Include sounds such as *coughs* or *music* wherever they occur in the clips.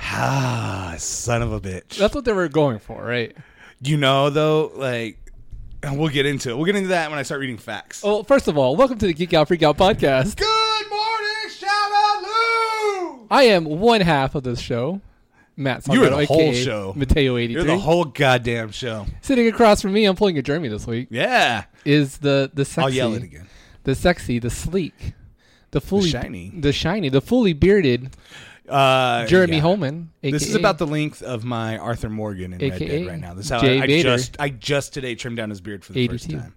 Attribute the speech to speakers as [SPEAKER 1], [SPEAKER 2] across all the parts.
[SPEAKER 1] Ah, son of a bitch.
[SPEAKER 2] That's what they were going for, right?
[SPEAKER 1] You know, though, like, and we'll get into it. We'll get into that when I start reading facts.
[SPEAKER 2] Well, first of all, welcome to the Geek Out Freak Out podcast.
[SPEAKER 1] Good morning, Shadow
[SPEAKER 2] I am one half of this show, Matt. Salgado,
[SPEAKER 1] You were the
[SPEAKER 2] aka
[SPEAKER 1] whole show.
[SPEAKER 2] Mateo eighty
[SPEAKER 1] You're the
[SPEAKER 2] three.
[SPEAKER 1] whole goddamn show.
[SPEAKER 2] Sitting across from me, I'm pulling a Jeremy this week.
[SPEAKER 1] Yeah.
[SPEAKER 2] Is the the sexy,
[SPEAKER 1] I'll yell it again.
[SPEAKER 2] the sexy, the sleek, the fully
[SPEAKER 1] shiny.
[SPEAKER 2] the shiny, the fully bearded
[SPEAKER 1] Uh,
[SPEAKER 2] Jeremy
[SPEAKER 1] yeah.
[SPEAKER 2] Holman. AKA,
[SPEAKER 1] This is about the length of my Arthur Morgan in Red
[SPEAKER 2] AKA
[SPEAKER 1] Dead right now. This is how
[SPEAKER 2] Jay
[SPEAKER 1] I, I
[SPEAKER 2] Bader.
[SPEAKER 1] just I just today trimmed down his beard for the first
[SPEAKER 2] 82.
[SPEAKER 1] time.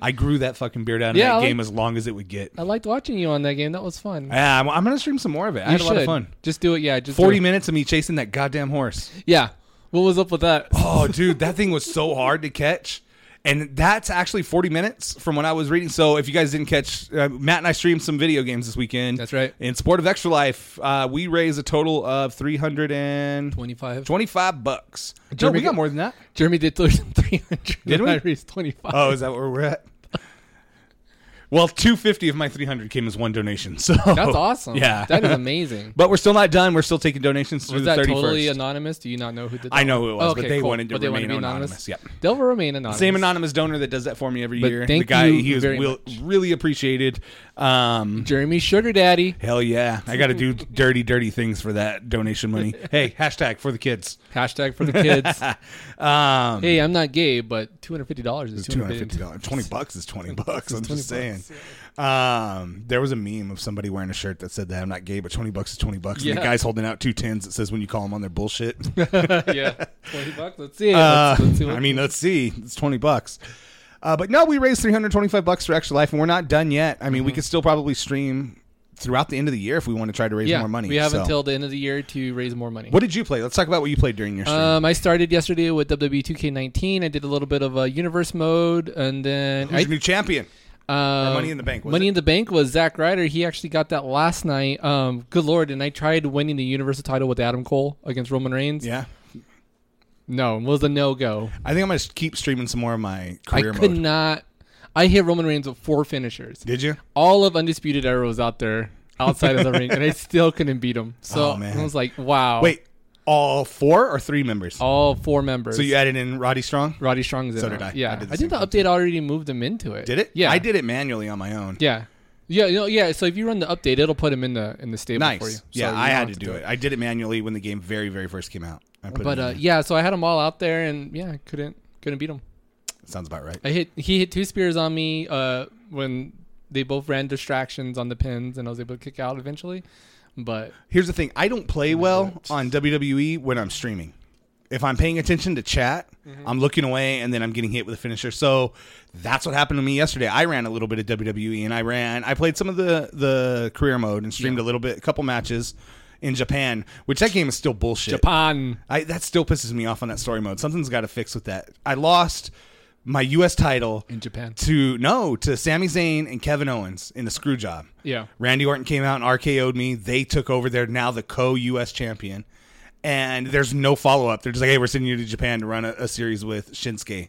[SPEAKER 1] I grew that fucking beard out in
[SPEAKER 2] *laughs* Yeah,
[SPEAKER 1] that
[SPEAKER 2] I like-
[SPEAKER 1] game as long as it would get.
[SPEAKER 2] I liked watching you on that game. That was fun.
[SPEAKER 1] Yeah, I'm, I'm gonna stream some more of it. I
[SPEAKER 2] you
[SPEAKER 1] had a
[SPEAKER 2] should
[SPEAKER 1] lot of fun.
[SPEAKER 2] just do it. Yeah, just do
[SPEAKER 1] Forty
[SPEAKER 2] it.
[SPEAKER 1] minutes of me chasing that goddamn horse.
[SPEAKER 2] Yeah, what was up with that?
[SPEAKER 1] Oh, dude, that thing was so hard to catch. And that's actually 40 minutes from when I was reading. So if you guys didn't catch, uh, Matt and I streamed some video games this weekend.
[SPEAKER 2] That's right.
[SPEAKER 1] In support of Extra Life, uh, we raised a total of 325
[SPEAKER 2] Twenty five.
[SPEAKER 1] bucks. No,
[SPEAKER 2] Jeremy-
[SPEAKER 1] we got more than that.
[SPEAKER 2] Jeremy did three hundred.
[SPEAKER 1] Did we?
[SPEAKER 2] I raised twenty five.
[SPEAKER 1] Oh, is that where we're
[SPEAKER 2] *laughs*
[SPEAKER 1] at? Well, 250 of my 300 came as one donation. So
[SPEAKER 2] That's awesome.
[SPEAKER 1] Oh, Yeah. *laughs*
[SPEAKER 2] that is amazing.
[SPEAKER 1] But we're still not done. We're still taking donations through
[SPEAKER 2] Was
[SPEAKER 1] the
[SPEAKER 2] that
[SPEAKER 1] 31st.
[SPEAKER 2] totally anonymous? Do you not know who did that?
[SPEAKER 1] I know who it was,
[SPEAKER 2] Okay,
[SPEAKER 1] but they
[SPEAKER 2] cool.
[SPEAKER 1] wanted to
[SPEAKER 2] But they
[SPEAKER 1] remain
[SPEAKER 2] wanted to be
[SPEAKER 1] anonymous.
[SPEAKER 2] anonymous?
[SPEAKER 1] Yep.
[SPEAKER 2] They'll remain anonymous.
[SPEAKER 1] Same anonymous donor that does that for me every
[SPEAKER 2] But
[SPEAKER 1] year.
[SPEAKER 2] thank
[SPEAKER 1] the guy
[SPEAKER 2] you
[SPEAKER 1] he was
[SPEAKER 2] very
[SPEAKER 1] will, really appreciated. Um,
[SPEAKER 2] Jeremy Sugar Daddy.
[SPEAKER 1] hell yeah, I got to
[SPEAKER 2] *laughs*
[SPEAKER 1] do dirty, dirty things for that donation money. hey, hashtag for the
[SPEAKER 2] *laughs*
[SPEAKER 1] kids.
[SPEAKER 2] Hashtag for
[SPEAKER 1] *laughs*
[SPEAKER 2] the kids.
[SPEAKER 1] Um,
[SPEAKER 2] hey, I'm not gay, but two hundred fifty dollars is two
[SPEAKER 1] Two
[SPEAKER 2] hundred
[SPEAKER 1] hundred fifty
[SPEAKER 2] fifty.
[SPEAKER 1] dollars. Twenty bucks is twenty bucks. I'm just
[SPEAKER 2] 20
[SPEAKER 1] saying. Um, there was a meme of somebody wearing a shirt that said that I'm not gay, but twenty bucks is twenty bucks. And the
[SPEAKER 2] Yeah.
[SPEAKER 1] guy's holding out two tens that says when you call them on their bullshit. *laughs*
[SPEAKER 2] *laughs* yeah, twenty bucks. Let's *laughs* see.
[SPEAKER 1] Uh,
[SPEAKER 2] Let's- let's see what-
[SPEAKER 1] I mean, let's see. It's twenty bucks. Uh, but no, we raised three hundred twenty-five bucks for Extra Life, and we're not done yet. I mean,
[SPEAKER 2] Mm-hmm.
[SPEAKER 1] we could still probably stream throughout the end of the year if we want to try to raise
[SPEAKER 2] yeah,
[SPEAKER 1] more money.
[SPEAKER 2] We have
[SPEAKER 1] So-
[SPEAKER 2] until the end of the year to raise more money.
[SPEAKER 1] What did you play? Let's talk about what you played during your stream.
[SPEAKER 2] Um, I started yesterday with WWE 2K19. I did a little bit of a universe mode, and then
[SPEAKER 1] Who's
[SPEAKER 2] I
[SPEAKER 1] your new champion?
[SPEAKER 2] Um,
[SPEAKER 1] Money in the Bank, was
[SPEAKER 2] Money
[SPEAKER 1] it?
[SPEAKER 2] in the Bank was Zack Ryder. He actually got that last night. Um, good lord! And I tried winning the Universal title with Adam Cole against Roman Reigns.
[SPEAKER 1] Yeah,
[SPEAKER 2] No, it was a no go.
[SPEAKER 1] I think I'm gonna keep streaming some more of my
[SPEAKER 2] I
[SPEAKER 1] career
[SPEAKER 2] could
[SPEAKER 1] mode.
[SPEAKER 2] not. I hit Roman Reigns with four finishers.
[SPEAKER 1] Did you?
[SPEAKER 2] All of Undisputed Era was out there outside of the *laughs* ring, and I still couldn't beat him. So
[SPEAKER 1] Oh, man.
[SPEAKER 2] I was like, wow.
[SPEAKER 1] Wait, all four or three members?
[SPEAKER 2] all four members.
[SPEAKER 1] so you added in Roddy Strong?
[SPEAKER 2] Roddy Strong's in.
[SPEAKER 1] So
[SPEAKER 2] on
[SPEAKER 1] did
[SPEAKER 2] it.
[SPEAKER 1] I.
[SPEAKER 2] Yeah,
[SPEAKER 1] I
[SPEAKER 2] I,
[SPEAKER 1] did the same
[SPEAKER 2] think the update already moved him into it.
[SPEAKER 1] Did it?
[SPEAKER 2] Yeah,
[SPEAKER 1] I did it manually on my own.
[SPEAKER 2] Yeah, yeah, you know, yeah. So if you run the update, it'll put him in the in the stable
[SPEAKER 1] Nice.
[SPEAKER 2] for you. So
[SPEAKER 1] yeah,
[SPEAKER 2] you
[SPEAKER 1] I
[SPEAKER 2] don't
[SPEAKER 1] had
[SPEAKER 2] have
[SPEAKER 1] to do it. I did it manually when the game very, very first came out. I put
[SPEAKER 2] But
[SPEAKER 1] it in
[SPEAKER 2] uh,
[SPEAKER 1] there.
[SPEAKER 2] yeah, so I had them all out there, and yeah, I couldn't couldn't beat him.
[SPEAKER 1] sounds about right.
[SPEAKER 2] I hit he hit two spears on me uh, when they both ran distractions on the pins, and I was able to kick out eventually. But
[SPEAKER 1] Here's the thing: I don't play well on WWE when I'm streaming. If I'm paying attention to chat,
[SPEAKER 2] Mm-hmm.
[SPEAKER 1] I'm looking away, and then I'm getting hit with a finisher. So that's what happened to me yesterday. I ran a little bit of WWE, and I ran. I played some of the the career mode and streamed a little bit, a couple matches in Japan, which that game is still bullshit.
[SPEAKER 2] Japan,
[SPEAKER 1] I, that still pisses me off on that story mode. Something's got to fix with that. I lost my U.S. title
[SPEAKER 2] in Japan,
[SPEAKER 1] to no to Sami Zayn and Kevin Owens in the screw job.
[SPEAKER 2] yeah,
[SPEAKER 1] Randy Orton came out and RKO'd me. They took over. They're now the co US champion. And there's no follow up. They're just like, hey, we're sending you to Japan to run a, a series with Shinsuke.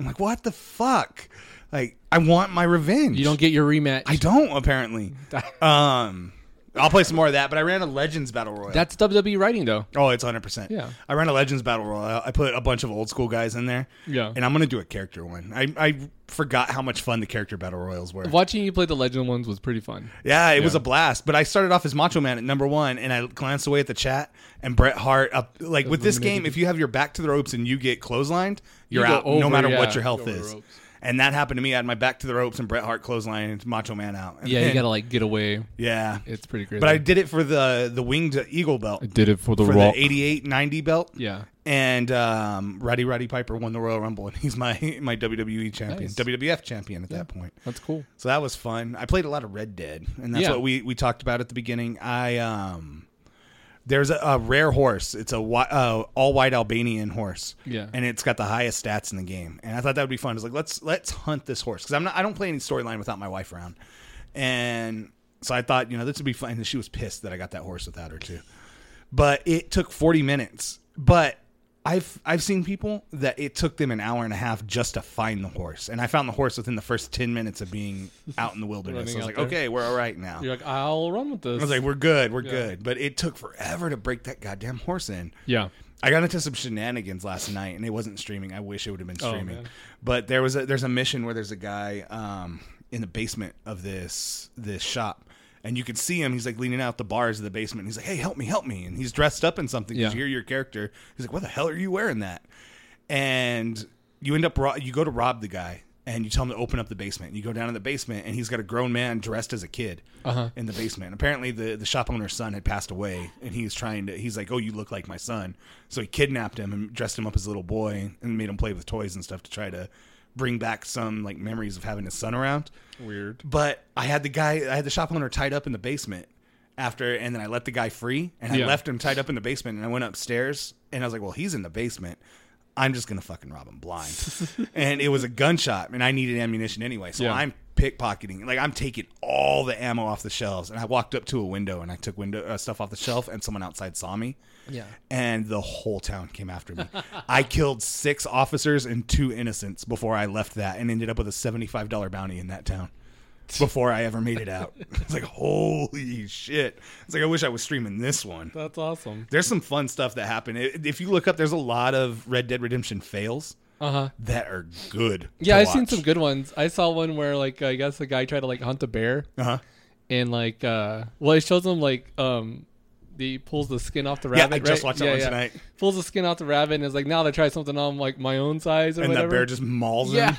[SPEAKER 1] I'm like, what the fuck? Like, I want my revenge.
[SPEAKER 2] you don't get your rematch.
[SPEAKER 1] I don't,
[SPEAKER 2] *laughs*
[SPEAKER 1] apparently. um, I'll play some more of that, but I ran a Legends Battle Royale.
[SPEAKER 2] That's WWE writing though.
[SPEAKER 1] oh, it's 100%.
[SPEAKER 2] Yeah.
[SPEAKER 1] I ran a Legends Battle Royale. I put a bunch of old school guys in there.
[SPEAKER 2] Yeah.
[SPEAKER 1] And I'm going to do a character one. I, I forgot how much fun the character Battle Royals were.
[SPEAKER 2] Watching you play the Legend ones was pretty fun.
[SPEAKER 1] Yeah, it was a blast. But I started off as Macho Man at number one, and I glanced away at the chat, and Bret Hart up like with this game, if you have your back to the ropes and you get clotheslined, you're
[SPEAKER 2] go
[SPEAKER 1] out no
[SPEAKER 2] over,
[SPEAKER 1] matter
[SPEAKER 2] yeah,
[SPEAKER 1] what your health
[SPEAKER 2] go over
[SPEAKER 1] is.
[SPEAKER 2] ropes.
[SPEAKER 1] And that happened to me. I had my back to the ropes, and Bret Hart clotheslined Macho Man out. And
[SPEAKER 2] Yeah, you
[SPEAKER 1] then-
[SPEAKER 2] gotta like get away.
[SPEAKER 1] *laughs* yeah.
[SPEAKER 2] It's pretty great.
[SPEAKER 1] But I did it for the the winged eagle belt
[SPEAKER 2] did it for the
[SPEAKER 1] for
[SPEAKER 2] Rock.
[SPEAKER 1] the 88 90 belt.
[SPEAKER 2] yeah,
[SPEAKER 1] And um, Roddy Roddy Piper won the Royal Rumble, and he's my *laughs* my WWE champion,
[SPEAKER 2] Nice.
[SPEAKER 1] WWF champion at that point.
[SPEAKER 2] that's cool.
[SPEAKER 1] So that was fun. I played a lot of Red Dead, and that's
[SPEAKER 2] Yeah.
[SPEAKER 1] what we we talked about at the beginning. I um, there's a, a rare horse. It's a wi- uh, all white Albanian horse.
[SPEAKER 2] Yeah.
[SPEAKER 1] and it's got the highest stats in the game. And I thought that would be fun. I was like, let's let's hunt this horse because I'm not I don't play any storyline without my wife around. And so I thought, you know, this would be fun. And she was pissed that I got that horse without her too. But it took 40 minutes. But I've I've seen people that it took them an hour and a half just to find the horse, and I found the horse within the first ten minutes of being out in the wilderness.
[SPEAKER 2] Running
[SPEAKER 1] I was
[SPEAKER 2] out
[SPEAKER 1] like,
[SPEAKER 2] there.
[SPEAKER 1] okay, we're all right now.
[SPEAKER 2] You're like, I'll run with this.
[SPEAKER 1] I was like, we're good, we're good. But it took forever to break that goddamn horse in.
[SPEAKER 2] yeah.
[SPEAKER 1] I got into some shenanigans last night, and it wasn't streaming. I wish it would have been
[SPEAKER 2] Oh,
[SPEAKER 1] streaming,
[SPEAKER 2] man.
[SPEAKER 1] but there was a, there's a mission where there's a guy um, in the basement of this this shop, and you could see him. He's like leaning out the bars of the basement. And he's like, "Hey, help me, help me!" And he's dressed up in something. 'cause
[SPEAKER 2] Yeah.
[SPEAKER 1] You hear your character. He's like, "What the hell are you wearing that?" And you end up ro- you go to rob the guy, and you tell him to open up the basement. You go down in the basement, and he's got a grown man dressed as a kid
[SPEAKER 2] Uh-huh.
[SPEAKER 1] in the basement. Apparently, the, the shop owner's son had passed away, and he's trying to. He's like, "Oh, you look like my son," so he kidnapped him and dressed him up as a little boy and made him play with toys and stuff to try to bring back some like memories of having his son around.
[SPEAKER 2] Weird.
[SPEAKER 1] But I had the guy, I had the shop owner tied up in the basement after, and then I let the guy free, and I
[SPEAKER 2] Yeah.
[SPEAKER 1] left him tied up in the basement, and I went upstairs, and I was like, "Well, he's in the basement." I'm just gonna fucking rob him
[SPEAKER 2] *laughs*
[SPEAKER 1] blind, and it was a gunshot, and I needed ammunition anyway, so
[SPEAKER 2] Yeah.
[SPEAKER 1] I'm pickpocketing. Like I'm taking all the ammo off the shelves, and I walked up to a window and I took window uh, stuff off the shelf, and someone outside saw me,
[SPEAKER 2] Yeah.
[SPEAKER 1] and the whole town came after me. *laughs* I killed six officers and two innocents before I left that and ended up with a $75 bounty in that town before I ever made it out. *laughs* It's like, holy shit. It's like, I wish I was streaming this one.
[SPEAKER 2] That's awesome.
[SPEAKER 1] There's some fun stuff that happened. I- If you look up, there's a lot of Red Dead Redemption fails
[SPEAKER 2] Uh huh.
[SPEAKER 1] that are good.
[SPEAKER 2] Yeah,
[SPEAKER 1] to
[SPEAKER 2] I've seen
[SPEAKER 1] watch.
[SPEAKER 2] some good ones. I saw one where like I guess a guy tried to like hunt a bear
[SPEAKER 1] Uh-huh.
[SPEAKER 2] and like uh well it shows him like um he pulls the skin off the
[SPEAKER 1] Yeah, I
[SPEAKER 2] rabbit.
[SPEAKER 1] just
[SPEAKER 2] right?
[SPEAKER 1] watched that
[SPEAKER 2] yeah,
[SPEAKER 1] one
[SPEAKER 2] yeah.
[SPEAKER 1] tonight.
[SPEAKER 2] Pulls the skin off the rabbit and is like, now they try something on like my own size or
[SPEAKER 1] And
[SPEAKER 2] whatever.
[SPEAKER 1] that bear just mauls him.
[SPEAKER 2] yeah.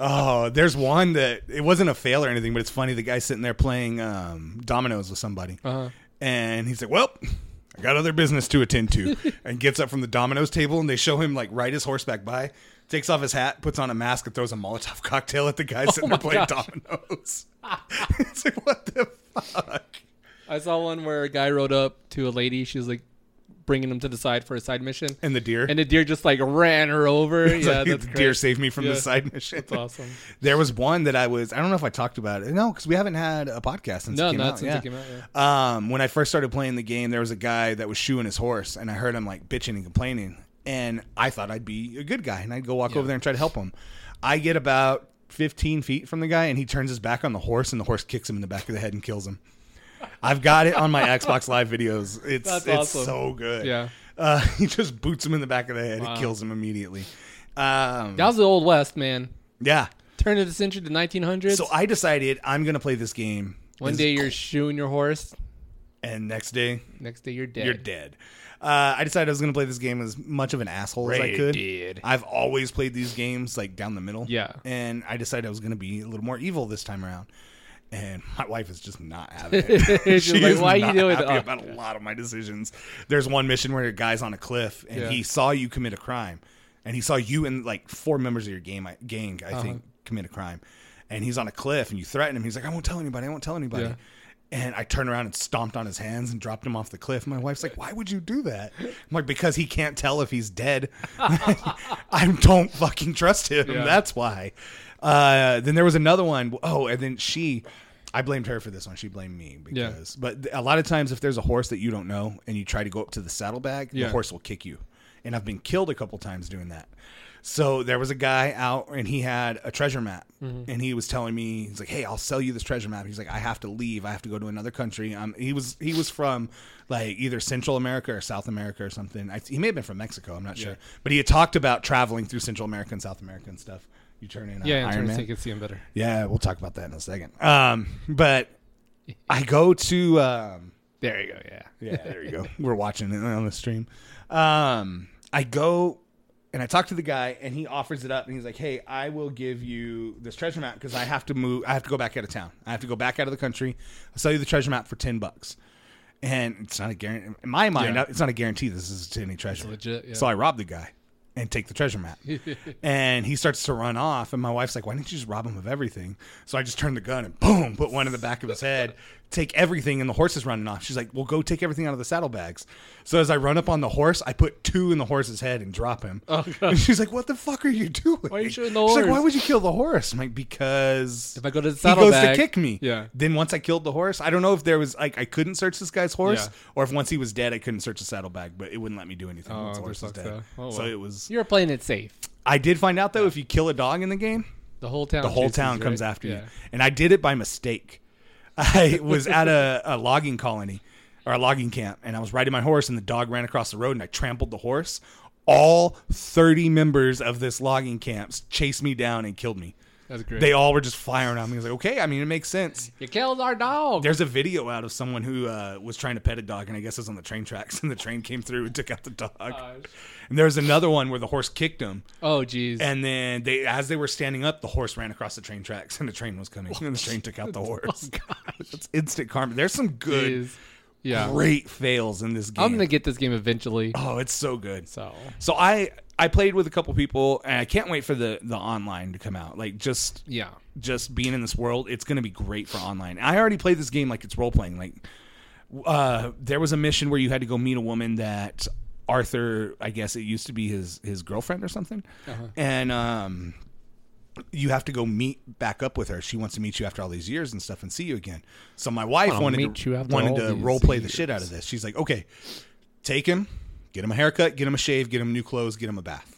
[SPEAKER 1] Oh, there's one that it wasn't a fail or anything, but it's funny. The guy's sitting there playing um, dominoes with somebody,
[SPEAKER 2] Uh-huh.
[SPEAKER 1] and he's like, "Well, I got other business to attend
[SPEAKER 2] *laughs*
[SPEAKER 1] to," and gets up from the dominoes table, and they show him like ride his horseback by, takes off his hat, puts on a mask, and throws a Molotov *laughs* cocktail at the
[SPEAKER 2] Oh
[SPEAKER 1] guy sitting there playing dominoes. *laughs* it's like, what the fuck?
[SPEAKER 2] I saw one where a guy rode up to a lady. She was like bringing him to the side for a side mission,
[SPEAKER 1] And the deer,
[SPEAKER 2] and the deer just like ran her
[SPEAKER 1] *laughs*
[SPEAKER 2] over.
[SPEAKER 1] It's
[SPEAKER 2] yeah,
[SPEAKER 1] like,
[SPEAKER 2] that's
[SPEAKER 1] the
[SPEAKER 2] great.
[SPEAKER 1] deer saved me from
[SPEAKER 2] Yeah.
[SPEAKER 1] the side mission. *laughs*
[SPEAKER 2] That's awesome.
[SPEAKER 1] There was one that I was. I don't know if I talked about it. No, because we haven't had a podcast since
[SPEAKER 2] No,
[SPEAKER 1] it came
[SPEAKER 2] not
[SPEAKER 1] out.
[SPEAKER 2] since
[SPEAKER 1] yeah.
[SPEAKER 2] it came out,
[SPEAKER 1] Um, when I first started playing the game, there was a guy that was shoeing his horse, and I heard him like bitching and complaining, and I thought I'd be a good guy, and I'd go walk over there and try to help him. I get about fifteen feet from the guy, and he turns his back on the horse, and the horse kicks him in the back of the head and kills him. I've got it on
[SPEAKER 2] *laughs*
[SPEAKER 1] my Xbox Live videos. It's
[SPEAKER 2] That's
[SPEAKER 1] it's
[SPEAKER 2] awesome.
[SPEAKER 1] so good.
[SPEAKER 2] Yeah.
[SPEAKER 1] Uh, *laughs* he just boots him in the back of the head. It kills him immediately. Um,
[SPEAKER 2] That was the old west, man.
[SPEAKER 1] yeah.
[SPEAKER 2] Turn of the century to 1900s.
[SPEAKER 1] So I decided I'm gonna play this game
[SPEAKER 2] One
[SPEAKER 1] This-
[SPEAKER 2] day you're shoeing your horse,
[SPEAKER 1] and next day
[SPEAKER 2] next day you're dead.
[SPEAKER 1] you're dead. Uh, I decided I was gonna play this game as much of an asshole as I
[SPEAKER 2] Red
[SPEAKER 1] could.
[SPEAKER 2] Dead.
[SPEAKER 1] I've always played these games like down the middle.
[SPEAKER 2] Yeah.
[SPEAKER 1] and I decided I was gonna be a little more evil this time around. And *laughs* my wife is just not having
[SPEAKER 2] *laughs*
[SPEAKER 1] it.
[SPEAKER 2] She's like,
[SPEAKER 1] is
[SPEAKER 2] "Why you
[SPEAKER 1] not
[SPEAKER 2] doing
[SPEAKER 1] happy
[SPEAKER 2] that?"
[SPEAKER 1] about a lot of my decisions. There's one mission where a guy's on a cliff and
[SPEAKER 2] Yeah.
[SPEAKER 1] he saw you commit a crime, and he saw you and like four members of your game gang,
[SPEAKER 2] Uh-huh.
[SPEAKER 1] I think, commit a crime. And he's on a cliff, and you threaten him. He's like, "I won't tell anybody. I won't tell anybody."
[SPEAKER 2] Yeah.
[SPEAKER 1] And I turned around and stomped on his hands and dropped him off the cliff. My wife's like, "Why would you do that?" I'm like, "Because he can't tell if he's dead. *laughs* I don't fucking trust him.
[SPEAKER 2] Yeah.
[SPEAKER 1] That's why." Uh, then there was another one. Oh, and then she, I blamed her for this one. She blamed me
[SPEAKER 2] Yeah.
[SPEAKER 1] because. But th- a lot of times, if there's a horse that you don't know and you try to go up to the saddlebag,
[SPEAKER 2] Yeah.
[SPEAKER 1] the horse will kick you. And I've been killed a couple times doing that. So there was a guy out and he had a treasure map
[SPEAKER 2] Mm-hmm.
[SPEAKER 1] and he was telling me, he's like, Hey, I'll sell you this treasure map. He's like, I have to leave. I have to go to another country. Um, he was, he was from like either Central America or South America or something. I, he may have been from Mexico. I'm not sure, but he had talked about traveling through Central America and South America and stuff. You turn in uh,
[SPEAKER 2] yeah, I'm
[SPEAKER 1] Iron
[SPEAKER 2] trying to
[SPEAKER 1] Man.
[SPEAKER 2] think it's even better.
[SPEAKER 1] Yeah, we'll talk about that in a second. Um, but I go to um,
[SPEAKER 2] There you go. Yeah.
[SPEAKER 1] yeah, there you *laughs* go. We're watching it on the stream. Um, I go and I talk to the guy, and he offers it up, and he's like, "Hey, I will give you this treasure map because I have to move. I have to go back out of town. I have to go back out of the country. I'll sell you the treasure map for ten bucks." And it's not a guarantee. In my mind,
[SPEAKER 2] Yeah.
[SPEAKER 1] it's not a guarantee. This is to any treasure.
[SPEAKER 2] legit, yeah.
[SPEAKER 1] So I rob the guy. and take the treasure
[SPEAKER 2] *laughs*
[SPEAKER 1] map. and he starts to run off, and my wife's like, "Why didn't you just rob him of everything?" So I just turned the gun and boom, put one in the back of his head, take everything, and the horse is running off. She's like, "Well, go take everything out of the saddlebags." So as I run up on the horse, I put two in the horse's head and drop him. *laughs* and she's like, "What the fuck are you doing? Why
[SPEAKER 2] Oh, are you shooting the
[SPEAKER 1] She's like,
[SPEAKER 2] horse?
[SPEAKER 1] "Why would you kill the horse?" I'm like, "Because
[SPEAKER 2] If I go to the
[SPEAKER 1] he goes to
[SPEAKER 2] saddlebag-
[SPEAKER 1] kick me."
[SPEAKER 2] Yeah.
[SPEAKER 1] Then once I killed the horse, I don't know if there was like I couldn't search this guy's horse,
[SPEAKER 2] Yeah.
[SPEAKER 1] or if once he was dead, I couldn't search the saddlebag, but it wouldn't let me do anything
[SPEAKER 2] Oh,
[SPEAKER 1] once the
[SPEAKER 2] that
[SPEAKER 1] horse was
[SPEAKER 2] sucks,
[SPEAKER 1] dead.
[SPEAKER 2] though. Oh,
[SPEAKER 1] So
[SPEAKER 2] well.
[SPEAKER 1] it was.
[SPEAKER 2] You're playing it safe.
[SPEAKER 1] I did find out though, if you kill a dog in the game,
[SPEAKER 2] The whole town.
[SPEAKER 1] the whole
[SPEAKER 2] chases,
[SPEAKER 1] town
[SPEAKER 2] right?
[SPEAKER 1] comes after you.
[SPEAKER 2] Yeah.
[SPEAKER 1] And I did it by mistake. *laughs* I was at a, a logging colony or a logging camp, and I was riding my horse, and the dog ran across the road, and I trampled the horse. All 30 members of this logging camp chased me down and killed me.
[SPEAKER 2] That's great.
[SPEAKER 1] They all were just firing on me. I was like, okay, I mean, it makes sense.
[SPEAKER 2] you killed our dog.
[SPEAKER 1] There's a video out of someone who uh, was trying to pet a dog, and I guess it was on the train tracks, *laughs* and the train came through and took out the dog. And there was another one where the horse kicked him,
[SPEAKER 2] Oh, jeez.
[SPEAKER 1] and then they, as they were standing up, the horse ran across the train tracks, *laughs* and the train was coming, and the train took
[SPEAKER 2] *laughs*
[SPEAKER 1] out the horse. it's instant karma. There's some good,
[SPEAKER 2] Oh, Jeez. Yeah.
[SPEAKER 1] great fails in this game.
[SPEAKER 2] I'm gonna get this
[SPEAKER 1] *laughs*
[SPEAKER 2] game eventually.
[SPEAKER 1] oh, it's so good.
[SPEAKER 2] So
[SPEAKER 1] So I I played with a couple people, and I can't wait for the the online to come out. Like just
[SPEAKER 2] yeah.
[SPEAKER 1] just being in this world, it's going to be great for online. I already played this game like it's role playing. Like, uh, there was a mission where you had to go meet a woman that Arthur, I guess it used to be his his girlfriend or something,
[SPEAKER 2] Uh-huh.
[SPEAKER 1] and um, you have to go meet back up with her. She wants to meet you after all these years and stuff and see you again. So my wife
[SPEAKER 2] I'll
[SPEAKER 1] wanted
[SPEAKER 2] meet you
[SPEAKER 1] to
[SPEAKER 2] after
[SPEAKER 1] wanted
[SPEAKER 2] all
[SPEAKER 1] to
[SPEAKER 2] these
[SPEAKER 1] role play the
[SPEAKER 2] years.
[SPEAKER 1] shit out of this. She's like, okay, take him, get him a haircut, get him a shave, get him new clothes, get him a bath.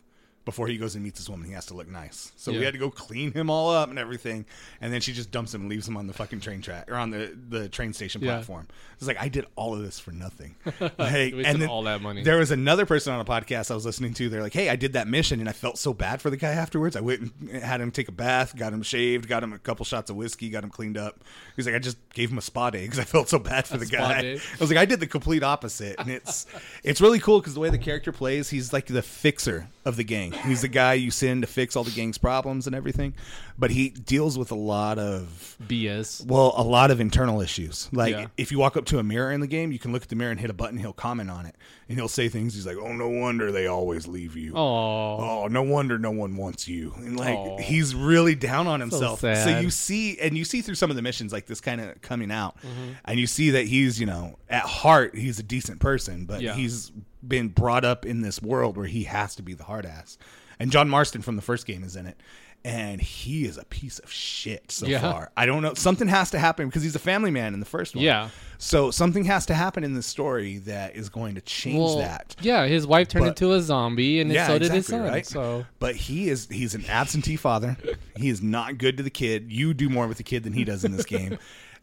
[SPEAKER 1] Before he goes and meets this woman, he has to look nice. So we
[SPEAKER 2] Yeah.
[SPEAKER 1] had to go clean him all up and everything. And then she just dumps him and leaves him on the fucking train track or on the, the train station
[SPEAKER 2] Yeah.
[SPEAKER 1] platform. It's like, I did all of this for
[SPEAKER 2] *laughs*
[SPEAKER 1] nothing. Like,
[SPEAKER 2] wasted
[SPEAKER 1] and then
[SPEAKER 2] all that money.
[SPEAKER 1] There was another person on a podcast I was listening to. They're like, hey, I did that mission and I felt so bad for the guy afterwards. I went and had him take a bath, got him shaved, got him a couple shots of whiskey, got him cleaned up. He's like, I just gave him a spa day because I felt so bad for the
[SPEAKER 2] spa
[SPEAKER 1] guy.
[SPEAKER 2] day.
[SPEAKER 1] I was like, I did the complete opposite, and it's it's really cool because the way the character plays, he's like the fixer of the gang. He's the guy you send to fix all the gang's problems and everything, but he deals with a lot of
[SPEAKER 2] BS.
[SPEAKER 1] well, a lot of internal issues. Like
[SPEAKER 2] Yeah.
[SPEAKER 1] if you walk up to a mirror in the game, you can look at the mirror and hit a button. He'll comment on it, and he'll say things. He's like, "Oh, no wonder they always leave you."
[SPEAKER 2] Oh.
[SPEAKER 1] Oh, no wonder no one wants you. And like
[SPEAKER 2] Aw.
[SPEAKER 1] he's really down on himself. So,
[SPEAKER 2] sad.
[SPEAKER 1] you see and you see through some of the missions like this kind of coming out.
[SPEAKER 2] Mm-hmm.
[SPEAKER 1] And you see that he's, you know, at heart he's a decent person, but
[SPEAKER 2] Yeah.
[SPEAKER 1] he's been brought up in this world where he has to be the hard ass. And John Marston from the first game is in it. And he is a piece of shit so
[SPEAKER 2] Yeah.
[SPEAKER 1] far. I don't know. Something has to happen because he's a family man in the first one.
[SPEAKER 2] Yeah.
[SPEAKER 1] So something has to happen in this story that is going to change
[SPEAKER 2] Well,
[SPEAKER 1] that.
[SPEAKER 2] yeah, his wife turned
[SPEAKER 1] But-
[SPEAKER 2] into a zombie, and so did his son. So
[SPEAKER 1] But he is he's an absentee father. he is not good to the kid. You do more with the kid than he does in this
[SPEAKER 2] *laughs*
[SPEAKER 1] game.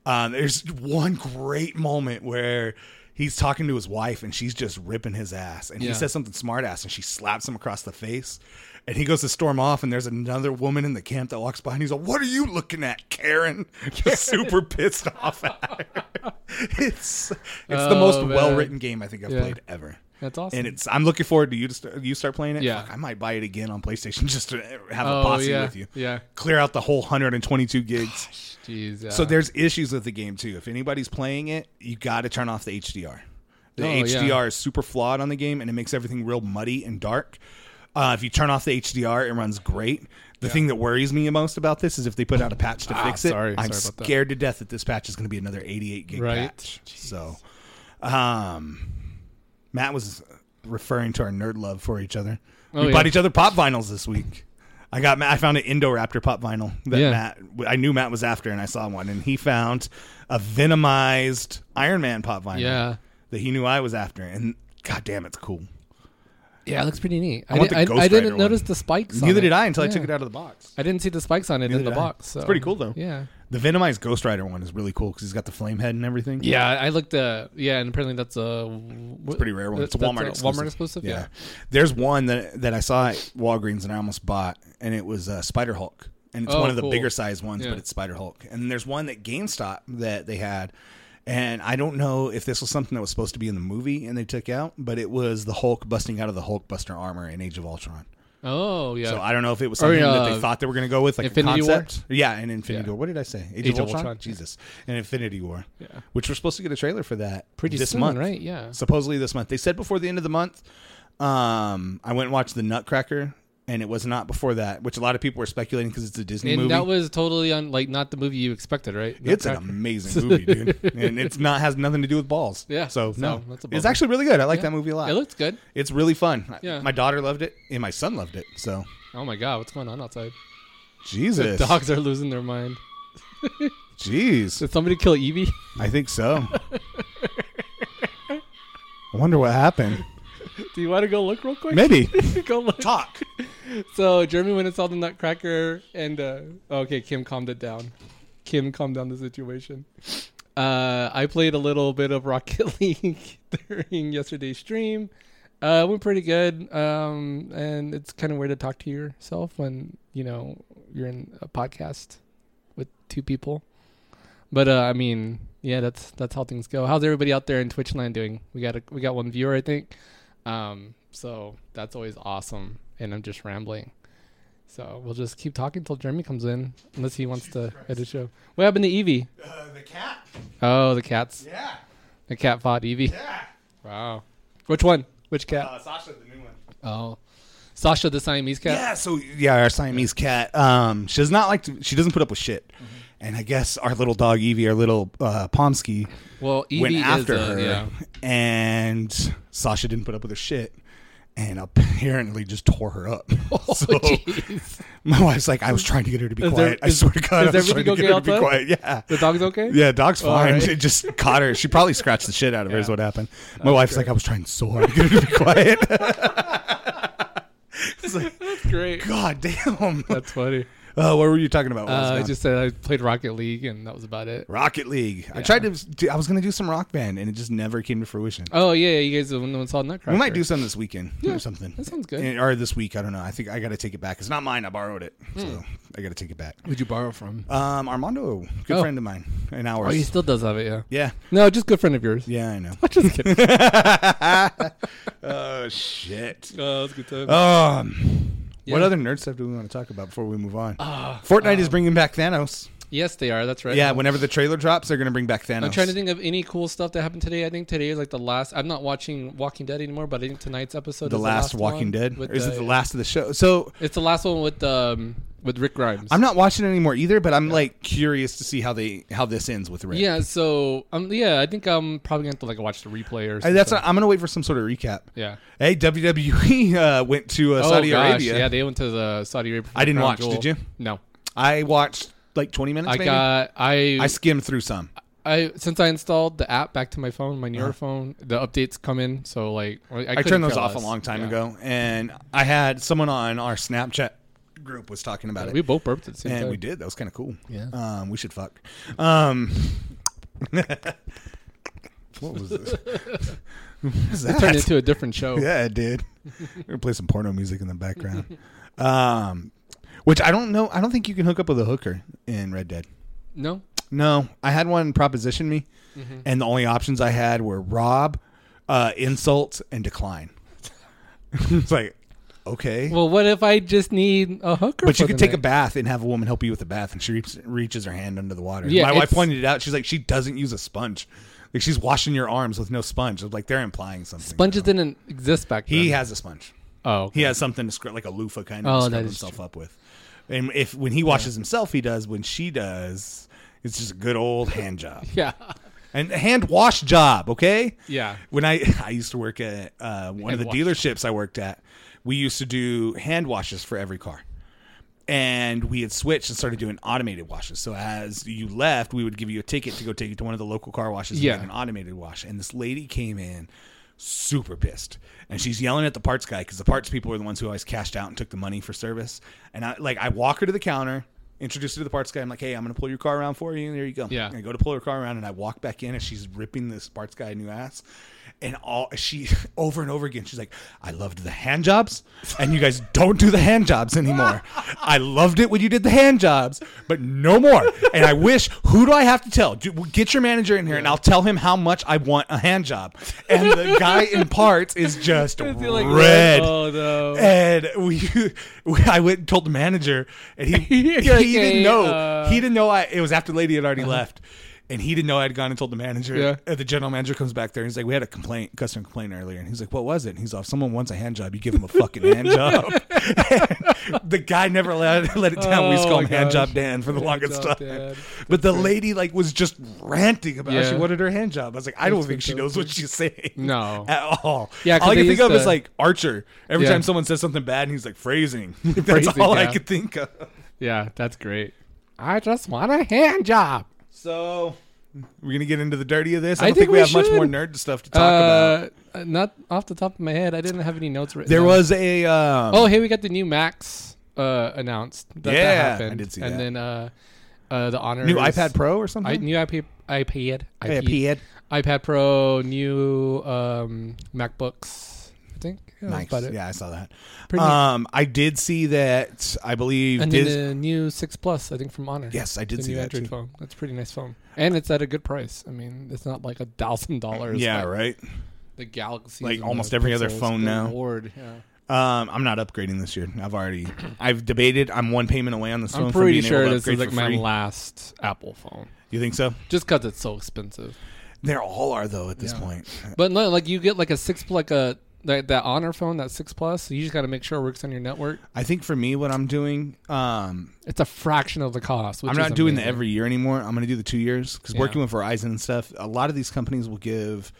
[SPEAKER 1] Um, there's one great moment where he's talking to his wife and she's just ripping his ass and he
[SPEAKER 2] Yeah.
[SPEAKER 1] says something smart ass and she slaps him across the face and he goes to storm off and there's another woman in the camp that walks by and he's like what are you looking at
[SPEAKER 2] *laughs*
[SPEAKER 1] karen just super pissed off at her it's it's the
[SPEAKER 2] Oh,
[SPEAKER 1] most
[SPEAKER 2] man.
[SPEAKER 1] well-written game i think i've
[SPEAKER 2] Yeah.
[SPEAKER 1] played ever
[SPEAKER 2] that's awesome.
[SPEAKER 1] and it's I'm looking forward to you to start, you start playing it.
[SPEAKER 2] Yeah.
[SPEAKER 1] Fuck, I might buy it again on PlayStation *laughs* just to have a
[SPEAKER 2] oh
[SPEAKER 1] posse
[SPEAKER 2] yeah,
[SPEAKER 1] with you.
[SPEAKER 2] yeah.
[SPEAKER 1] Clear out the whole 122 gigs.
[SPEAKER 2] Jeez. Yeah.
[SPEAKER 1] So there's issues with the game too. If anybody's playing it, you got to turn off the HDR. The
[SPEAKER 2] Oh, yeah.
[SPEAKER 1] HDR is super flawed on the game, and it makes everything real muddy and dark. Uh, if you turn off the HDR, it runs great. The thing that worries me most about this is if they put out a patch to
[SPEAKER 2] Ah,
[SPEAKER 1] fix it.
[SPEAKER 2] sorry,
[SPEAKER 1] I'm
[SPEAKER 2] sorry about that.
[SPEAKER 1] scared to death that this patch is going to be another 88 gig
[SPEAKER 2] Right.
[SPEAKER 1] patch. So, um, Matt was referring to our nerd love for each other.
[SPEAKER 2] Oh,
[SPEAKER 1] we
[SPEAKER 2] yeah.
[SPEAKER 1] bought each other pop vinyls this week. I got Matt, I found an Indoraptor pop vinyl that
[SPEAKER 2] Yeah.
[SPEAKER 1] Matt I knew Matt was after, and I saw one, and he found a venomized Iron Man pop vinyl
[SPEAKER 2] yeah.
[SPEAKER 1] that he knew I was after, and god damn, it's cool.
[SPEAKER 2] Yeah, it looks pretty neat. I,
[SPEAKER 1] want
[SPEAKER 2] di-
[SPEAKER 1] the
[SPEAKER 2] I-
[SPEAKER 1] Ghost
[SPEAKER 2] I didn't
[SPEAKER 1] Rider
[SPEAKER 2] notice
[SPEAKER 1] one.
[SPEAKER 2] the spikes.
[SPEAKER 1] Neither
[SPEAKER 2] on
[SPEAKER 1] did I until I
[SPEAKER 2] Yeah.
[SPEAKER 1] took it out of the box.
[SPEAKER 2] I didn't see the spikes on it in
[SPEAKER 1] did
[SPEAKER 2] the
[SPEAKER 1] I.
[SPEAKER 2] box.
[SPEAKER 1] It's
[SPEAKER 2] so-
[SPEAKER 1] pretty cool, though.
[SPEAKER 2] Yeah.
[SPEAKER 1] The venomized Ghost Rider one is really cool because he's got the flame head and everything.
[SPEAKER 2] Yeah, I looked. Uh, yeah, and apparently that's a it's
[SPEAKER 1] pretty rare one. It's a Walmart exclusive.
[SPEAKER 2] Uh, Walmart exclusive. Yeah.
[SPEAKER 1] There's one that that I saw at Walgreens and I almost bought, and it was uh, Spider Hulk, and it's
[SPEAKER 2] Oh,
[SPEAKER 1] one of the
[SPEAKER 2] cool.
[SPEAKER 1] bigger size ones,
[SPEAKER 2] Yeah.
[SPEAKER 1] but it's Spider Hulk. And there's one that GameStop that they had, and I don't know if this was something that was supposed to be in the movie and they took out, but it was the Hulk busting out of the Hulkbuster armor in Age of Ultron.
[SPEAKER 2] Oh yeah.
[SPEAKER 1] So I don't know if it was
[SPEAKER 2] Or,
[SPEAKER 1] something that they
[SPEAKER 2] uh,
[SPEAKER 1] thought they were going to go with, like
[SPEAKER 2] Infinity
[SPEAKER 1] a
[SPEAKER 2] War?
[SPEAKER 1] concept. Yeah, and Infinity
[SPEAKER 2] Yeah.
[SPEAKER 1] War. What did I say? Age,
[SPEAKER 2] of Ultron?
[SPEAKER 1] Jesus, and Infinity War.
[SPEAKER 2] Yeah.
[SPEAKER 1] which we're supposed to get a trailer for that
[SPEAKER 2] pretty
[SPEAKER 1] this
[SPEAKER 2] soon,
[SPEAKER 1] month,
[SPEAKER 2] right? Yeah.
[SPEAKER 1] supposedly this month. They said before the end of the month. Um, I went and watched The Nutcracker, and it was not before that, which a lot of people were speculating because it's a Disney
[SPEAKER 2] And
[SPEAKER 1] movie.
[SPEAKER 2] that was totally on like not the movie you expected, right?
[SPEAKER 1] it's an
[SPEAKER 2] Nutcracker. *laughs*
[SPEAKER 1] amazing movie, dude, and it's not has nothing to do with balls.
[SPEAKER 2] Yeah,
[SPEAKER 1] so
[SPEAKER 2] so
[SPEAKER 1] no,
[SPEAKER 2] that's a
[SPEAKER 1] it's
[SPEAKER 2] bummer.
[SPEAKER 1] actually really good. I like
[SPEAKER 2] Yeah.
[SPEAKER 1] that movie a lot.
[SPEAKER 2] It looked good.
[SPEAKER 1] it's really fun. I-
[SPEAKER 2] Yeah.
[SPEAKER 1] my daughter loved it, and my son loved it. So
[SPEAKER 2] Oh my god, what's going on outside?
[SPEAKER 1] Jesus,
[SPEAKER 2] Dogs are losing their mind.
[SPEAKER 1] jeez,
[SPEAKER 2] *laughs* Did somebody kill Evie?
[SPEAKER 1] I think so. I wonder what happened.
[SPEAKER 2] Do you want to go look real quick?
[SPEAKER 1] Maybe
[SPEAKER 2] *laughs* go look.
[SPEAKER 1] talk.
[SPEAKER 2] So Jeremy went and saw the Nutcracker, and uh, okay, Kim calmed it down. Kim calmed down the situation. Uh, I played a little bit of Rocket *laughs* League during yesterday's stream. Uh, it went pretty good, um, and it's kind of weird to talk to yourself when you know you're in a podcast with two people. But uh, I mean, yeah, that's that's how things go. How's everybody out there in Twitch land doing? We got a, we got one viewer, I think. Um, so that's always awesome. And I'm just rambling. So we'll just keep talking until Jeremy comes in, unless he wants to edit show. What happened to Evie?
[SPEAKER 1] Uh, the cat.
[SPEAKER 2] Oh, the cats.
[SPEAKER 1] Yeah.
[SPEAKER 2] The cat fought Evie.
[SPEAKER 1] Yeah.
[SPEAKER 2] Wow. Which one? Which cat?
[SPEAKER 1] Uh, Sasha, the new one.
[SPEAKER 2] Oh, Sasha the Siamese
[SPEAKER 1] Yeah.
[SPEAKER 2] cat.
[SPEAKER 1] so yeah, our Siamese cat. Um, she does not like to. She doesn't put up with shit.
[SPEAKER 2] Mm-hmm.
[SPEAKER 1] And I guess our little dog Evie, our little uh, Pomsky,
[SPEAKER 2] Well, Evie
[SPEAKER 1] went
[SPEAKER 2] is
[SPEAKER 1] after
[SPEAKER 2] a-
[SPEAKER 1] her, *laughs*
[SPEAKER 2] yeah.
[SPEAKER 1] and Sasha didn't put up with her shit, and apparently just tore her
[SPEAKER 2] *laughs*
[SPEAKER 1] up. *laughs* so
[SPEAKER 2] Oh, jeez.
[SPEAKER 1] my wife's like, "I was trying to get her to be
[SPEAKER 2] Is
[SPEAKER 1] quiet.
[SPEAKER 2] there-
[SPEAKER 1] I
[SPEAKER 2] is-
[SPEAKER 1] swear to God, I
[SPEAKER 2] is
[SPEAKER 1] was trying to
[SPEAKER 2] everything
[SPEAKER 1] get her to
[SPEAKER 2] okay
[SPEAKER 1] be
[SPEAKER 2] outside?
[SPEAKER 1] quiet." Yeah,
[SPEAKER 2] The dog's okay.
[SPEAKER 1] yeah, dog's fine.
[SPEAKER 2] right.
[SPEAKER 1] It just caught her. She probably scratched the shit out of her. Is
[SPEAKER 2] Yeah.
[SPEAKER 1] what happened. My wife's like, "I was trying so hard to get her to be quiet."
[SPEAKER 2] *laughs*
[SPEAKER 1] *laughs* it's like,
[SPEAKER 2] Great.
[SPEAKER 1] God
[SPEAKER 2] *laughs*
[SPEAKER 1] damn.
[SPEAKER 2] That's funny.
[SPEAKER 1] Oh, what were you talking about? What was
[SPEAKER 2] Uh,
[SPEAKER 1] it
[SPEAKER 2] I
[SPEAKER 1] on?
[SPEAKER 2] just said I played Rocket League, and that was about it.
[SPEAKER 1] Rocket League. I tried to. do- I was gonna do some Rock Band, and it just never came to fruition.
[SPEAKER 2] Oh yeah, yeah, you guys the one saw Nutcracker.
[SPEAKER 1] we might do Eh, some this weekend or something.
[SPEAKER 2] That sounds good.
[SPEAKER 1] And- Or this week, I don't know. I think I got to take it back. It's not mine. I borrowed it, so
[SPEAKER 2] Hmm.
[SPEAKER 1] I got to take it back.
[SPEAKER 2] Would you borrow from?
[SPEAKER 1] Um, Armando, good
[SPEAKER 2] Oh.
[SPEAKER 1] friend of mine, an
[SPEAKER 2] Oh, he
[SPEAKER 1] ours.
[SPEAKER 2] still does have it, yeah.
[SPEAKER 1] yeah,
[SPEAKER 2] No, just good friend of yours. *laughs*
[SPEAKER 1] yeah, I know.
[SPEAKER 2] Just kidding.
[SPEAKER 1] *laughs*
[SPEAKER 2] *laughs*
[SPEAKER 1] oh shit.
[SPEAKER 2] Oh, that's a good time.
[SPEAKER 1] Um, what
[SPEAKER 2] Yeah. Uh, um,
[SPEAKER 1] other nerd stuff do we want to talk about before we move on? Fortnite is bringing back Thanos.
[SPEAKER 2] *sighs* yes, they are. That's right.
[SPEAKER 1] Yeah, whenever the trailer drops, they're gonna bring back Thanos.
[SPEAKER 2] I'm trying to think of any cool stuff that happened today. I think today is like the last. I'm not watching Walking Dead anymore, but I think tonight's episode
[SPEAKER 1] the
[SPEAKER 2] is
[SPEAKER 1] last,
[SPEAKER 2] the last
[SPEAKER 1] Walking
[SPEAKER 2] one
[SPEAKER 1] Dead,
[SPEAKER 2] with
[SPEAKER 1] or is
[SPEAKER 2] the,
[SPEAKER 1] it the last of the show? So
[SPEAKER 2] It's the last one with um with Rick Grimes.
[SPEAKER 1] I'm not watching it anymore either, but I'm like curious to see how they how this ends with Rick.
[SPEAKER 2] yeah, so um yeah, I think I'm probably gonna have to like watch the replay or
[SPEAKER 1] I-
[SPEAKER 2] something.
[SPEAKER 1] that's not, I'm gonna wait for some sort of recap.
[SPEAKER 2] yeah.
[SPEAKER 1] Hey, WWE uh, went to uh, Saudi
[SPEAKER 2] oh, gosh.
[SPEAKER 1] Arabia.
[SPEAKER 2] Yeah, they went to the Saudi Arabia.
[SPEAKER 1] I didn't
[SPEAKER 2] Crown
[SPEAKER 1] watch,
[SPEAKER 2] Jewel.
[SPEAKER 1] did you?
[SPEAKER 2] No,
[SPEAKER 1] I watched like 20 minutes.
[SPEAKER 2] I
[SPEAKER 1] maybe.
[SPEAKER 2] got I
[SPEAKER 1] I skimmed through some.
[SPEAKER 2] I since I installed the app back to my phone, my newer phone, the updates come in. So like, I,
[SPEAKER 1] Uh-huh. I,
[SPEAKER 2] couldn't
[SPEAKER 1] turned those
[SPEAKER 2] care
[SPEAKER 1] off
[SPEAKER 2] less.
[SPEAKER 1] a long time
[SPEAKER 2] Yeah.
[SPEAKER 1] ago, and I had someone on our Snapchat group was talking about it.
[SPEAKER 2] We both burped at the same
[SPEAKER 1] and
[SPEAKER 2] time.
[SPEAKER 1] we did. That was kind of cool.
[SPEAKER 2] Yeah.
[SPEAKER 1] Um, we should fuck. Um, *laughs* what was this? *laughs* What was that? *laughs*
[SPEAKER 2] Turned into a different show.
[SPEAKER 1] Yeah, it did. *laughs* We're gonna play some porno music in the background. Um, which I don't know. I don't think you can hook up with a hooker in Red Dead.
[SPEAKER 2] No,
[SPEAKER 1] No, I had one proposition me,
[SPEAKER 2] Mm-hmm.
[SPEAKER 1] and the only options I had were rob, uh, insult, and decline. *laughs* it's like, okay.
[SPEAKER 2] well, what if I just need a hooker?
[SPEAKER 1] but you
[SPEAKER 2] for
[SPEAKER 1] could
[SPEAKER 2] the
[SPEAKER 1] take a
[SPEAKER 2] night?
[SPEAKER 1] bath and have a woman help you with the bath, and she reaps- reaches her hand under the water.
[SPEAKER 2] Yeah,
[SPEAKER 1] My wife
[SPEAKER 2] it's-
[SPEAKER 1] pointed it out. She's like, she doesn't use a sponge. Like she's washing your arms with no sponge. I was like, they're implying something.
[SPEAKER 2] sponges
[SPEAKER 1] you know?
[SPEAKER 2] didn't exist back then.
[SPEAKER 1] He has a sponge.
[SPEAKER 2] oh, okay.
[SPEAKER 1] He has something to scrub, like a loofah kind
[SPEAKER 2] Oh,
[SPEAKER 1] of to
[SPEAKER 2] that
[SPEAKER 1] scrub
[SPEAKER 2] is
[SPEAKER 1] himself up with. And if when he washes himself, he does. When she does, it's just a good old hand job
[SPEAKER 2] *laughs* yeah,
[SPEAKER 1] and a hand wash job. Okay.
[SPEAKER 2] Yeah.
[SPEAKER 1] When I *laughs* I used to work at uh, one of the
[SPEAKER 2] Hand wash.
[SPEAKER 1] dealerships I worked at, we used to do hand washes for every car. And we had switched and started doing automated washes. So as you left, we would give you a ticket to go take it to one of the local car washes and
[SPEAKER 2] Yeah.
[SPEAKER 1] get an automated wash. And this lady came in super pissed. And she's yelling at the parts guy because the parts people were the ones who always cashed out and took the money for service. And I like I walk her to the counter, introduce her to the parts guy. I'm like, hey, I'm gonna pull your car around for you. And there you go.
[SPEAKER 2] Yeah.
[SPEAKER 1] And I go to pull her car around and I walk back in and she's ripping this parts guy a new ass. And all she *laughs* over and over again, she's like, I loved the hand jobs, and you guys don't do the hand jobs anymore. I loved it when you did the hand jobs, but no more. And I wish, who do I have to tell? Do, get your manager in here and I'll tell him how much I want a hand job. And the guy in parts is just
[SPEAKER 2] *laughs* Is he like
[SPEAKER 1] red.
[SPEAKER 2] Oh no.
[SPEAKER 1] *laughs* And we, we, I went and told the manager, and he, he
[SPEAKER 2] *laughs* You're like,
[SPEAKER 1] didn't
[SPEAKER 2] "Hey,
[SPEAKER 1] know.
[SPEAKER 2] uh, uh-huh.
[SPEAKER 1] he didn't know. I, it was after the lady had already left, and he didn't know I'd gone and told the manager.
[SPEAKER 2] Yeah.
[SPEAKER 1] And the general manager comes back there and he's like, "We had a complaint, customer complaint earlier," and he's like, "What was it?" And he's off. Someone wants a hand job. You give him a fucking
[SPEAKER 2] *laughs*
[SPEAKER 1] hand job. *laughs* the guy never let let it down. we used to
[SPEAKER 2] Oh
[SPEAKER 1] call him
[SPEAKER 2] my
[SPEAKER 1] hand
[SPEAKER 2] gosh.
[SPEAKER 1] job Dan for the
[SPEAKER 2] Hand
[SPEAKER 1] longest
[SPEAKER 2] job
[SPEAKER 1] time.
[SPEAKER 2] Dan.
[SPEAKER 1] But the lady like was just ranting about how she
[SPEAKER 2] Yeah.
[SPEAKER 1] wanted her hand job. I was like, I don't
[SPEAKER 2] That's
[SPEAKER 1] think she knows what she's saying
[SPEAKER 2] No.
[SPEAKER 1] *laughs* at all.
[SPEAKER 2] Yeah, 'cause
[SPEAKER 1] all I
[SPEAKER 2] they
[SPEAKER 1] can think of
[SPEAKER 2] used
[SPEAKER 1] is
[SPEAKER 2] to-
[SPEAKER 1] like Archer. Every
[SPEAKER 2] Yeah.
[SPEAKER 1] time someone says something bad, and he's like phrasing. *laughs* That's
[SPEAKER 2] Phrasing,
[SPEAKER 1] all I
[SPEAKER 2] yeah.
[SPEAKER 1] could think of.
[SPEAKER 2] Yeah, that's great. I just want a hand job.
[SPEAKER 1] So we're gonna get into the dirty of this. I
[SPEAKER 2] I
[SPEAKER 1] don't think,
[SPEAKER 2] think
[SPEAKER 1] we,
[SPEAKER 2] we
[SPEAKER 1] have much
[SPEAKER 2] should. Uh,
[SPEAKER 1] more nerd stuff to talk about.
[SPEAKER 2] about. Not off the top of my head. I didn't have any notes written.
[SPEAKER 1] There
[SPEAKER 2] down.
[SPEAKER 1] was a um,
[SPEAKER 2] Oh, hey, we got the new Max uh, announced. That, that
[SPEAKER 1] Yeah, I
[SPEAKER 2] happened.
[SPEAKER 1] did see
[SPEAKER 2] and
[SPEAKER 1] that.
[SPEAKER 2] then uh, uh, the honor
[SPEAKER 1] new iPad Pro Oh, or something.
[SPEAKER 2] I, new iPad, iPad,
[SPEAKER 1] E
[SPEAKER 2] iPad, iPad Pro, new um, MacBooks. I think. Yeah, that's
[SPEAKER 1] Nice.
[SPEAKER 2] about Oh, it.
[SPEAKER 1] Yeah, I saw that.
[SPEAKER 2] Pretty neat.
[SPEAKER 1] Um, I did see that. I believe.
[SPEAKER 2] And
[SPEAKER 1] Dis-
[SPEAKER 2] then the new six plus, I think, from Honor.
[SPEAKER 1] yes, I
[SPEAKER 2] the
[SPEAKER 1] did see
[SPEAKER 2] new
[SPEAKER 1] that.
[SPEAKER 2] Android
[SPEAKER 1] too.
[SPEAKER 2] phone. That's a pretty nice phone, and it's at a good price. I mean, it's not like a thousand dollars.
[SPEAKER 1] Yeah,
[SPEAKER 2] like
[SPEAKER 1] right.
[SPEAKER 2] The Galaxy,
[SPEAKER 1] Like
[SPEAKER 2] and
[SPEAKER 1] almost
[SPEAKER 2] the
[SPEAKER 1] every other
[SPEAKER 2] Pixels,
[SPEAKER 1] phone
[SPEAKER 2] good
[SPEAKER 1] now.
[SPEAKER 2] Lord, yeah.
[SPEAKER 1] Um, I'm not upgrading this year. I've
[SPEAKER 2] *clears throat*
[SPEAKER 1] already. I've debated. I'm one payment away on this phone.
[SPEAKER 2] I'm
[SPEAKER 1] from
[SPEAKER 2] pretty
[SPEAKER 1] being able
[SPEAKER 2] sure
[SPEAKER 1] to
[SPEAKER 2] this is
[SPEAKER 1] upgrade
[SPEAKER 2] like
[SPEAKER 1] for
[SPEAKER 2] my
[SPEAKER 1] free.
[SPEAKER 2] last Apple phone,
[SPEAKER 1] You think so?
[SPEAKER 2] just because it's so expensive.
[SPEAKER 1] They all are though at this
[SPEAKER 2] Yeah.
[SPEAKER 1] point.
[SPEAKER 2] But no, like you get like a six, like a that, that Honor phone, that six plus. So you just got to make sure it works on your network.
[SPEAKER 1] I think for me, what I'm doing, um,
[SPEAKER 2] It's a fraction of the cost. Which
[SPEAKER 1] I'm
[SPEAKER 2] is
[SPEAKER 1] not doing the
[SPEAKER 2] amazing.
[SPEAKER 1] every year anymore. I'm going to do the two years because
[SPEAKER 2] Yeah.
[SPEAKER 1] working with Verizon and stuff, a lot of these companies will give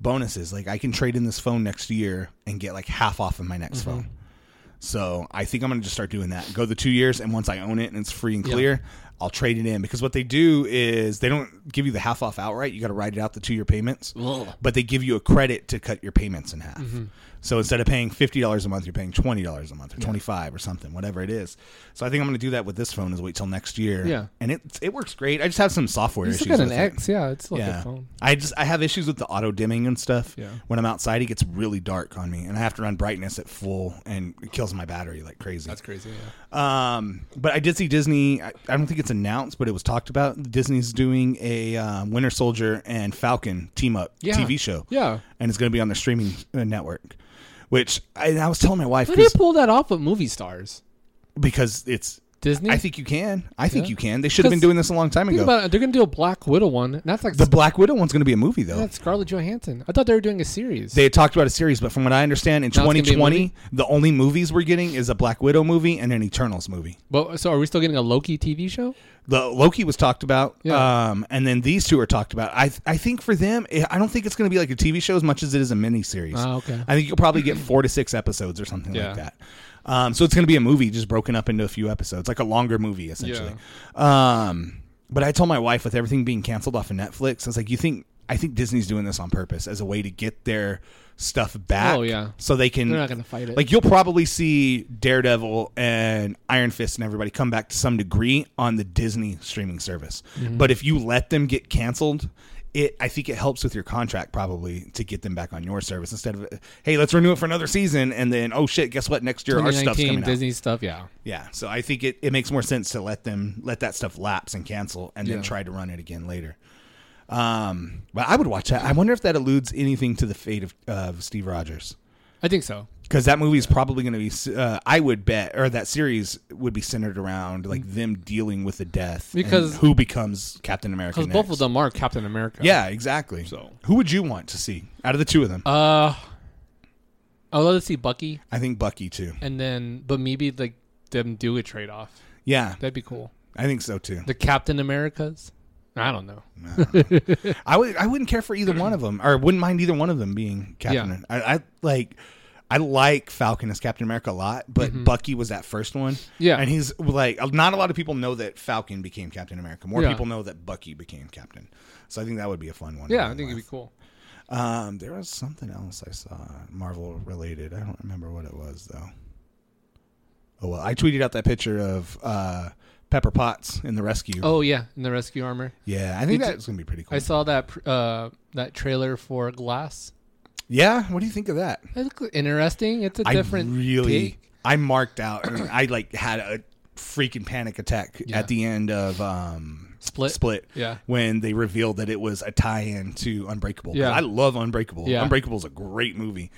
[SPEAKER 1] bonuses. Like I can trade in this phone next year and get like half off of my next
[SPEAKER 2] Mm-hmm.
[SPEAKER 1] phone. So I think I'm going to just start doing that. Go the two years, and once I own it and it's free and
[SPEAKER 2] Yeah.
[SPEAKER 1] clear, I'll trade it in. Because what they do is they don't give you the half off outright. You got to write it out the two year payments,
[SPEAKER 2] Ugh.
[SPEAKER 1] but they give you a credit to cut your payments in half.
[SPEAKER 2] Mm-hmm.
[SPEAKER 1] So instead of paying fifty dollars a month, you're paying twenty dollars a month or twenty five or something, whatever it is. So I think I'm going to do that with this phone. Is wait till next year.
[SPEAKER 2] Yeah.
[SPEAKER 1] and it it works great. I just have some software
[SPEAKER 2] You
[SPEAKER 1] issues.
[SPEAKER 2] still got an
[SPEAKER 1] with it.
[SPEAKER 2] X, yeah. It's still a
[SPEAKER 1] Yeah,
[SPEAKER 2] good phone.
[SPEAKER 1] I just I have issues with the auto dimming and stuff.
[SPEAKER 2] Yeah.
[SPEAKER 1] when I'm outside, it gets really dark on me, and I have to run brightness at full, and it kills my battery like crazy.
[SPEAKER 2] That's crazy. Yeah.
[SPEAKER 1] Um, but I did see Disney. I, I don't think it's announced, but it was talked about. Disney's doing a um, Winter Soldier and Falcon team up
[SPEAKER 2] Yeah.
[SPEAKER 1] TV show.
[SPEAKER 2] Yeah.
[SPEAKER 1] and it's going to be on their streaming uh, network. Which I, and I was telling my wife
[SPEAKER 2] How do you
[SPEAKER 1] 'cause-
[SPEAKER 2] pull that off with movie stars?
[SPEAKER 1] because it's.
[SPEAKER 2] Disney.
[SPEAKER 1] I think you can. I think
[SPEAKER 2] Yeah.
[SPEAKER 1] you can. They should have been
[SPEAKER 2] 'Cause
[SPEAKER 1] doing this a long time
[SPEAKER 2] Think
[SPEAKER 1] ago.
[SPEAKER 2] about it. They're gonna do a Black Widow one. And that's like
[SPEAKER 1] the Black Widow one's going to be a movie though.
[SPEAKER 2] that's Scarlett Johansson. I thought they were doing a series.
[SPEAKER 1] They had talked about a series, but from what I understand, in
[SPEAKER 2] Now it's gonna be a
[SPEAKER 1] 2020,
[SPEAKER 2] movie?
[SPEAKER 1] the only movies we're getting is a Black Widow movie and an Eternals movie.
[SPEAKER 2] but so are we still getting a Loki TV show?
[SPEAKER 1] The Loki was talked about,
[SPEAKER 2] Yeah.
[SPEAKER 1] um, and then these two are talked about. I I think for them, I- I don't think it's going to be like a TV show as much as it is a miniseries.
[SPEAKER 2] Ah, okay.
[SPEAKER 1] I think you'll probably get four to six episodes or something
[SPEAKER 2] Yeah.
[SPEAKER 1] like that. Um, so it's going to be a movie just broken up into a few episodes, like a longer movie essentially. Um, but I told my wife with everything being canceled off of Netflix, I was like, you think I think Disney's doing this on purpose as a way to get their stuff back.
[SPEAKER 2] Oh, yeah.
[SPEAKER 1] so they can
[SPEAKER 2] They're not gonna fight it.
[SPEAKER 1] like you'll probably see Daredevil and Iron Fist and everybody come back to some degree on the Disney streaming service.
[SPEAKER 2] Mm-hmm.
[SPEAKER 1] But if you let them get canceled, it I think it helps with your contract probably to get them back on your service instead of hey, let's renew it for another season and then oh shit, guess what? Next year our stuff's
[SPEAKER 2] 2019
[SPEAKER 1] coming out.
[SPEAKER 2] Disney stuff. Yeah.
[SPEAKER 1] Yeah, so I think it, it makes more sense to let them let that stuff lapse and cancel, and then
[SPEAKER 2] Yeah.
[SPEAKER 1] try to run it again later. Um, but I would watch that. I wonder if that alludes anything to the fate of, of Steve Rogers,
[SPEAKER 2] I think so.
[SPEAKER 1] because that movie is probably going to be. Uh, I would bet, or that series would be centered around like them dealing with the death and
[SPEAKER 2] Mm. Because-
[SPEAKER 1] who becomes Captain America.
[SPEAKER 2] Because both of them are Captain America.
[SPEAKER 1] Yeah, exactly. So,
[SPEAKER 2] So-
[SPEAKER 1] who would you want to see out of the two of them?
[SPEAKER 2] Uh, I would love to see Bucky,
[SPEAKER 1] I think Bucky too.
[SPEAKER 2] and then but maybe like them do a trade off.
[SPEAKER 1] Yeah,
[SPEAKER 2] That'd be cool.
[SPEAKER 1] I think so too.
[SPEAKER 2] The Captain Americas. I don't know.
[SPEAKER 1] I would. I wouldn't care for either one of them, or wouldn't mind either one of them being Captain. I, I like. I like Falcon as Captain America a lot, but
[SPEAKER 2] Mm-hmm.
[SPEAKER 1] Bucky was that first one.
[SPEAKER 2] Yeah.
[SPEAKER 1] and he's like, not a lot of people know that Falcon became Captain America. More
[SPEAKER 2] Yeah.
[SPEAKER 1] people know that Bucky became Captain. So I think that would be a fun one. to
[SPEAKER 2] Yeah, I
[SPEAKER 1] go
[SPEAKER 2] think it'd be
[SPEAKER 1] with.
[SPEAKER 2] cool.
[SPEAKER 1] Um, there was something else I saw Marvel related. I don't remember what it was though. Oh well, I tweeted out that picture of uh, Pepper Potts in the rescue.
[SPEAKER 2] Oh yeah, in the rescue armor.
[SPEAKER 1] yeah, I think
[SPEAKER 2] Did you-
[SPEAKER 1] that's gonna be pretty cool.
[SPEAKER 2] I saw that pr- uh that trailer for Glass.
[SPEAKER 1] yeah, what do you think of that?
[SPEAKER 2] It looked interesting. It's a
[SPEAKER 1] I
[SPEAKER 2] different
[SPEAKER 1] really
[SPEAKER 2] take.
[SPEAKER 1] I marked out. and I like had a freaking panic attack
[SPEAKER 2] Yeah.
[SPEAKER 1] at the end of um
[SPEAKER 2] Split.
[SPEAKER 1] split
[SPEAKER 2] Yeah.
[SPEAKER 1] when they revealed that it was a tie-in to Unbreakable. 'Cause
[SPEAKER 2] Yeah.
[SPEAKER 1] I love Unbreakable.
[SPEAKER 2] Yeah. *laughs*
[SPEAKER 1] Unbreakable is a great movie.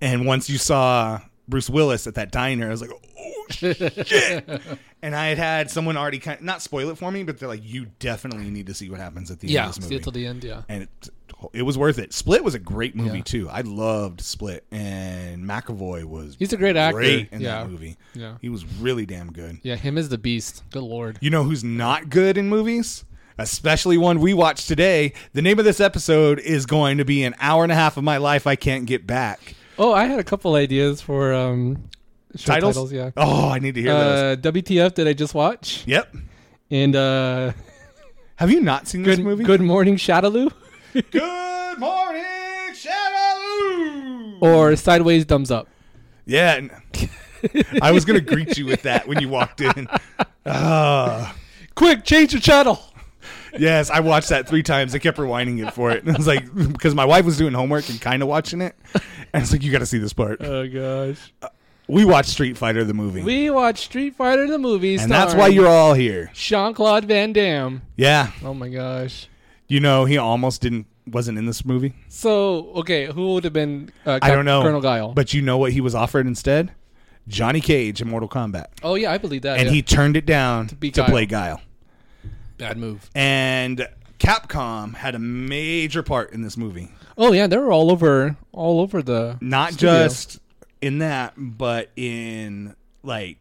[SPEAKER 1] And once you saw Bruce Willis at that diner, I was like, "Oh shit! and I had had someone already kind of, not spoil it for me, but they're like, you definitely need to see what happens at the
[SPEAKER 2] yeah,
[SPEAKER 1] end of this
[SPEAKER 2] see
[SPEAKER 1] movie.
[SPEAKER 2] it till the end. Yeah,
[SPEAKER 1] and it, it was worth it. Split was a great movie
[SPEAKER 2] Yeah.
[SPEAKER 1] too. I loved Split, and McAvoy was
[SPEAKER 2] he's a great actor.
[SPEAKER 1] great in
[SPEAKER 2] yeah,
[SPEAKER 1] that movie.
[SPEAKER 2] yeah,
[SPEAKER 1] He was really damn good.
[SPEAKER 2] yeah. Him is the beast. Good lord.
[SPEAKER 1] You know who's not good in movies? Especially one we watched today. The name of this episode is going to be an hour and a half of my life I can't get back.
[SPEAKER 2] Oh, I had a couple ideas for um short
[SPEAKER 1] Titles?
[SPEAKER 2] titles. Yeah.
[SPEAKER 1] Oh, I need to hear those.
[SPEAKER 2] Uh, WTF did I just watch?
[SPEAKER 1] Yep.
[SPEAKER 2] And uh,
[SPEAKER 1] Have you not seen this
[SPEAKER 2] good
[SPEAKER 1] movie?
[SPEAKER 2] Good
[SPEAKER 1] *laughs*
[SPEAKER 2] Morning Shadaloo
[SPEAKER 1] Good morning, Shadaloo.
[SPEAKER 2] or Sideways Thumbs Up.
[SPEAKER 1] Yeah. n- I was gonna greet you with that when you walked
[SPEAKER 2] *laughs*
[SPEAKER 1] in. Ah.
[SPEAKER 2] Quick, change the channel.
[SPEAKER 1] yes, I watched that three times. I kept rewinding it for it. *laughs* And I was like, because my wife was doing homework and kind of watching it. And it's like, you got to see this part.
[SPEAKER 2] *laughs* Oh gosh.
[SPEAKER 1] We watched Street Fighter the movie.
[SPEAKER 2] We watched Street Fighter the movie,
[SPEAKER 1] and that's why
[SPEAKER 2] starring
[SPEAKER 1] you're all here.
[SPEAKER 2] Jean Claude Van Damme.
[SPEAKER 1] Yeah.
[SPEAKER 2] Oh my gosh.
[SPEAKER 1] You know, he almost didn't, wasn't in this movie.
[SPEAKER 2] So okay, who would have been? Uh,
[SPEAKER 1] I
[SPEAKER 2] Cap-
[SPEAKER 1] don't know.
[SPEAKER 2] Colonel Guile.
[SPEAKER 1] But you know what he was offered instead? Johnny Cage in Mortal Kombat.
[SPEAKER 2] oh yeah, I believe that.
[SPEAKER 1] And
[SPEAKER 2] yeah.
[SPEAKER 1] he turned it down to,
[SPEAKER 2] be Guile.
[SPEAKER 1] play Guile.
[SPEAKER 2] bad move.
[SPEAKER 1] And Capcom had a major part in this movie.
[SPEAKER 2] Oh yeah, they were all over, all over the
[SPEAKER 1] not
[SPEAKER 2] studio.
[SPEAKER 1] just in that, but in like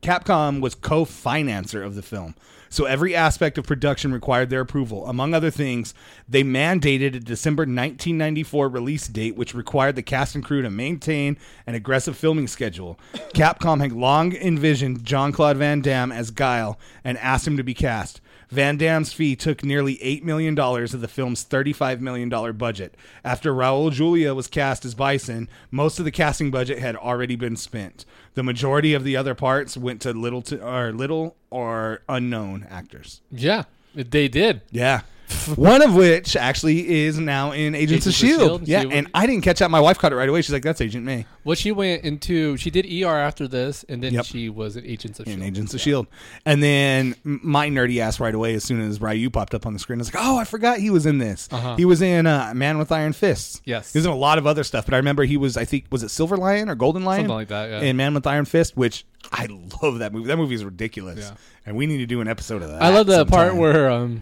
[SPEAKER 1] Capcom was co-financer of the film. So every aspect of production required their approval. Among other things, they mandated a December 1994 release date which required the cast and crew to maintain an aggressive filming schedule. Capcom had long envisioned Jean-Claude Van Damme as Guile and asked him to be cast. Van Damme's fee took nearly $8 million of the film's $35 million budget. After Raul Julia was cast as Bison, most of the casting budget had already been spent. The majority of the other parts went to little to, or little or unknown actors.
[SPEAKER 2] yeah, they did.
[SPEAKER 1] Yeah. *laughs* One of which actually is now in Agents, of
[SPEAKER 2] Agents of
[SPEAKER 1] S.H.I.E.L.D.
[SPEAKER 2] S.H.I.E.L.D.,
[SPEAKER 1] Yeah,
[SPEAKER 2] see what-
[SPEAKER 1] and I didn't catch that. My wife caught it right away. She's like, that's Agent May
[SPEAKER 2] Well, she went into she did ER after this, and then
[SPEAKER 1] Yep.
[SPEAKER 2] she was an Agents of
[SPEAKER 1] in
[SPEAKER 2] Shield.
[SPEAKER 1] Agents of S.H.I.E.L.D. E And then m- my nerdy ass right away, as soon as Ryu popped up on the screen, I was like, oh, I forgot he was in this.
[SPEAKER 2] Uh-huh.
[SPEAKER 1] He was in uh, Man with Iron Fists.
[SPEAKER 2] Yes.
[SPEAKER 1] He was in a lot of other stuff, but I remember he was, I think, was it Silver Lion or Golden Lion?
[SPEAKER 2] Something like that, yeah.
[SPEAKER 1] In Man with Iron Fist, which I love that movie. That movie is ridiculous.
[SPEAKER 2] Yeah.
[SPEAKER 1] And we need to do an episode of that.
[SPEAKER 2] I love the part
[SPEAKER 1] sometime.
[SPEAKER 2] where um,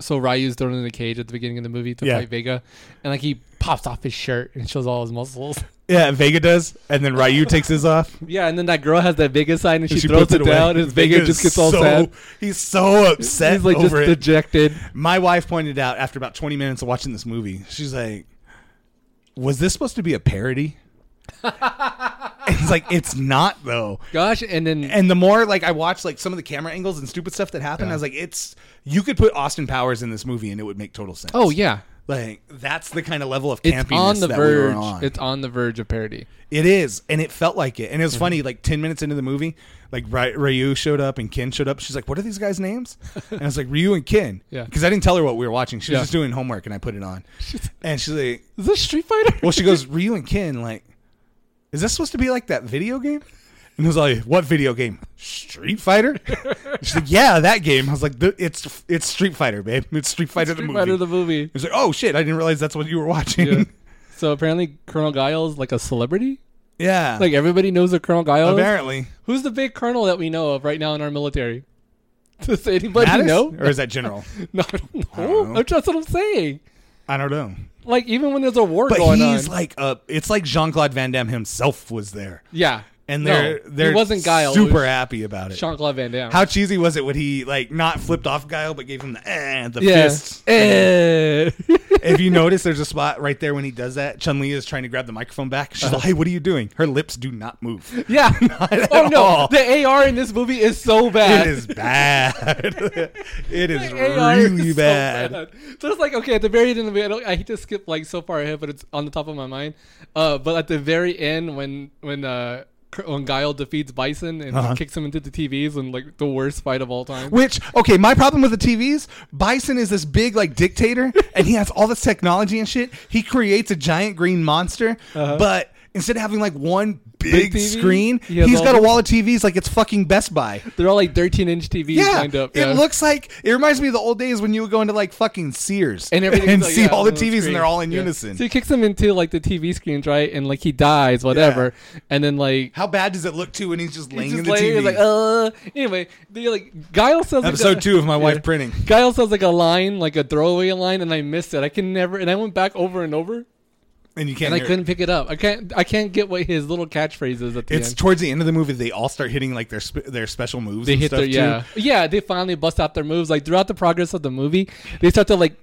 [SPEAKER 2] so Ryu's thrown in the cage at the beginning of the movie to
[SPEAKER 1] Yeah.
[SPEAKER 2] fight Vega, and like he pops off his shirt and shows all his muscles. *laughs*
[SPEAKER 1] Yeah, Vega does. And then Ryu takes his off.
[SPEAKER 2] Yeah, and then that girl has that Vega sign, and *laughs* she, throws
[SPEAKER 1] puts
[SPEAKER 2] it,
[SPEAKER 1] away.
[SPEAKER 2] down, and Vega
[SPEAKER 1] is
[SPEAKER 2] just gets all
[SPEAKER 1] so-
[SPEAKER 2] sad.
[SPEAKER 1] He's so upset
[SPEAKER 2] He's like just
[SPEAKER 1] over it.
[SPEAKER 2] dejected.
[SPEAKER 1] My wife pointed out after about 20 minutes of watching this movie, she's like, Was this supposed to be a parody? *laughs* it's like, It's not, though.
[SPEAKER 2] Gosh, and then
[SPEAKER 1] And the more like I watched like some of the camera angles and stupid stuff that happened,
[SPEAKER 2] Yeah.
[SPEAKER 1] I was like, it's you could put Austin Powers in this movie and it would make total sense.
[SPEAKER 2] oh yeah,
[SPEAKER 1] like that's the kind of level of campiness
[SPEAKER 2] it's on the
[SPEAKER 1] that
[SPEAKER 2] verge.
[SPEAKER 1] we were on.
[SPEAKER 2] It's on the verge of parody.
[SPEAKER 1] It is, and it felt like it. And
[SPEAKER 2] Mm-hmm.
[SPEAKER 1] it was funny. Like ten minutes into the movie, like Ry- Ryu showed up and Ken showed up. She's like, "What are these guys'
[SPEAKER 2] *laughs*
[SPEAKER 1] names?" And I was like, "Ryu and Ken."
[SPEAKER 2] Yeah.
[SPEAKER 1] Because I didn't tell her what we were watching. She was
[SPEAKER 2] Yeah.
[SPEAKER 1] just doing homework, and I put it
[SPEAKER 2] *laughs*
[SPEAKER 1] on. And she's like,
[SPEAKER 2] Is this Street Fighter?
[SPEAKER 1] "Well, she
[SPEAKER 2] *laughs*
[SPEAKER 1] goes Ryu and Ken. Like, is this supposed to be like that video game?" And I was like, "What video game? Street Fighter?" she's like, "Yeah, that game." I was like, "The- "It's it's Street Fighter, babe. It's Street Fighter the
[SPEAKER 2] Street
[SPEAKER 1] movie."
[SPEAKER 2] Fighter the movie.
[SPEAKER 1] It's like, "Oh shit! I didn't realize that's what you were watching."
[SPEAKER 2] Yeah. so apparently, Colonel Guile's like a celebrity.
[SPEAKER 1] *laughs* yeah.
[SPEAKER 2] Like everybody knows the Colonel Guile. is.
[SPEAKER 1] apparently.
[SPEAKER 2] Who's the big colonel that we know of right now in our military? *laughs* Does anybody
[SPEAKER 1] Mattis?
[SPEAKER 2] know? *laughs*
[SPEAKER 1] Or is that general?
[SPEAKER 2] No, I don't know.
[SPEAKER 1] don't know.
[SPEAKER 2] That's just what I'm saying.
[SPEAKER 1] I don't know.
[SPEAKER 2] Like even when there's a war
[SPEAKER 1] But
[SPEAKER 2] going
[SPEAKER 1] he's
[SPEAKER 2] on,
[SPEAKER 1] like uh it's like Jean Claude Van Damme himself was there.
[SPEAKER 2] yeah,
[SPEAKER 1] And
[SPEAKER 2] No,
[SPEAKER 1] they're they're
[SPEAKER 2] he wasn't Guile. it
[SPEAKER 1] super
[SPEAKER 2] was
[SPEAKER 1] happy about it.
[SPEAKER 2] Jean Claude Van Damme.
[SPEAKER 1] How cheesy was it when he like not flipped off Guile but gave him the eh, the
[SPEAKER 2] yeah.
[SPEAKER 1] fist? *laughs*
[SPEAKER 2] Eh.
[SPEAKER 1] if you notice there's a spot right there when he does that, Chun Li is trying to grab the microphone back. She's like, Hey, what are you doing? Her lips do not move.
[SPEAKER 2] yeah.
[SPEAKER 1] at
[SPEAKER 2] oh no,
[SPEAKER 1] all.
[SPEAKER 2] the AR in this movie is so bad.
[SPEAKER 1] It is bad. *laughs* it is
[SPEAKER 2] The AR is
[SPEAKER 1] really
[SPEAKER 2] so
[SPEAKER 1] bad.
[SPEAKER 2] So it's like okay, at the very end of the movie, I, don't, I hate to skip like so far ahead, but it's on the top of my mind. Uh, but at the very end, when when uh, Cur- when Guile defeats Bison and
[SPEAKER 1] Uh-huh.
[SPEAKER 2] kicks him into the TVs and like the worst fight of all time.
[SPEAKER 1] Which okay, my problem with the TVs, Bison is this big like dictator,
[SPEAKER 2] *laughs*
[SPEAKER 1] and he has all this
[SPEAKER 2] Uh-huh.
[SPEAKER 1] technology and shit. He creates a giant green monster, but instead of having like one big,
[SPEAKER 2] TV?
[SPEAKER 1] screen.
[SPEAKER 2] He has
[SPEAKER 1] He's
[SPEAKER 2] all
[SPEAKER 1] got a
[SPEAKER 2] the-
[SPEAKER 1] wall of TVs like it's fucking Best Buy.
[SPEAKER 2] They're all like 13 inch TVs
[SPEAKER 1] Yeah,
[SPEAKER 2] lined up.
[SPEAKER 1] it looks like it reminds me of the old days when you would go into like fucking Sears
[SPEAKER 2] and everything
[SPEAKER 1] and see all the TVs and they're all in unison.
[SPEAKER 2] So he kicks him into like the TV screens, right? And like he dies, whatever. And then like
[SPEAKER 1] How bad does it look too when he's just laying
[SPEAKER 2] he's
[SPEAKER 1] in
[SPEAKER 2] just
[SPEAKER 1] the
[SPEAKER 2] laying there,
[SPEAKER 1] TV?
[SPEAKER 2] like uh. Anyway, they like Guile sounds like
[SPEAKER 1] Episode
[SPEAKER 2] a-
[SPEAKER 1] two of my
[SPEAKER 2] *laughs*
[SPEAKER 1] wife printing.
[SPEAKER 2] Guile sounds like a line, like a throwaway line, and I missed it. I can never, and I went back over and over,
[SPEAKER 1] And you can't.
[SPEAKER 2] "Oh," and I
[SPEAKER 1] hear it.
[SPEAKER 2] couldn't pick it up. I can't, I can't get what his little catchphrase is at the
[SPEAKER 1] It's
[SPEAKER 2] end.
[SPEAKER 1] towards the end of the movie. They all start hitting like their sp- their special moves.
[SPEAKER 2] they
[SPEAKER 1] and
[SPEAKER 2] hit
[SPEAKER 1] stuff
[SPEAKER 2] their yeah yeah they finally bust out their moves like throughout the progress of the movie they start to like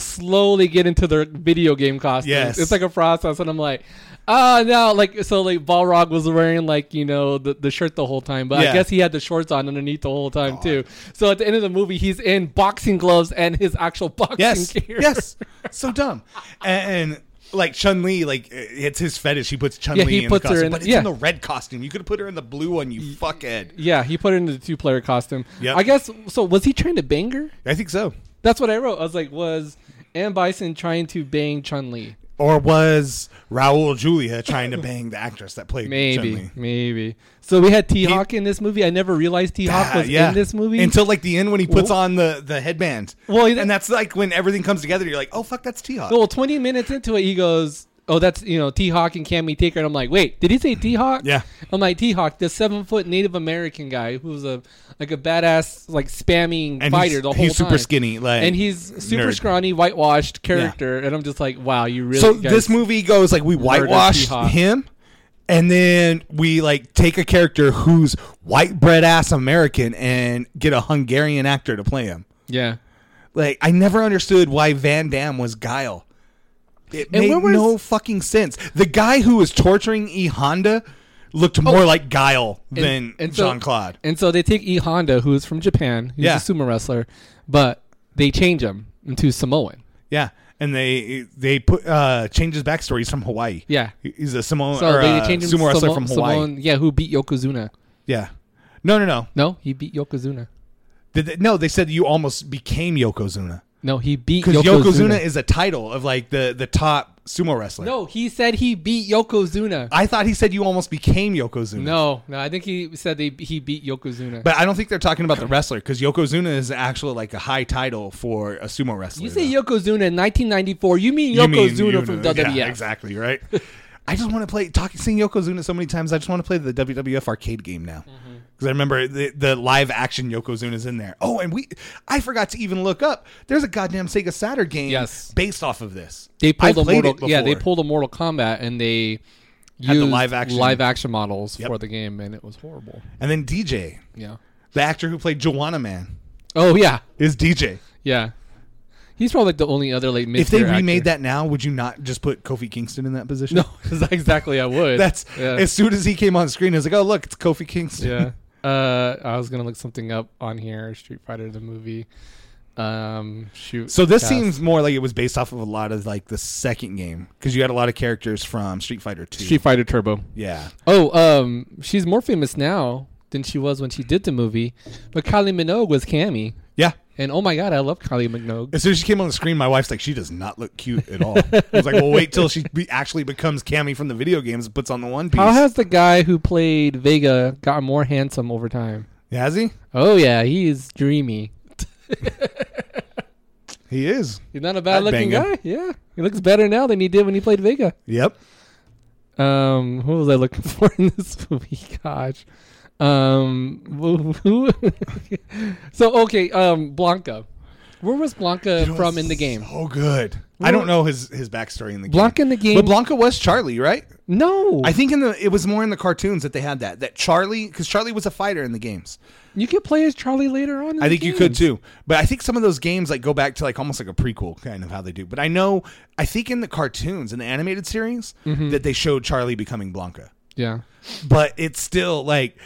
[SPEAKER 2] slowly get into their video game costumes
[SPEAKER 1] Yes.
[SPEAKER 2] it's like a process and i'm like ah no like so like balrog was wearing like you know the, the shirt the whole time but i
[SPEAKER 1] Yeah.
[SPEAKER 2] guess he had the shorts on underneath the whole time too so at the end of the movie he's in boxing gloves and his actual *laughs* boxing
[SPEAKER 1] Yes,
[SPEAKER 2] gear
[SPEAKER 1] yes, so dumb. And, and, like Chun Li, like it's his fetish. He puts Chun Li
[SPEAKER 2] Yeah, he
[SPEAKER 1] in
[SPEAKER 2] puts
[SPEAKER 1] the
[SPEAKER 2] her
[SPEAKER 1] costume,
[SPEAKER 2] in-
[SPEAKER 1] but it's
[SPEAKER 2] yeah.
[SPEAKER 1] in the red costume. You could have put her in the blue one. You fuckhead.
[SPEAKER 2] yeah he put it into the two-player costume
[SPEAKER 1] Yep.
[SPEAKER 2] i guess so was he trying to bang her
[SPEAKER 1] I think so.
[SPEAKER 2] that's what i wrote i was like was Anne Bison trying to bang Chun Li.
[SPEAKER 1] Or was Raul Julia trying to bang the actress that played
[SPEAKER 2] Maybe,
[SPEAKER 1] Chun Li?
[SPEAKER 2] maybe. So we had T Hawk in this movie. I never realized T Hawk was in this movie.
[SPEAKER 1] until like the end when he puts
[SPEAKER 2] Well-
[SPEAKER 1] on the the headband.
[SPEAKER 2] Well, he-
[SPEAKER 1] and that's like when everything comes together. You're like, oh fuck, that's T Hawk.
[SPEAKER 2] well, twenty minutes into it, he goes, "Oh, that's you know T Hawk and Cammy Taker," and I'm like, "Wait, did he say T Hawk?"
[SPEAKER 1] Yeah.
[SPEAKER 2] I'm like T Hawk, the seven foot Native American guy who was a like a badass like spamming
[SPEAKER 1] And
[SPEAKER 2] fighter
[SPEAKER 1] he's-
[SPEAKER 2] the whole
[SPEAKER 1] he's super
[SPEAKER 2] time.
[SPEAKER 1] skinny, like,
[SPEAKER 2] and he's super
[SPEAKER 1] nerd.
[SPEAKER 2] scrawny, whitewashed character, and I'm just like, wow, you really
[SPEAKER 1] so
[SPEAKER 2] guys-
[SPEAKER 1] this movie goes like we
[SPEAKER 2] Murder
[SPEAKER 1] whitewash
[SPEAKER 2] Seahawk.
[SPEAKER 1] him and then we like take a character who's white bread ass american and get a hungarian actor to play him
[SPEAKER 2] yeah.
[SPEAKER 1] like i never understood why van damme was guile it
[SPEAKER 2] And
[SPEAKER 1] made
[SPEAKER 2] where was-
[SPEAKER 1] no fucking sense the guy who was torturing e honda looked more like guile than
[SPEAKER 2] so-
[SPEAKER 1] jean-claude
[SPEAKER 2] Oh. And so they take E Honda, who is from Japan, he's
[SPEAKER 1] Yeah.
[SPEAKER 2] a sumo wrestler, but they change him into Samoan.
[SPEAKER 1] yeah and they they put uh change his backstories from hawaii
[SPEAKER 2] Yeah.
[SPEAKER 1] he's a samoan
[SPEAKER 2] So
[SPEAKER 1] or,
[SPEAKER 2] they
[SPEAKER 1] uh,
[SPEAKER 2] change him
[SPEAKER 1] sumo wrestler
[SPEAKER 2] Samo-
[SPEAKER 1] from hawaii
[SPEAKER 2] Samoan- yeah, who beat Yokozuna?
[SPEAKER 1] yeah no no no
[SPEAKER 2] No, he beat Yokozuna.
[SPEAKER 1] Did they, no, they said you almost became Yokozuna
[SPEAKER 2] No, he beat
[SPEAKER 1] because
[SPEAKER 2] Yokozuna.
[SPEAKER 1] Yokozuna. is a title of like the the top sumo wrestler.
[SPEAKER 2] no, he said he beat Yokozuna.
[SPEAKER 1] I thought he said you almost became Yokozuna.
[SPEAKER 2] No, no, I think he said they, he beat Yokozuna.
[SPEAKER 1] but I don't think they're talking about the wrestler because Yokozuna is actually like a high title for a sumo wrestler.
[SPEAKER 2] you say
[SPEAKER 1] though.
[SPEAKER 2] Yokozuna in 1994, you mean
[SPEAKER 1] You mean
[SPEAKER 2] Yokozuna
[SPEAKER 1] you
[SPEAKER 2] from E.
[SPEAKER 1] know-
[SPEAKER 2] WWF.
[SPEAKER 1] Yeah, exactly right. E. *laughs* I just want to play talking seeing Yokozuna so many times. I just want to play the WWF arcade game now because
[SPEAKER 2] Mm-hmm.
[SPEAKER 1] I remember the, the live action Yokozuna's in there. Oh, and we I forgot to even look up. There's a goddamn Sega Saturn game
[SPEAKER 2] Yes.
[SPEAKER 1] based off of this.
[SPEAKER 2] They
[SPEAKER 1] I
[SPEAKER 2] pulled a
[SPEAKER 1] played
[SPEAKER 2] Mortal,
[SPEAKER 1] it
[SPEAKER 2] yeah, they
[SPEAKER 1] before.
[SPEAKER 2] pulled a Mortal Kombat and they
[SPEAKER 1] Had the
[SPEAKER 2] used
[SPEAKER 1] live action.
[SPEAKER 2] live action models
[SPEAKER 1] Yep.
[SPEAKER 2] for the game, and it was horrible.
[SPEAKER 1] And then DJ,
[SPEAKER 2] Yeah.
[SPEAKER 1] the actor who played Joanna Man,
[SPEAKER 2] Oh yeah,
[SPEAKER 1] is DJ.
[SPEAKER 2] yeah. He's probably the only other like
[SPEAKER 1] If they remade that now, would you not just put Kofi Kingston in that position?
[SPEAKER 2] *laughs* no, *laughs* exactly. I
[SPEAKER 1] *laughs*
[SPEAKER 2] would.
[SPEAKER 1] That's
[SPEAKER 2] Yeah.
[SPEAKER 1] as soon as he came on screen, I was like, oh look, it's Kofi Kingston.
[SPEAKER 2] *laughs* yeah. Uh, I was gonna look something up on here. Street Fighter the movie. Um, shoot.
[SPEAKER 1] So this
[SPEAKER 2] Cast.
[SPEAKER 1] seems more like it was based off of a lot of like the second game because you had a lot of characters from Street Fighter Two.
[SPEAKER 2] Street Fighter Turbo.
[SPEAKER 1] yeah,
[SPEAKER 2] Oh, um, she's more famous now than she was when she did the movie. But Kylie Minogue was Cammy,
[SPEAKER 1] yeah.
[SPEAKER 2] and oh my god, I love Kylie Minogue.
[SPEAKER 1] As soon as she came on the screen, my wife's like, "She does not look cute at
[SPEAKER 2] *laughs*
[SPEAKER 1] all." I was like, "Well, wait till she be- actually becomes Cammy from the video games and puts on the one piece."
[SPEAKER 2] How has the guy who played Vega gotten more handsome over time?
[SPEAKER 1] has he?
[SPEAKER 2] Oh yeah, he is dreamy.
[SPEAKER 1] He is.
[SPEAKER 2] He's not a bad looking
[SPEAKER 1] bang him.
[SPEAKER 2] guy. Yeah, he looks better now than he did when he played Vega.
[SPEAKER 1] Yep.
[SPEAKER 2] Um, who was I looking *laughs* for in this movie? Gosh, um, who- who- *laughs* so okay, um, Blanca. Where was Blanca
[SPEAKER 1] You know,
[SPEAKER 2] from
[SPEAKER 1] it's
[SPEAKER 2] in the game?
[SPEAKER 1] So good. I
[SPEAKER 2] Well-
[SPEAKER 1] don't know his his backstory in the game.
[SPEAKER 2] Blanca in the game?
[SPEAKER 1] but Blanca was Charlie, right?
[SPEAKER 2] no,
[SPEAKER 1] I think in the it was more in the cartoons that they had that that Charlie because Charlie was a fighter in the games.
[SPEAKER 2] you could play as Charlie later on. in
[SPEAKER 1] I
[SPEAKER 2] the
[SPEAKER 1] think you could
[SPEAKER 2] games.
[SPEAKER 1] too, but I think some of those games like go back to like almost like a prequel kind of how they do. But I know I think in the cartoons in the animated series
[SPEAKER 2] Mm-hmm.
[SPEAKER 1] that they showed Charlie becoming Blanca,
[SPEAKER 2] Yeah,
[SPEAKER 1] but it's still like.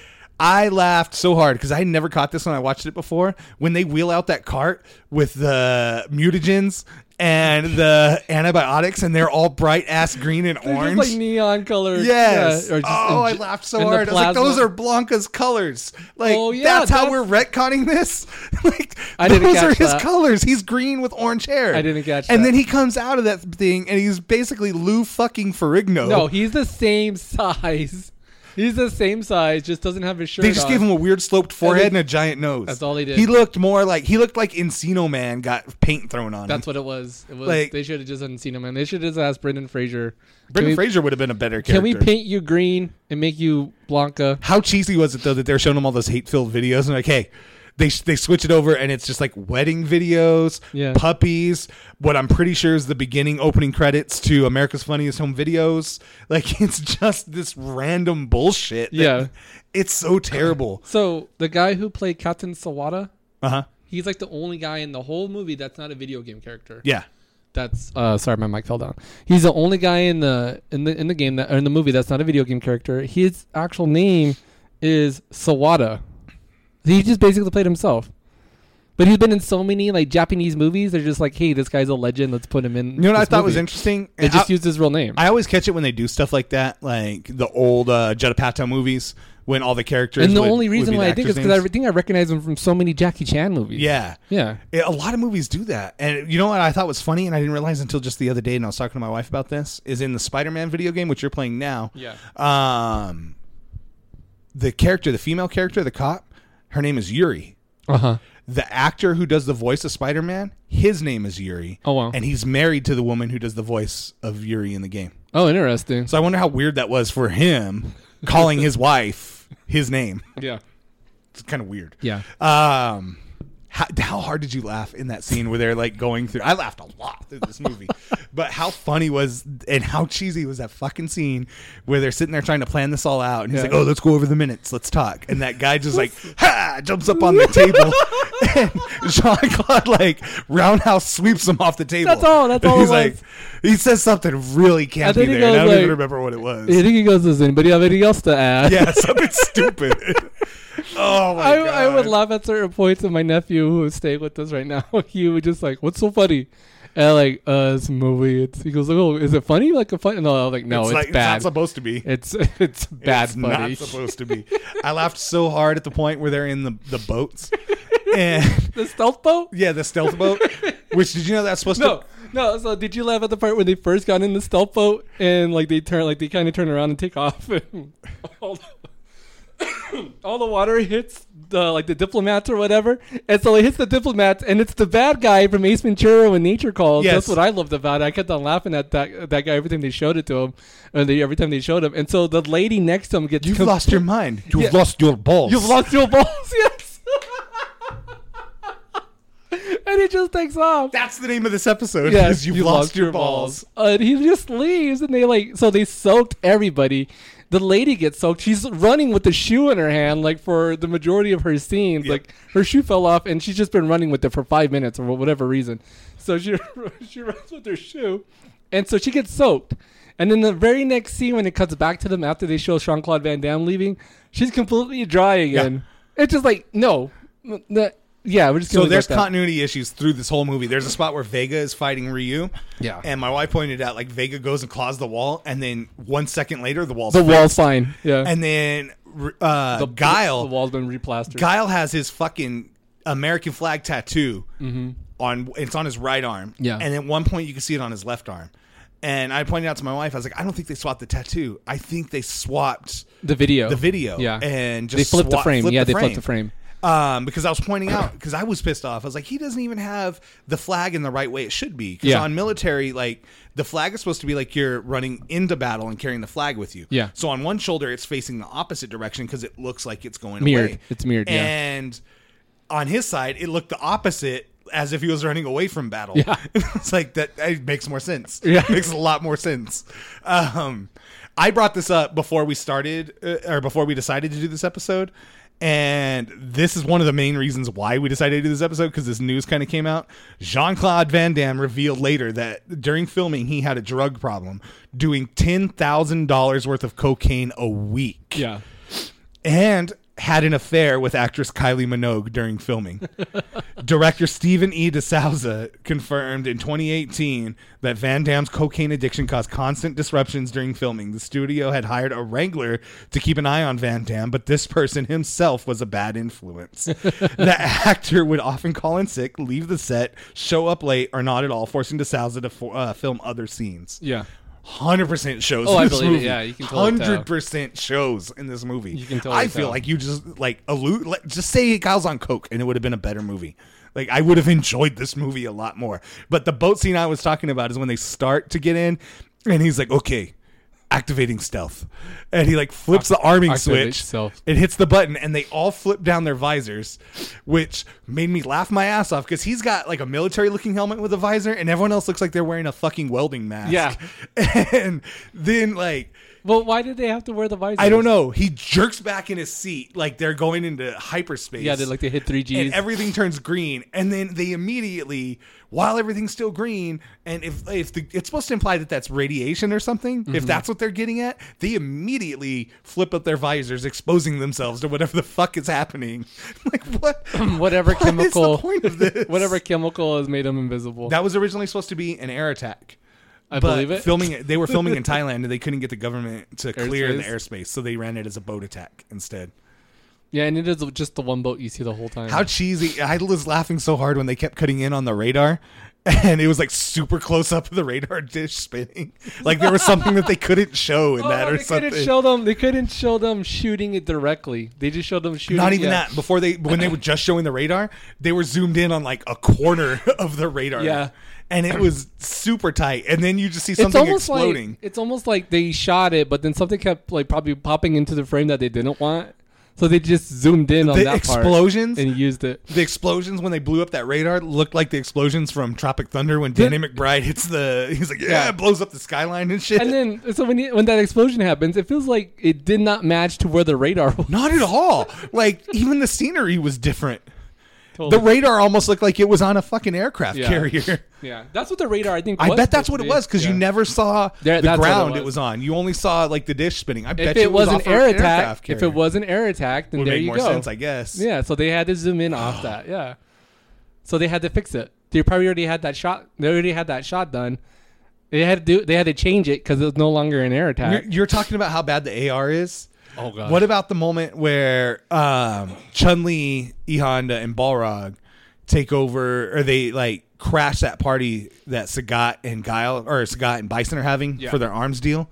[SPEAKER 1] I laughed so hard because I never caught this when I watched it before. When they wheel out that cart with the mutagens and the antibiotics, and they're all bright ass green and
[SPEAKER 2] They're
[SPEAKER 1] orange.
[SPEAKER 2] just like neon colors.
[SPEAKER 1] Yes.
[SPEAKER 2] Yeah, or just
[SPEAKER 1] oh, I
[SPEAKER 2] in-
[SPEAKER 1] laughed so
[SPEAKER 2] in the
[SPEAKER 1] hard. I was like,
[SPEAKER 2] plasma.
[SPEAKER 1] those are Blanca's colors. Like,
[SPEAKER 2] Oh, yeah,
[SPEAKER 1] that's how
[SPEAKER 2] that's-
[SPEAKER 1] we're retconning this. *laughs* like,
[SPEAKER 2] I
[SPEAKER 1] those
[SPEAKER 2] didn't catch
[SPEAKER 1] are his
[SPEAKER 2] that.
[SPEAKER 1] colors. He's green with orange hair.
[SPEAKER 2] I didn't catch
[SPEAKER 1] And
[SPEAKER 2] that.
[SPEAKER 1] then he comes out of Oh. that thing and he's basically Lou fucking Ferrigno.
[SPEAKER 2] No, he's the same *laughs* size. He's the same size, just doesn't have his shirt.
[SPEAKER 1] They just
[SPEAKER 2] on.
[SPEAKER 1] gave him a weird sloped forehead and,
[SPEAKER 2] And they-
[SPEAKER 1] a giant nose.
[SPEAKER 2] That's all they did.
[SPEAKER 1] He looked more like he looked like Encino Man got paint thrown on
[SPEAKER 2] That's
[SPEAKER 1] him.
[SPEAKER 2] what it was. It was
[SPEAKER 1] Like-
[SPEAKER 2] they should have just unseen him, man. They should have just asked Brendan Fraser.
[SPEAKER 1] Brendan
[SPEAKER 2] can we,
[SPEAKER 1] Fraser would have been a better character.
[SPEAKER 2] Can we paint you green and make you Blanca?
[SPEAKER 1] How cheesy was it though that they're showing him all those hate-filled videos and like, hey, they they switch it over and it's just like wedding videos,
[SPEAKER 2] Yeah.
[SPEAKER 1] puppies. What I'm pretty sure is the beginning opening credits to America's Funniest Home Videos. Like *laughs* it's just this random bullshit. that-
[SPEAKER 2] Yeah.
[SPEAKER 1] it's so terrible.
[SPEAKER 2] So the guy who played Captain Sawada,
[SPEAKER 1] Uh huh.
[SPEAKER 2] he's like the only guy in the whole movie that's not a video game character.
[SPEAKER 1] Yeah.
[SPEAKER 2] That's uh, sorry, my mic fell down. He's the only guy in the in the in the game that or in the movie that's not a video game character. His actual name is Sawada. He just basically played himself. But he's been in so many like Japanese movies. They're just like, hey, this guy's a legend. Let's put him in.
[SPEAKER 1] You know what I
[SPEAKER 2] this
[SPEAKER 1] thought was
[SPEAKER 2] movie."
[SPEAKER 1] interesting?
[SPEAKER 2] They
[SPEAKER 1] And
[SPEAKER 2] just
[SPEAKER 1] I-
[SPEAKER 2] used his real name.
[SPEAKER 1] I always catch it when they do stuff like that, like the old uh, Judd Apatow movies, when all the characters.
[SPEAKER 2] and the
[SPEAKER 1] would-
[SPEAKER 2] only
[SPEAKER 1] would
[SPEAKER 2] reason
[SPEAKER 1] be
[SPEAKER 2] why
[SPEAKER 1] the
[SPEAKER 2] I think is
[SPEAKER 1] actors'
[SPEAKER 2] because I
[SPEAKER 1] names.
[SPEAKER 2] think I recognize him from so many Jackie Chan movies.
[SPEAKER 1] yeah,
[SPEAKER 2] Yeah.
[SPEAKER 1] It- a lot of movies do that, and you know what I thought was funny, and I didn't realize until just the other day, and I was talking to my wife about this, is in the Spider-Man video game which you're playing now.
[SPEAKER 2] Yeah.
[SPEAKER 1] Um, the character, the female character, the cop, her name is Yuri.
[SPEAKER 2] Uh huh.
[SPEAKER 1] The actor who does the voice of Spider-Man, his name is Yuri.
[SPEAKER 2] Oh, wow.
[SPEAKER 1] And he's married to the woman who does the voice of Yuri in the game.
[SPEAKER 2] Oh, interesting.
[SPEAKER 1] So I wonder how weird that was for him calling his *laughs* wife his name.
[SPEAKER 2] Yeah.
[SPEAKER 1] It's kind of weird.
[SPEAKER 2] Yeah.
[SPEAKER 1] Um, how, how hard did you laugh in that scene where they're like going through? I laughed a lot through this
[SPEAKER 2] *laughs*
[SPEAKER 1] movie, but how funny was and how cheesy was that fucking scene where they're sitting there trying to plan this all out, and he's
[SPEAKER 2] Yeah.
[SPEAKER 1] like, "Oh, let's go over the minutes, let's talk," and that guy just
[SPEAKER 2] *laughs*
[SPEAKER 1] like ha jumps up on the table. *laughs* And Jean Claude like roundhouse sweeps him off the table.
[SPEAKER 2] That's all- that's
[SPEAKER 1] And
[SPEAKER 2] all it
[SPEAKER 1] he's
[SPEAKER 2] was.
[SPEAKER 1] like, he says something really campy there.
[SPEAKER 2] think he
[SPEAKER 1] and I
[SPEAKER 2] goes
[SPEAKER 1] don't even
[SPEAKER 2] like-
[SPEAKER 1] remember what it was.
[SPEAKER 2] I think he goes, does anybody have anything else to add?
[SPEAKER 1] yeah, something stupid. *laughs* Oh my
[SPEAKER 2] *laughs* I,
[SPEAKER 1] god!
[SPEAKER 2] I would laugh at certain points of my nephew who is staying with us right now. *laughs* He would just like, "What's so funny?" And like, "Uh, this movie." It's, he goes, "Oh, is it funny?" Like a fun? And I was like, "No, it's,
[SPEAKER 1] like,
[SPEAKER 2] bad.
[SPEAKER 1] It's not supposed to be.
[SPEAKER 2] It's *laughs* it's bad
[SPEAKER 1] it's
[SPEAKER 2] funny."
[SPEAKER 1] not supposed to be. I laughed so hard at the point where they're in the the boats, and
[SPEAKER 2] *laughs* the stealth boat?
[SPEAKER 1] yeah, the stealth boat. Which did you know that's supposed
[SPEAKER 2] *laughs* No,
[SPEAKER 1] to?
[SPEAKER 2] no. So did you laugh at the part when they first got in the stealth boat and like they turn, like they kind of turn around and take off, *laughs* and all the, *coughs* all the water hits the like the diplomats or whatever, and so it hits the diplomats, and it's the bad guy from Ace Ventura when nature calls.
[SPEAKER 1] Yes.
[SPEAKER 2] That's what I loved about it. I kept on laughing at that that guy every time they showed it to him, and they, every time they showed him, and so the lady next to him gets
[SPEAKER 1] You've
[SPEAKER 2] com-
[SPEAKER 1] lost your mind. You've
[SPEAKER 2] Yeah.
[SPEAKER 1] lost your balls.
[SPEAKER 2] *laughs* You've lost your balls, *laughs* yes. And it just takes off.
[SPEAKER 1] That's the name of this episode.
[SPEAKER 2] Yes,
[SPEAKER 1] is you've lost, your balls.
[SPEAKER 2] Uh, and he just leaves, and they like so they soaked everybody. The lady gets soaked. She's running with the shoe in her hand, like for the majority of her scenes.
[SPEAKER 1] Yeah.
[SPEAKER 2] Like her shoe fell off, and she's just been running with it for five minutes or whatever reason. So she *laughs* she runs with her shoe, and so she gets soaked. And then the very next scene, when it cuts back to them after they show Jean Claude Van Damme leaving, she's completely dry again. It's just like no, n- n- yeah, we're just gonna
[SPEAKER 1] So
[SPEAKER 2] leave it
[SPEAKER 1] there's
[SPEAKER 2] at that.
[SPEAKER 1] continuity issues through this whole movie. There's a spot where Vega is fighting Ryu.
[SPEAKER 2] Yeah.
[SPEAKER 1] And my wife pointed out like Vega goes and claws the wall, and then one second later the wall's
[SPEAKER 2] the
[SPEAKER 1] fixed.
[SPEAKER 2] wall's fine. Yeah,
[SPEAKER 1] And then uh,
[SPEAKER 2] the
[SPEAKER 1] Guile
[SPEAKER 2] The wall's been replastered.
[SPEAKER 1] Guile has his fucking American flag tattoo on it's on his right arm.
[SPEAKER 2] Mm-hmm. Yeah.
[SPEAKER 1] And at one point you can see it on his left arm. And I pointed out to my wife, I was like, I don't think they swapped the tattoo. I think they swapped
[SPEAKER 2] the video.
[SPEAKER 1] the video.
[SPEAKER 2] Oh, Yeah.
[SPEAKER 1] And just
[SPEAKER 2] they flipped the
[SPEAKER 1] swap-
[SPEAKER 2] frame.
[SPEAKER 1] flipped
[SPEAKER 2] yeah,
[SPEAKER 1] the
[SPEAKER 2] they flipped the frame.
[SPEAKER 1] Um, because I was pointing out because I was pissed off. I was like, he doesn't even have the flag in the right way it should be. Because
[SPEAKER 2] Yeah.
[SPEAKER 1] on military, like the flag is supposed to be like you're running into battle and carrying the flag with you.
[SPEAKER 2] Yeah.
[SPEAKER 1] So on one shoulder, it's facing the opposite direction because it looks like it's going
[SPEAKER 2] Mirrored.
[SPEAKER 1] away.
[SPEAKER 2] It's mirrored, yeah.
[SPEAKER 1] And on his side, it looked the opposite. As if he was running away from battle.
[SPEAKER 2] Yeah.
[SPEAKER 1] *laughs* it's like that. It makes more sense. *laughs*
[SPEAKER 2] Yeah.
[SPEAKER 1] makes a lot more sense. Um, I brought this up before we started uh, or before we decided to do this episode. And this is one of the main reasons why we decided to do this episode because this news kind of came out. Jean Claude Van Damme revealed later that during filming, he had a drug problem, doing $10,000 worth of cocaine a week
[SPEAKER 2] Yeah.
[SPEAKER 1] and had an affair with actress Kylie Minogue during filming. Director Stephen E. DeSouza confirmed in 2018 that Van Damme's cocaine addiction caused constant disruptions during filming. The studio had hired a wrangler to keep an eye on Van Damme, but this person himself was a bad influence. the actor would often call in sick, leave the set, show up late, or not at all, forcing DeSouza to fo- uh, film other scenes.
[SPEAKER 2] Yeah.
[SPEAKER 1] hundred percent shows.
[SPEAKER 2] Oh,
[SPEAKER 1] in
[SPEAKER 2] I
[SPEAKER 1] this
[SPEAKER 2] believe it.
[SPEAKER 1] movie.
[SPEAKER 2] Yeah, you can totally tell.
[SPEAKER 1] hundred percent shows in this movie.
[SPEAKER 2] You can totally
[SPEAKER 1] I feel
[SPEAKER 2] tell.
[SPEAKER 1] like you just like allude. Like, just say Kyle's on coke, and it would have been a better movie. Like I would have enjoyed this movie a lot more. But the boat scene I was talking about is when they start to get in, and he's like, "Okay, activating stealth," and he like flips the arming
[SPEAKER 2] activate
[SPEAKER 1] switch.
[SPEAKER 2] stealth.
[SPEAKER 1] It hits the button, and they all flip down their visors, which made me laugh my ass off because he's got like a military-looking helmet with a visor, and everyone else looks like they're wearing a fucking welding mask.
[SPEAKER 2] Yeah.
[SPEAKER 1] *laughs* And then like
[SPEAKER 2] Well, why did they have to wear the visor?
[SPEAKER 1] I don't know, he jerks back in his seat like they're going into hyperspace.
[SPEAKER 2] Yeah, they like they hit three Gs.
[SPEAKER 1] and everything turns green, and then they immediately, while everything's still green, and if if the, it's supposed to imply that that's radiation or something,
[SPEAKER 2] Mm-hmm.
[SPEAKER 1] if that's what they're getting at, they immediately flip up their visors, exposing themselves to whatever the fuck is happening. *laughs* like
[SPEAKER 2] *clears throat*
[SPEAKER 1] what?
[SPEAKER 2] *laughs* whatever
[SPEAKER 1] *laughs* What is the
[SPEAKER 2] chemical,
[SPEAKER 1] point of this?
[SPEAKER 2] *laughs* whatever chemical has made them invisible.
[SPEAKER 1] *laughs* That was originally supposed to be an air attack.
[SPEAKER 2] I
[SPEAKER 1] but
[SPEAKER 2] believe it.
[SPEAKER 1] Filming it, they were filming
[SPEAKER 2] *laughs*
[SPEAKER 1] in Thailand and they couldn't get the government to clear the airspace, so they ran it as a boat attack instead.
[SPEAKER 2] yeah, and it is just the one boat you see the whole time.
[SPEAKER 1] How cheesy! I was laughing so hard when they kept cutting in on the radar, *laughs* and it was like super close up of the radar dish spinning. Like there was something that they couldn't show in
[SPEAKER 2] *laughs* Oh,
[SPEAKER 1] that
[SPEAKER 2] no,
[SPEAKER 1] or
[SPEAKER 2] they
[SPEAKER 1] something.
[SPEAKER 2] couldn't show them. They couldn't show them shooting it directly. They just showed them shooting.
[SPEAKER 1] Not even
[SPEAKER 2] yeah.
[SPEAKER 1] that. Before they, when they were just showing the radar, they were zoomed in on like a corner *laughs* of the radar.
[SPEAKER 2] Yeah.
[SPEAKER 1] and it was super tight. And then you just see something exploding.
[SPEAKER 2] like it's almost like they shot it, but then something kept like probably popping into the frame that they didn't want. So they just zoomed in on
[SPEAKER 1] the
[SPEAKER 2] that
[SPEAKER 1] explosions.
[SPEAKER 2] part and used it.
[SPEAKER 1] the explosions when they blew up that radar looked like the explosions from Tropic Thunder when Danny McBride hits the. He's like, yeah,
[SPEAKER 2] Yeah.
[SPEAKER 1] it blows up the skyline and shit.
[SPEAKER 2] *laughs* And then so when you, when that explosion happens, it feels like it did not match to where the radar *laughs* was.
[SPEAKER 1] Not at all. like even the scenery was different. The
[SPEAKER 2] Totally.
[SPEAKER 1] radar almost looked like it was on a fucking aircraft
[SPEAKER 2] Yeah.
[SPEAKER 1] carrier.
[SPEAKER 2] yeah, that's what the radar I
[SPEAKER 1] *laughs*
[SPEAKER 2] think.
[SPEAKER 1] I
[SPEAKER 2] was
[SPEAKER 1] bet that's
[SPEAKER 2] supposed
[SPEAKER 1] what
[SPEAKER 2] to
[SPEAKER 1] it
[SPEAKER 2] be.
[SPEAKER 1] was because
[SPEAKER 2] Yeah.
[SPEAKER 1] you never saw
[SPEAKER 2] There-
[SPEAKER 1] the
[SPEAKER 2] that's what it
[SPEAKER 1] ground it
[SPEAKER 2] was.
[SPEAKER 1] was on. You only saw like the dish spinning. I
[SPEAKER 2] If
[SPEAKER 1] bet you
[SPEAKER 2] it was
[SPEAKER 1] off
[SPEAKER 2] an
[SPEAKER 1] of
[SPEAKER 2] air
[SPEAKER 1] aircraft
[SPEAKER 2] attack, if
[SPEAKER 1] carrier.
[SPEAKER 2] it was an air attack, then
[SPEAKER 1] would
[SPEAKER 2] there
[SPEAKER 1] make
[SPEAKER 2] you
[SPEAKER 1] more
[SPEAKER 2] go.
[SPEAKER 1] sense, I guess.
[SPEAKER 2] Yeah, so they had to zoom in off that. Yeah, so they had to fix it. They probably already had that shot. They already had that shot done. They had to do. They had to change it because it was no longer an air
[SPEAKER 1] You're,
[SPEAKER 2] attack.
[SPEAKER 1] you're talking about how bad the AR is.
[SPEAKER 2] Oh god.
[SPEAKER 1] What about the moment where um, Chun Li, E Honda, and Balrog take over, or they like crash that party that Sagat and Guile, or Sagat and Bison are having
[SPEAKER 2] Yeah.
[SPEAKER 1] for their arms deal?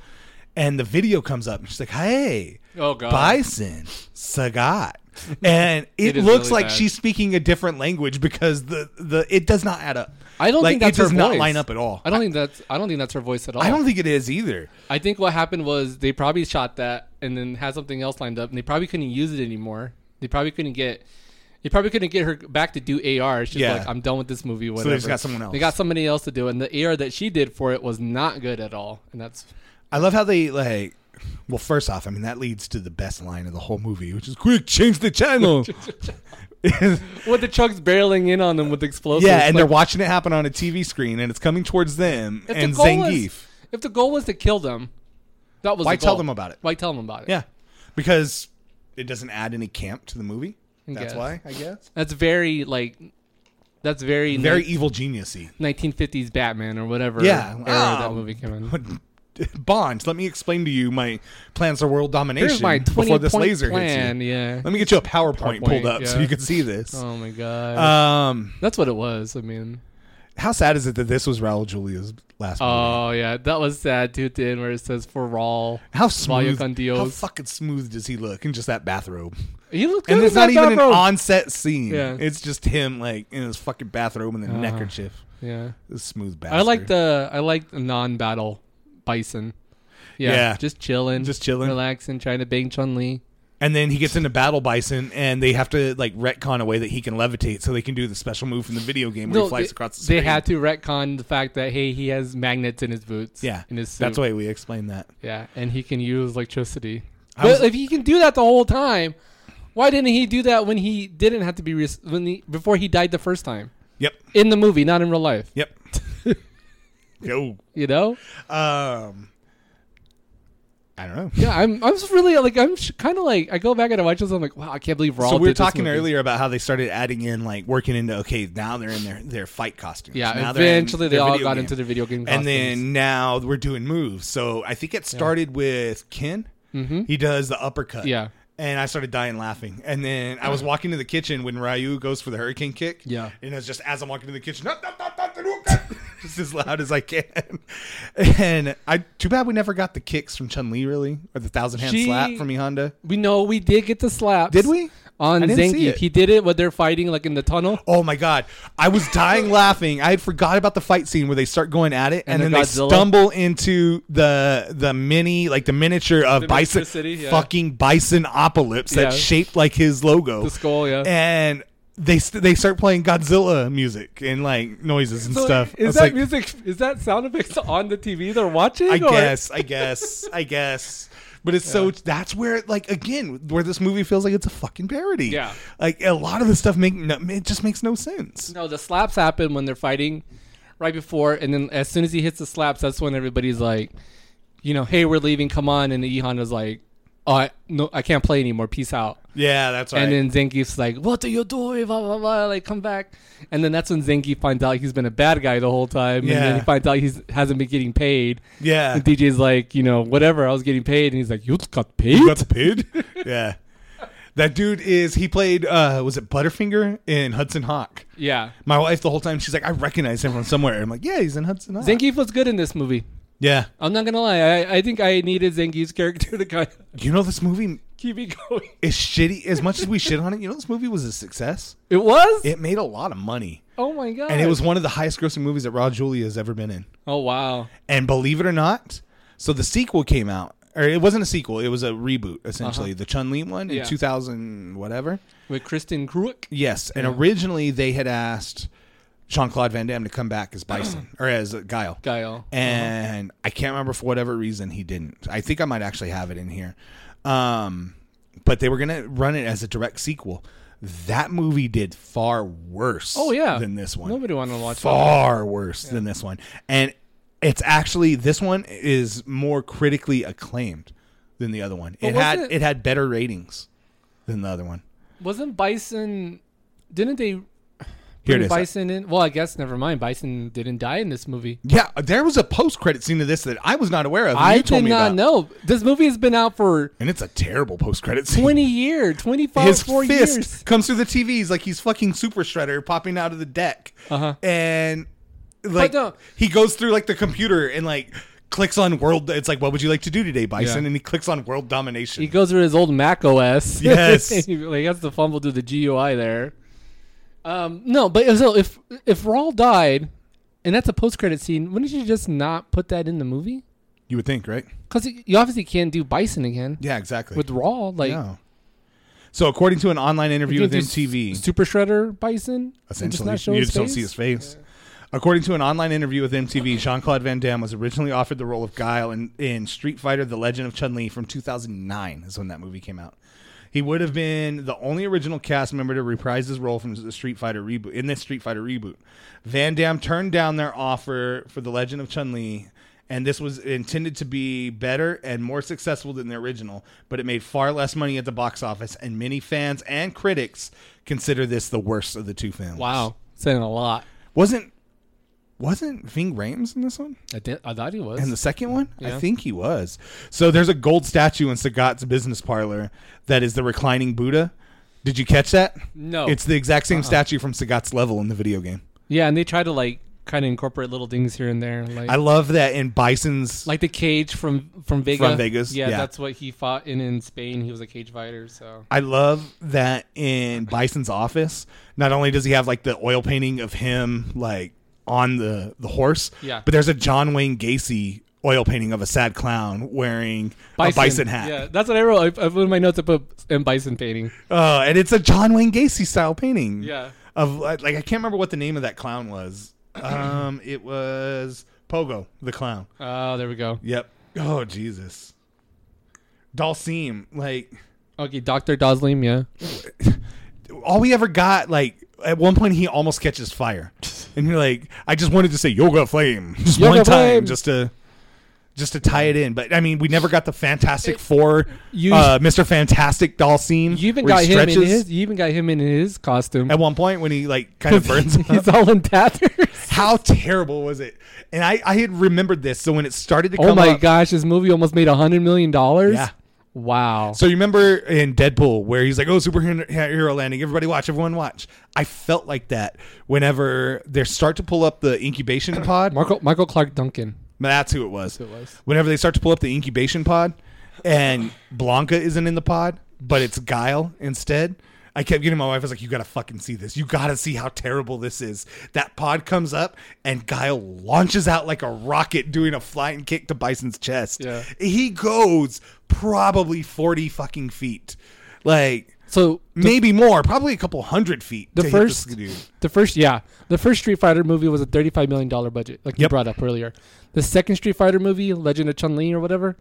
[SPEAKER 1] And the video comes up, and she's like, "Hey,
[SPEAKER 2] Oh, God.
[SPEAKER 1] Bison, Sagat," and it,
[SPEAKER 2] *laughs* It is
[SPEAKER 1] looks
[SPEAKER 2] really
[SPEAKER 1] like
[SPEAKER 2] bad.
[SPEAKER 1] she's speaking a different language because the the it does not add up.
[SPEAKER 2] I don't
[SPEAKER 1] Like,
[SPEAKER 2] think that's
[SPEAKER 1] it does
[SPEAKER 2] her
[SPEAKER 1] not
[SPEAKER 2] voice.
[SPEAKER 1] line up at all.
[SPEAKER 2] I don't think that's. I don't think that's her voice at all.
[SPEAKER 1] I don't think it is either.
[SPEAKER 2] I think what happened was they probably shot that and then had something else lined up, and they probably couldn't use it anymore. They probably couldn't get. They probably couldn't get her back to do AR. She's
[SPEAKER 1] Yeah.
[SPEAKER 2] like, I'm done with this movie. Whatever.
[SPEAKER 1] they just got someone
[SPEAKER 2] They
[SPEAKER 1] else.
[SPEAKER 2] got somebody else to do, it, and the AR that she did for it was not good at all. And that's
[SPEAKER 1] I love how they like. Well, first off, I mean that leads to the best line of the whole movie, which is "Quick, change the channel." *laughs*
[SPEAKER 2] with the trucks barreling in on them with explosives.
[SPEAKER 1] yeah, and they're
[SPEAKER 2] like,
[SPEAKER 1] watching it happen on a TV screen, and it's coming towards them
[SPEAKER 2] if the
[SPEAKER 1] and
[SPEAKER 2] goal
[SPEAKER 1] Zangief.
[SPEAKER 2] Was, if the goal was to kill them, that was
[SPEAKER 1] Why
[SPEAKER 2] the goal.
[SPEAKER 1] tell them about it?
[SPEAKER 2] Why tell them about it?
[SPEAKER 1] Yeah, because it doesn't add any camp to the movie.
[SPEAKER 2] I
[SPEAKER 1] That's
[SPEAKER 2] guess.
[SPEAKER 1] why I guess
[SPEAKER 2] That's very like. That's very
[SPEAKER 1] very evil geniusy. *laughs*
[SPEAKER 2] 1950s Batman or whatever.
[SPEAKER 1] Yeah.
[SPEAKER 2] era
[SPEAKER 1] Ah.
[SPEAKER 2] that movie came in.
[SPEAKER 1] Bond, let me explain to you my plans for world domination
[SPEAKER 2] Here's my 20
[SPEAKER 1] before this
[SPEAKER 2] point
[SPEAKER 1] laser
[SPEAKER 2] plan.
[SPEAKER 1] hits you.
[SPEAKER 2] Yeah.
[SPEAKER 1] Let me get you a PowerPoint,
[SPEAKER 2] PowerPoint,
[SPEAKER 1] pulled up so
[SPEAKER 2] yeah.
[SPEAKER 1] you can see this.
[SPEAKER 2] Oh my god.
[SPEAKER 1] Um,
[SPEAKER 2] That's what it was. I mean.
[SPEAKER 1] how sad is it that this was Raul Julia's last? movie?
[SPEAKER 2] Oh yeah, that was sad too. at the end where it says for Rawl.
[SPEAKER 1] How
[SPEAKER 2] Vaya
[SPEAKER 1] smooth?
[SPEAKER 2] con
[SPEAKER 1] How
[SPEAKER 2] Dios.
[SPEAKER 1] fucking smooth does he look in just that bathrobe?
[SPEAKER 2] He looked good
[SPEAKER 1] And
[SPEAKER 2] in
[SPEAKER 1] it's not
[SPEAKER 2] that
[SPEAKER 1] even an
[SPEAKER 2] bathrobe.
[SPEAKER 1] on-set scene.
[SPEAKER 2] Yeah.
[SPEAKER 1] It's just him like in his fucking bathrobe and the
[SPEAKER 2] Ah.
[SPEAKER 1] neckerchief.
[SPEAKER 2] Yeah.
[SPEAKER 1] The smooth bastard.
[SPEAKER 2] I like the I like the non-battle Bison. Yeah,
[SPEAKER 1] Yeah.
[SPEAKER 2] just chilling,
[SPEAKER 1] Just chilling.
[SPEAKER 2] relaxing, trying to bang Chun Li.
[SPEAKER 1] And then he gets into battle bison, and they have to like retcon a way that he can levitate, so they can do the special move from the video game where he flies
[SPEAKER 2] they,
[SPEAKER 1] across the
[SPEAKER 2] they
[SPEAKER 1] screen.
[SPEAKER 2] had to retcon the fact that hey, he has magnets in his boots.
[SPEAKER 1] yeah.
[SPEAKER 2] in his suit.
[SPEAKER 1] That's why we explained that.
[SPEAKER 2] Yeah, and he can use electricity.
[SPEAKER 1] I was-
[SPEAKER 2] but if he can do that the whole time, why didn't he do that when he didn't have to be res- when he, before he died the first time
[SPEAKER 1] Yep.
[SPEAKER 2] in the movie, not in real life? *laughs*
[SPEAKER 1] Yep. Yo.
[SPEAKER 2] You know?
[SPEAKER 1] Um. I don't know.
[SPEAKER 2] Yeah, I'm. I'm just really like I'm sh- kind of like I go back and I watch this. I'm like, wow, I can't believe Raul.
[SPEAKER 1] So we
[SPEAKER 2] did
[SPEAKER 1] were
[SPEAKER 2] this
[SPEAKER 1] talking
[SPEAKER 2] movie.
[SPEAKER 1] earlier about how they started adding in like working into okay now they're in their their fight costumes.
[SPEAKER 2] Yeah,
[SPEAKER 1] Now they're in
[SPEAKER 2] eventually they
[SPEAKER 1] their
[SPEAKER 2] all
[SPEAKER 1] video
[SPEAKER 2] got
[SPEAKER 1] game.
[SPEAKER 2] into the video game.
[SPEAKER 1] and then now we're doing moves. So I think it started with Ken.
[SPEAKER 2] mm-hmm.
[SPEAKER 1] He does the uppercut.
[SPEAKER 2] Yeah.
[SPEAKER 1] And I started dying laughing. And then I was walking to the kitchen when Ryu goes for the hurricane kick.
[SPEAKER 2] Yeah.
[SPEAKER 1] And it's *laughs* just as I'm walking to the kitchen. was as loud as I can. *laughs* And I too bad we never got the kicks from Chun Li really, or the thousand hand
[SPEAKER 2] She-
[SPEAKER 1] slap from E Honda.
[SPEAKER 2] We know we did get the slaps.
[SPEAKER 1] Did we?
[SPEAKER 2] On
[SPEAKER 1] I didn't see
[SPEAKER 2] Zangief.
[SPEAKER 1] it.
[SPEAKER 2] He did it when they're fighting like in the tunnel.
[SPEAKER 1] Oh my god, I was dying laughing. I had forgot about the fight scene where they start going at it, and,
[SPEAKER 2] And the
[SPEAKER 1] then
[SPEAKER 2] Godzilla.
[SPEAKER 1] they stumble into the the mini, like the miniature of
[SPEAKER 2] The
[SPEAKER 1] Bison,
[SPEAKER 2] miniature city, yeah.
[SPEAKER 1] fucking Bisonopolis
[SPEAKER 2] Yeah.
[SPEAKER 1] that's shaped like his logo,
[SPEAKER 2] The skull, yeah.
[SPEAKER 1] and. They, st- they start playing Godzilla music and like noises and
[SPEAKER 2] So,
[SPEAKER 1] stuff. I
[SPEAKER 2] Is
[SPEAKER 1] was
[SPEAKER 2] that
[SPEAKER 1] like,
[SPEAKER 2] music? Is that sound effects on the TV they're watching?
[SPEAKER 1] I
[SPEAKER 2] or- *laughs*
[SPEAKER 1] guess, I guess, I guess. But it's so that's where like again where this movie feels like it's a fucking parody.
[SPEAKER 2] Yeah.
[SPEAKER 1] like a lot of the stuff make no, it just makes no sense.
[SPEAKER 2] No, the slaps happen when they're fighting right before, and then as soon as he hits the slaps, that's when everybody's like, you know, hey, we're leaving, come on. And the E Honda's like, oh, I, no, I can't play anymore, peace out.
[SPEAKER 1] Yeah, that's right.
[SPEAKER 2] And then Zangief's like, what do you do? Blah, blah, blah, like, come back. And then that's when Zangief finds out he's been a bad guy the whole time. And then
[SPEAKER 1] Yeah.
[SPEAKER 2] he finds out he hasn't been getting paid.
[SPEAKER 1] yeah,
[SPEAKER 2] And DJ's like, you know, whatever, I was getting paid. And he's like, you got paid?
[SPEAKER 1] You got the pid? *laughs* yeah. That dude is he played uh was it Butterfinger in Hudson Hawk?
[SPEAKER 2] yeah.
[SPEAKER 1] My wife the whole time she's like, I recognize him from somewhere. I'm like, Yeah, he's in Hudson Hawk.
[SPEAKER 2] Zangief was good in this movie.
[SPEAKER 1] yeah.
[SPEAKER 2] I'm not going to lie. I, I think I needed Zangief's character to kind of *laughs*
[SPEAKER 1] You know this movie
[SPEAKER 2] keep it going.
[SPEAKER 1] is shitty as much as we shit on it, you know this movie was a success.
[SPEAKER 2] It was?
[SPEAKER 1] It made a lot of money.
[SPEAKER 2] oh my god.
[SPEAKER 1] And it was one of the highest grossing movies that Raw Julia has ever been in.
[SPEAKER 2] Oh wow.
[SPEAKER 1] And believe it or not, so the sequel came out. Or it wasn't a sequel, it was a reboot, essentially. The Chun Li one
[SPEAKER 2] Uh-huh. Yeah.
[SPEAKER 1] in two thousand whatever.
[SPEAKER 2] With Kristen Kruk.
[SPEAKER 1] Yes, and originally they had asked Jean Claude Van Damme to come back as
[SPEAKER 2] *clears throat*
[SPEAKER 1] Bison or as Guile,
[SPEAKER 2] Guile.
[SPEAKER 1] and I can't remember for whatever reason he didn't. I think I might actually have it in here, um, but they were gonna run it as a direct sequel. That movie did far worse.
[SPEAKER 2] Oh yeah.
[SPEAKER 1] than this one
[SPEAKER 2] Nobody wanted to watch that.
[SPEAKER 1] far worse than this one. And it's actually this one is more critically acclaimed than the other one. It
[SPEAKER 2] was
[SPEAKER 1] had
[SPEAKER 2] it-
[SPEAKER 1] it? had better ratings than the other one.
[SPEAKER 2] Wasn't Bison didn't they
[SPEAKER 1] Here it
[SPEAKER 2] bring
[SPEAKER 1] is.
[SPEAKER 2] Bison in well, I guess never mind. Bison didn't die in this movie.
[SPEAKER 1] Yeah, there was a post credit scene to this that I was not aware of. and
[SPEAKER 2] I
[SPEAKER 1] you told
[SPEAKER 2] did
[SPEAKER 1] me
[SPEAKER 2] not
[SPEAKER 1] about.
[SPEAKER 2] know. This movie has been out for
[SPEAKER 1] And it's a terrible post credit scene.
[SPEAKER 2] twenty years, twenty
[SPEAKER 1] *laughs*
[SPEAKER 2] five
[SPEAKER 1] His
[SPEAKER 2] four
[SPEAKER 1] fist
[SPEAKER 2] years.
[SPEAKER 1] comes through the TVs like he's fucking Super Shredder popping out of the deck.
[SPEAKER 2] Uh-huh.
[SPEAKER 1] And like
[SPEAKER 2] no-
[SPEAKER 1] he goes through like the computer and like clicks on world it's like what would you like to do today bison
[SPEAKER 2] Yeah.
[SPEAKER 1] and he clicks on world domination
[SPEAKER 2] He goes through his old Mac
[SPEAKER 1] *laughs*
[SPEAKER 2] OS.
[SPEAKER 1] Yes.
[SPEAKER 2] And *laughs* he like, has to fumble through the GUI there. Um, no, but so if if Rawl died, and that's a post credit scene, wouldn't you just not put that in the movie?
[SPEAKER 1] you would think right
[SPEAKER 2] Because you obviously can't do Bison again
[SPEAKER 1] yeah exactly
[SPEAKER 2] with Raw. Like,
[SPEAKER 1] Yeah. So according to an online interview
[SPEAKER 2] you
[SPEAKER 1] with
[SPEAKER 2] can't do
[SPEAKER 1] MTV,
[SPEAKER 2] S- Super Shredder Bison. and just
[SPEAKER 1] essentially
[SPEAKER 2] not show
[SPEAKER 1] you
[SPEAKER 2] his
[SPEAKER 1] just don't
[SPEAKER 2] face?
[SPEAKER 1] see his face. According to an online interview with MTV, Jean Claude Van Damme was originally offered the role of Guile in, in Street Fighter: The Legend of Chun Li from 2009, is when that movie came out. He would have been the only original cast member to reprise his role from the Street Fighter reboot. In this Street Fighter reboot, Van Damme turned down their offer for The Legend of Chun Li, and this was intended to be better and more successful than the original, but it made far less money at the box office, and many fans and critics consider this the worst of the two films.
[SPEAKER 2] Wow. Saying a lot.
[SPEAKER 1] Wasn't wasn't Ving Rhames in this one?
[SPEAKER 2] I, did, I thought he was.
[SPEAKER 1] In the second one?
[SPEAKER 2] Yeah.
[SPEAKER 1] I think he was. So there's a gold statue in Sagat's business parlor that is the reclining Buddha. Did you catch that?
[SPEAKER 2] no. Uh-uh.
[SPEAKER 1] It's the exact same statue from Sagat's level in the video game.
[SPEAKER 2] yeah, and they try to, like, kind of incorporate little things here and there. Like,
[SPEAKER 1] I love that in Bison's
[SPEAKER 2] like the cage from from Vegas.
[SPEAKER 1] From Vegas,
[SPEAKER 2] yeah,
[SPEAKER 1] yeah.
[SPEAKER 2] that's what he fought in in Spain. He was a cage fighter, so
[SPEAKER 1] I love that in Bison's office, not only does he have like the oil painting of him like on the the horse,
[SPEAKER 2] Yeah.
[SPEAKER 1] but there's a John Wayne Gacy oil painting of a sad clown wearing a bison hat.
[SPEAKER 2] Yeah, that's what I wrote. I, I put in my notes. I put in bison painting.
[SPEAKER 1] Oh, and it's a John Wayne Gacy style painting.
[SPEAKER 2] Yeah.
[SPEAKER 1] Of uh, like I can't remember what the name of that clown was. *clears throat* Um it was Pogo the clown.
[SPEAKER 2] Oh, there we go.
[SPEAKER 1] Yep. Oh Jesus. Dalsim, like
[SPEAKER 2] Okay, Doctor Doslim. Yeah,
[SPEAKER 1] all we ever got like at one point he almost catches
[SPEAKER 2] *laughs*
[SPEAKER 1] fire. And you're like, I just wanted to say yoga flame just
[SPEAKER 2] Yoga
[SPEAKER 1] one time
[SPEAKER 2] flame.
[SPEAKER 1] just to just to tie it in, but I mean, we never got the Fantastic Four,
[SPEAKER 2] you-
[SPEAKER 1] uh, Mister Fantastic doll scene.
[SPEAKER 2] you even
[SPEAKER 1] where
[SPEAKER 2] got
[SPEAKER 1] he
[SPEAKER 2] him in
[SPEAKER 1] stretches.
[SPEAKER 2] his. You even got him in his costume.
[SPEAKER 1] At one point, when he like
[SPEAKER 2] *laughs*
[SPEAKER 1] kind of burns, up.
[SPEAKER 2] He's all in tatters.
[SPEAKER 1] How terrible was it? And I, I had remembered this, so when it started to come
[SPEAKER 2] Oh my
[SPEAKER 1] up,
[SPEAKER 2] gosh, this movie almost made a hundred million dollars.
[SPEAKER 1] Yeah.
[SPEAKER 2] Wow.
[SPEAKER 1] So you remember in Deadpool where he's like, "Oh, superhero landing! Everybody watch! Everyone watch!" I felt like that whenever they start to pull up the
[SPEAKER 2] *clears throat*
[SPEAKER 1] incubation pod.
[SPEAKER 2] Marco Michael Clark Duncan.
[SPEAKER 1] That's who it was.
[SPEAKER 2] That's who it was.
[SPEAKER 1] Whenever they start to pull up the incubation pod, and Blanca isn't in the pod, but it's Guile instead. I kept getting my wife. I was like, "You gotta fucking see this. You gotta see how terrible this is." That pod comes up, and Guile launches out like a rocket, doing a flying kick to Bison's chest.
[SPEAKER 2] Yeah.
[SPEAKER 1] he goes probably forty fucking feet, like
[SPEAKER 2] So the,
[SPEAKER 1] maybe more, probably a couple hundred feet.
[SPEAKER 2] The
[SPEAKER 1] to hit this
[SPEAKER 2] first-
[SPEAKER 1] dude.
[SPEAKER 2] the first, yeah, the first Street Fighter movie was a thirty-five million dollar budget, like you
[SPEAKER 1] Yep.
[SPEAKER 2] brought up earlier. The second Street Fighter movie, Legend of Chun Li or whatever,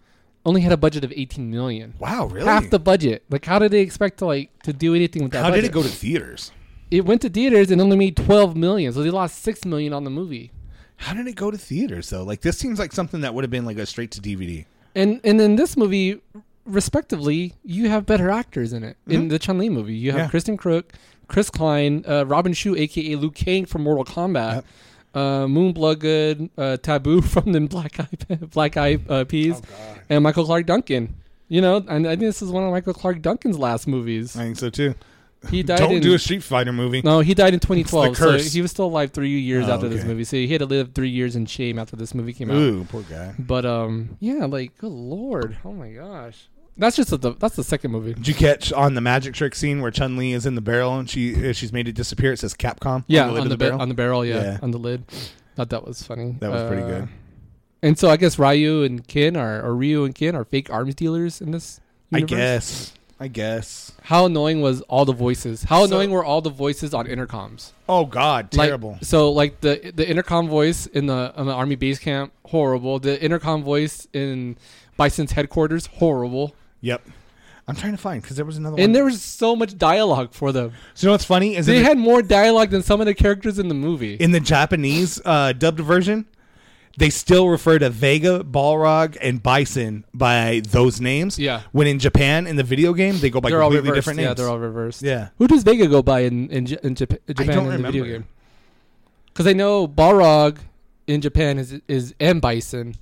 [SPEAKER 2] only had a budget of eighteen million.
[SPEAKER 1] Wow, really?
[SPEAKER 2] Half the budget. Like, how did they expect to like to do anything with that?
[SPEAKER 1] how did it
[SPEAKER 2] budget?
[SPEAKER 1] go to theaters?
[SPEAKER 2] It went to theaters and only made twelve million, so they lost six million on the movie.
[SPEAKER 1] How did it go to theaters though? Like this seems like something that would have been like a straight to DVD.
[SPEAKER 2] Oh, And and in this movie, respectively, you have better actors in it. In the Chun Li movie, you have
[SPEAKER 1] Mm-hmm. Yeah.
[SPEAKER 2] Kristen Crook, Chris Klein, uh, Robin Shu, aka Liu Kang from Mortal Kombat, uh, Moon Bloodgood, uh, Taboo *laughs* from the Black Eye Black Eye uh,
[SPEAKER 1] Oh.
[SPEAKER 2] Peas, and Michael Clark Duncan. You know, and I think this is one of Michael Clark Duncan's last movies.
[SPEAKER 1] I think so too. *laughs*
[SPEAKER 2] He died.
[SPEAKER 1] Don't
[SPEAKER 2] in,
[SPEAKER 1] do a Street Fighter movie.
[SPEAKER 2] No, he died in 2012, so
[SPEAKER 1] curse.
[SPEAKER 2] he was still alive three years
[SPEAKER 1] Oh,
[SPEAKER 2] after this
[SPEAKER 1] okay.
[SPEAKER 2] movie. So he had to live three years in shame after this movie came out.
[SPEAKER 1] Ooh, poor guy.
[SPEAKER 2] But um, yeah, like good lord, oh my gosh, that's just the that's the second movie.
[SPEAKER 1] Did you catch on the magic trick scene where Chun Li is in the barrel and she uh, she's made it disappear? It says Capcom. on
[SPEAKER 2] Yeah,
[SPEAKER 1] the,
[SPEAKER 2] on
[SPEAKER 1] lid
[SPEAKER 2] the,
[SPEAKER 1] of the
[SPEAKER 2] ba-
[SPEAKER 1] barrel.
[SPEAKER 2] on the barrel, yeah,
[SPEAKER 1] Yeah.
[SPEAKER 2] on the lid. Thought that was funny.
[SPEAKER 1] That was pretty
[SPEAKER 2] Uh,
[SPEAKER 1] good.
[SPEAKER 2] And so I guess Ryu and Ken are or Ryu and Ken are fake arms dealers in this.
[SPEAKER 1] I
[SPEAKER 2] Universe.
[SPEAKER 1] guess. I guess.
[SPEAKER 2] How annoying was all the voices? How
[SPEAKER 1] So-
[SPEAKER 2] annoying were all the voices on intercoms?
[SPEAKER 1] Oh God,
[SPEAKER 2] Like-
[SPEAKER 1] terrible.
[SPEAKER 2] so like the the intercom voice in the on the army base camp horrible. The intercom voice in Bison's headquarters horrible.
[SPEAKER 1] yep. I'm trying to find because there was another one.
[SPEAKER 2] And there was so much dialogue for them.
[SPEAKER 1] so you know what's funny is
[SPEAKER 2] They
[SPEAKER 1] in,
[SPEAKER 2] had more dialogue than some of the characters in the movie.
[SPEAKER 1] the, in the Japanese uh, dubbed version, they still refer to Vega, Balrog, and Bison by those names.
[SPEAKER 2] Yeah.
[SPEAKER 1] When in Japan in the video game, they go by
[SPEAKER 2] they're all
[SPEAKER 1] completely
[SPEAKER 2] reversed.
[SPEAKER 1] different names.
[SPEAKER 2] Yeah, they're all reversed.
[SPEAKER 1] yeah.
[SPEAKER 2] Who does Vega go by in in, J- in Jap- Japan
[SPEAKER 1] don't
[SPEAKER 2] in the video
[SPEAKER 1] remember.
[SPEAKER 2] game? Because I know Balrog in Japan is is M Bison,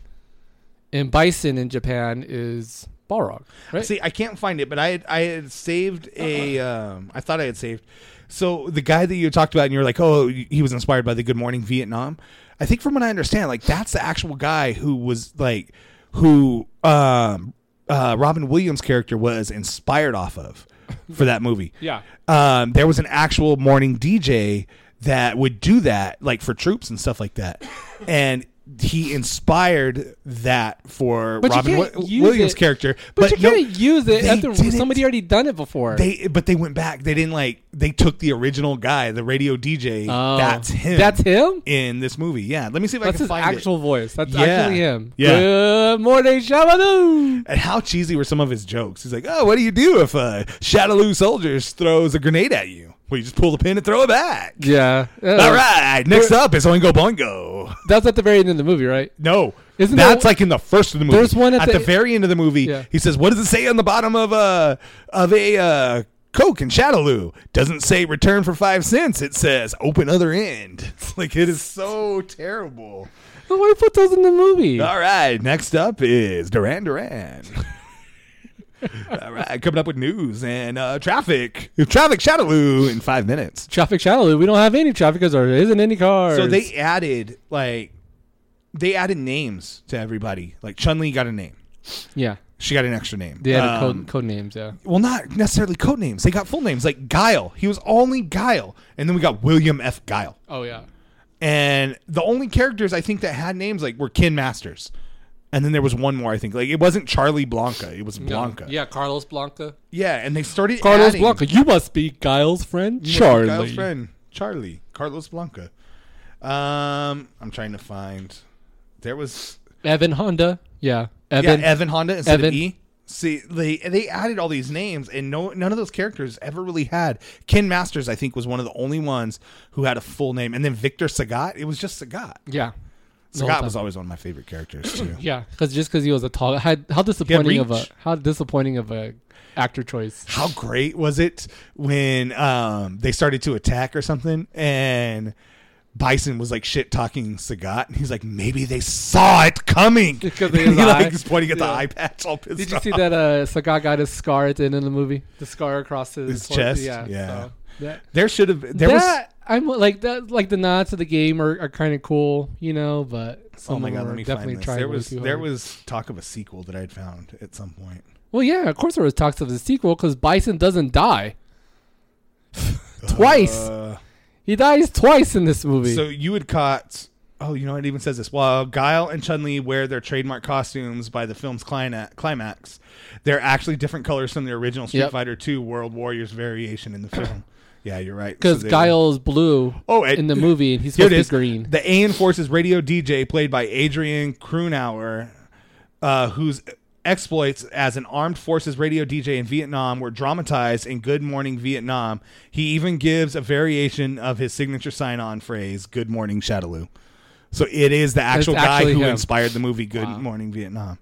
[SPEAKER 2] and Bison in Japan is Balrog. Right?
[SPEAKER 1] See, I can't find it, but I had, I had saved a.
[SPEAKER 2] Uh-huh.
[SPEAKER 1] Um, I thought I had saved. So the guy that you talked about, and you were like, "Oh, he was inspired by the Good Morning Vietnam." I think, from what I understand, like that's the actual guy who was like, who um, uh, Robin Williams' character was inspired off of for that movie.
[SPEAKER 2] yeah.
[SPEAKER 1] Um, there was an actual morning DJ that would do that, like for troops and stuff like that, and. He inspired that for
[SPEAKER 2] But you
[SPEAKER 1] Robin
[SPEAKER 2] can't
[SPEAKER 1] Wi-
[SPEAKER 2] use
[SPEAKER 1] Williams'
[SPEAKER 2] it.
[SPEAKER 1] character,
[SPEAKER 2] But, you
[SPEAKER 1] no-
[SPEAKER 2] can't use it
[SPEAKER 1] they
[SPEAKER 2] after
[SPEAKER 1] didn't.
[SPEAKER 2] somebody already done it before.
[SPEAKER 1] they but they went back. They didn't like they took the original guy, the radio DJ.
[SPEAKER 2] Oh.
[SPEAKER 1] That's him.
[SPEAKER 2] That's him.
[SPEAKER 1] in this movie. Yeah. Let me see if I
[SPEAKER 2] That's
[SPEAKER 1] can
[SPEAKER 2] his
[SPEAKER 1] find
[SPEAKER 2] actual voice. That's
[SPEAKER 1] Yeah.
[SPEAKER 2] actually him.
[SPEAKER 1] Yeah.
[SPEAKER 2] Good morning, Shabaloo.
[SPEAKER 1] it. And how cheesy were some of his jokes? He's like, "Oh, what do you do if a Shadaloo soldier throws a grenade at you? Well, you just pull the pin and throw it back."
[SPEAKER 2] Yeah. Uh,
[SPEAKER 1] All right. Next up is Oingo Bongo.
[SPEAKER 2] That's at the very end of the movie, right?
[SPEAKER 1] No.
[SPEAKER 2] Isn't
[SPEAKER 1] That's
[SPEAKER 2] there-
[SPEAKER 1] like in the first of the movie.
[SPEAKER 2] There's one at the-
[SPEAKER 1] the, very end of the movie.
[SPEAKER 2] Yeah.
[SPEAKER 1] He says, "What does it say on the bottom of a of a uh, Coke and Shadaloo?" Doesn't say "return for five cents." It says "open other end." *laughs* like it is so terrible.
[SPEAKER 2] But why put those in the movie?
[SPEAKER 1] All right, next up is Duran Duran. *laughs* All right, coming up with news and uh, traffic. Traffic Shadaloo in five minutes.
[SPEAKER 2] Traffic Shadaloo. We don't have any traffic because there isn't any cars.
[SPEAKER 1] So they added like they added names to everybody. Like Chun Li got a name.
[SPEAKER 2] yeah
[SPEAKER 1] She got an extra name.
[SPEAKER 2] they had
[SPEAKER 1] Um,
[SPEAKER 2] code code names. Yeah,
[SPEAKER 1] Well, not necessarily code names. They got full names like Guile. He was only Guile, and then we got William F. Guile.
[SPEAKER 2] oh yeah,
[SPEAKER 1] And the only characters I think that had names like were Kin Masters, and then there was one more. I think like it wasn't Charlie Blanca. It was Blanca.
[SPEAKER 2] Yeah, Carlos Blanca.
[SPEAKER 1] Yeah, and they started
[SPEAKER 2] Carlos
[SPEAKER 1] adding-
[SPEAKER 2] Blanca. You must be Giles' friend,
[SPEAKER 1] Yeah,
[SPEAKER 2] Charlie.
[SPEAKER 1] Guile's friend Charlie Carlos Blanca. Um, I'm trying to find. There was
[SPEAKER 2] Evan Honda. Yeah,
[SPEAKER 1] yeah
[SPEAKER 2] Evan.
[SPEAKER 1] Evan, Honda instead
[SPEAKER 2] Evan.
[SPEAKER 1] of E. See, they they added all these names, and no none of those characters ever really had. Ken Masters, I think, was one of the only ones who had a full name, and then Victor Sagat. It was just Sagat.
[SPEAKER 2] yeah, The whole
[SPEAKER 1] Sagat
[SPEAKER 2] time.
[SPEAKER 1] was always one of my favorite characters too. *coughs*
[SPEAKER 2] yeah. Because just because he was a tall, how, how disappointing of a
[SPEAKER 1] reach.
[SPEAKER 2] how disappointing of a
[SPEAKER 1] *laughs*
[SPEAKER 2] actor choice.
[SPEAKER 1] How great was it when um, they started to attack or something, and Bison was like shit talking Sagat, and he's like, maybe they saw it coming. *laughs*
[SPEAKER 2] Because of
[SPEAKER 1] he
[SPEAKER 2] his eye.
[SPEAKER 1] like is pointing at the
[SPEAKER 2] Yeah.
[SPEAKER 1] eye patch, all pissed
[SPEAKER 2] Did you
[SPEAKER 1] off.
[SPEAKER 2] see that uh, Sagat got his scar at the end of the movie? The scar across his,
[SPEAKER 1] His
[SPEAKER 2] forehead?
[SPEAKER 1] chest?
[SPEAKER 2] Yeah.
[SPEAKER 1] Yeah.
[SPEAKER 2] so that,
[SPEAKER 1] There should have. There was.
[SPEAKER 2] that- I'm like that. Like the nods to the game are, are kind of cool, you know. But some
[SPEAKER 1] Oh my
[SPEAKER 2] of them
[SPEAKER 1] god!
[SPEAKER 2] are
[SPEAKER 1] Let me
[SPEAKER 2] definitely
[SPEAKER 1] find this.
[SPEAKER 2] trying
[SPEAKER 1] There
[SPEAKER 2] way
[SPEAKER 1] was
[SPEAKER 2] too
[SPEAKER 1] there
[SPEAKER 2] hard.
[SPEAKER 1] was talk of a sequel that I'd found at some point.
[SPEAKER 2] Well, yeah, of course there was talks of the sequel because Bison
[SPEAKER 1] *laughs*
[SPEAKER 2] doesn't die. Twice.
[SPEAKER 1] Uh,
[SPEAKER 2] He dies twice in this movie.
[SPEAKER 1] so you had caught. Oh, you know it even says this. While Guile and Chun Li wear their trademark costumes by the film's clina- climax, they're actually different colors from the original Street
[SPEAKER 2] Yep.
[SPEAKER 1] Fighter II World Warriors variation in the film. *coughs* yeah, you're right. So
[SPEAKER 2] because
[SPEAKER 1] they-
[SPEAKER 2] Guile is blue
[SPEAKER 1] Oh, and-
[SPEAKER 2] in the movie, and he's
[SPEAKER 1] Here
[SPEAKER 2] supposed
[SPEAKER 1] it
[SPEAKER 2] to be
[SPEAKER 1] is.
[SPEAKER 2] green.
[SPEAKER 1] The AN Forces radio DJ, played by Adrian Krunauer, uh, whose exploits as an armed forces radio DJ in Vietnam were dramatized in Good Morning Vietnam. He even gives a variation of his signature sign on phrase, Good Morning Shadaloo. So it is the actual guy
[SPEAKER 2] actually
[SPEAKER 1] who
[SPEAKER 2] him.
[SPEAKER 1] inspired the movie Good
[SPEAKER 2] Wow.
[SPEAKER 1] Morning Vietnam.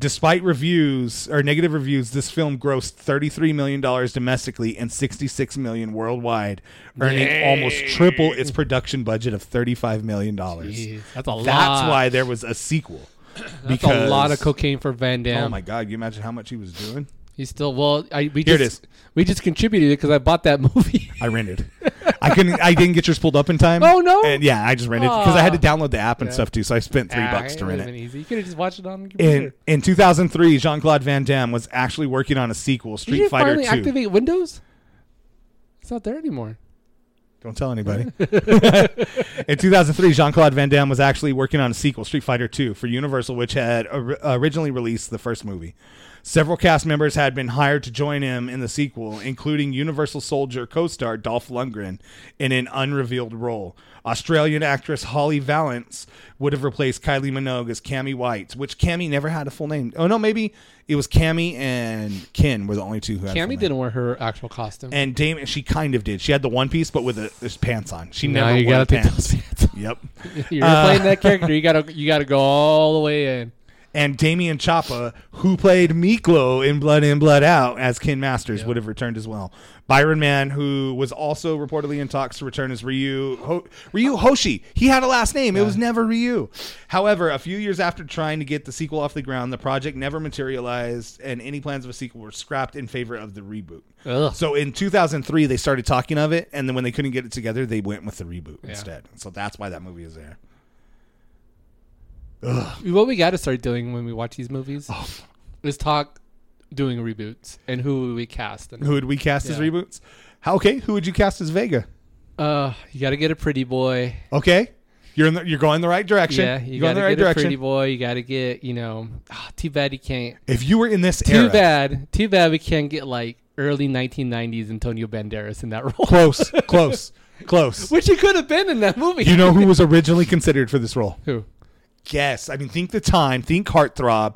[SPEAKER 1] Despite reviews or negative reviews, this film grossed $33 million domestically and $66 million worldwide, earning almost triple its production budget of $35 million.
[SPEAKER 2] Jeez,
[SPEAKER 1] That's
[SPEAKER 2] that's a lot.
[SPEAKER 1] why there was a sequel.
[SPEAKER 2] That's a lot of cocaine for Van Damme.
[SPEAKER 1] Oh my God, you imagine how much he was doing?
[SPEAKER 2] He's still well. I we
[SPEAKER 1] Here it
[SPEAKER 2] just
[SPEAKER 1] is.
[SPEAKER 2] we just contributed because I bought that *laughs* movie.
[SPEAKER 1] I rented. I couldn't. I didn't get yours pulled up in time.
[SPEAKER 2] Oh, no? Oh.
[SPEAKER 1] And yeah, I just rented because I had to download the app and
[SPEAKER 2] Yeah.
[SPEAKER 1] stuff too. So I spent three
[SPEAKER 2] Ah,
[SPEAKER 1] bucks to
[SPEAKER 2] it
[SPEAKER 1] rent
[SPEAKER 2] would've
[SPEAKER 1] it.
[SPEAKER 2] been easy. You could have just watched it on the computer.
[SPEAKER 1] In in 2003, Jean Claude Van Damme was actually working on a sequel,
[SPEAKER 2] Did
[SPEAKER 1] Street
[SPEAKER 2] you
[SPEAKER 1] Fighter
[SPEAKER 2] finally
[SPEAKER 1] II.
[SPEAKER 2] activate Windows? It's not there anymore.
[SPEAKER 1] Don't tell anybody. *laughs* in 2003, Jean Claude Van Damme was actually working on a sequel, Street Fighter II, for Universal, which had or- originally released the first movie. Several cast members had been hired to join him in the sequel, including Universal Soldier co star Dolph Lundgren in an unrevealed role. Australian actress Holly Valance would have replaced Kylie Minogue as Cammy White, which Cammy never had a full name. Oh, no, maybe it was Cammy and Ken were the only two who had a full
[SPEAKER 2] Cammy
[SPEAKER 1] name.
[SPEAKER 2] didn't wear her actual costume.
[SPEAKER 1] And Damon, she kind of did. She had the one piece, but with a, this pants on. She
[SPEAKER 2] now
[SPEAKER 1] never
[SPEAKER 2] you
[SPEAKER 1] wore
[SPEAKER 2] gotta take
[SPEAKER 1] pants.
[SPEAKER 2] those pants. off.
[SPEAKER 1] Yep.
[SPEAKER 2] *laughs* You're playing that character. You gotta you gotta go all the way in.
[SPEAKER 1] And Damian Chapa, who played Miklo in Blood In Blood Out as Ken Masters,
[SPEAKER 2] Yep.
[SPEAKER 1] would have returned as well. Byron Mann, who was also reportedly in talks to return as Ryu Ho- Ryu Hoshi. He had a last name. It was never Ryu. However, a few years after trying to get the sequel off the ground, the project never materialized, and any plans of a sequel were scrapped in favor of the reboot.
[SPEAKER 2] Ugh.
[SPEAKER 1] So in 2003, they started talking of it, and then when they couldn't get it together, they went with the reboot
[SPEAKER 2] Yeah.
[SPEAKER 1] instead. So that's why that movie is there.
[SPEAKER 2] What we gotta start doing when we watch these movies
[SPEAKER 1] Oh.
[SPEAKER 2] is talk doing reboots and who we cast. And
[SPEAKER 1] Who would we cast as
[SPEAKER 2] Yeah.
[SPEAKER 1] reboots? How, okay, who would you cast as Vega?
[SPEAKER 2] uh, you gotta get a pretty boy.
[SPEAKER 1] Okay, you're in the, you're going the right direction.
[SPEAKER 2] Yeah, you
[SPEAKER 1] you're going
[SPEAKER 2] gotta
[SPEAKER 1] the
[SPEAKER 2] get
[SPEAKER 1] right
[SPEAKER 2] a pretty
[SPEAKER 1] direction.
[SPEAKER 2] boy. You gotta get you know. ah, too bad he can't.
[SPEAKER 1] If you were in this
[SPEAKER 2] Too
[SPEAKER 1] era,
[SPEAKER 2] bad. Too bad we can't get like early 1990s Antonio Banderas in that *laughs* role,
[SPEAKER 1] close,
[SPEAKER 2] *laughs*
[SPEAKER 1] close, close.
[SPEAKER 2] which he could have been in that movie.
[SPEAKER 1] You know who was originally considered for this role?
[SPEAKER 2] who?
[SPEAKER 1] Yes, I mean think the time, think heartthrob,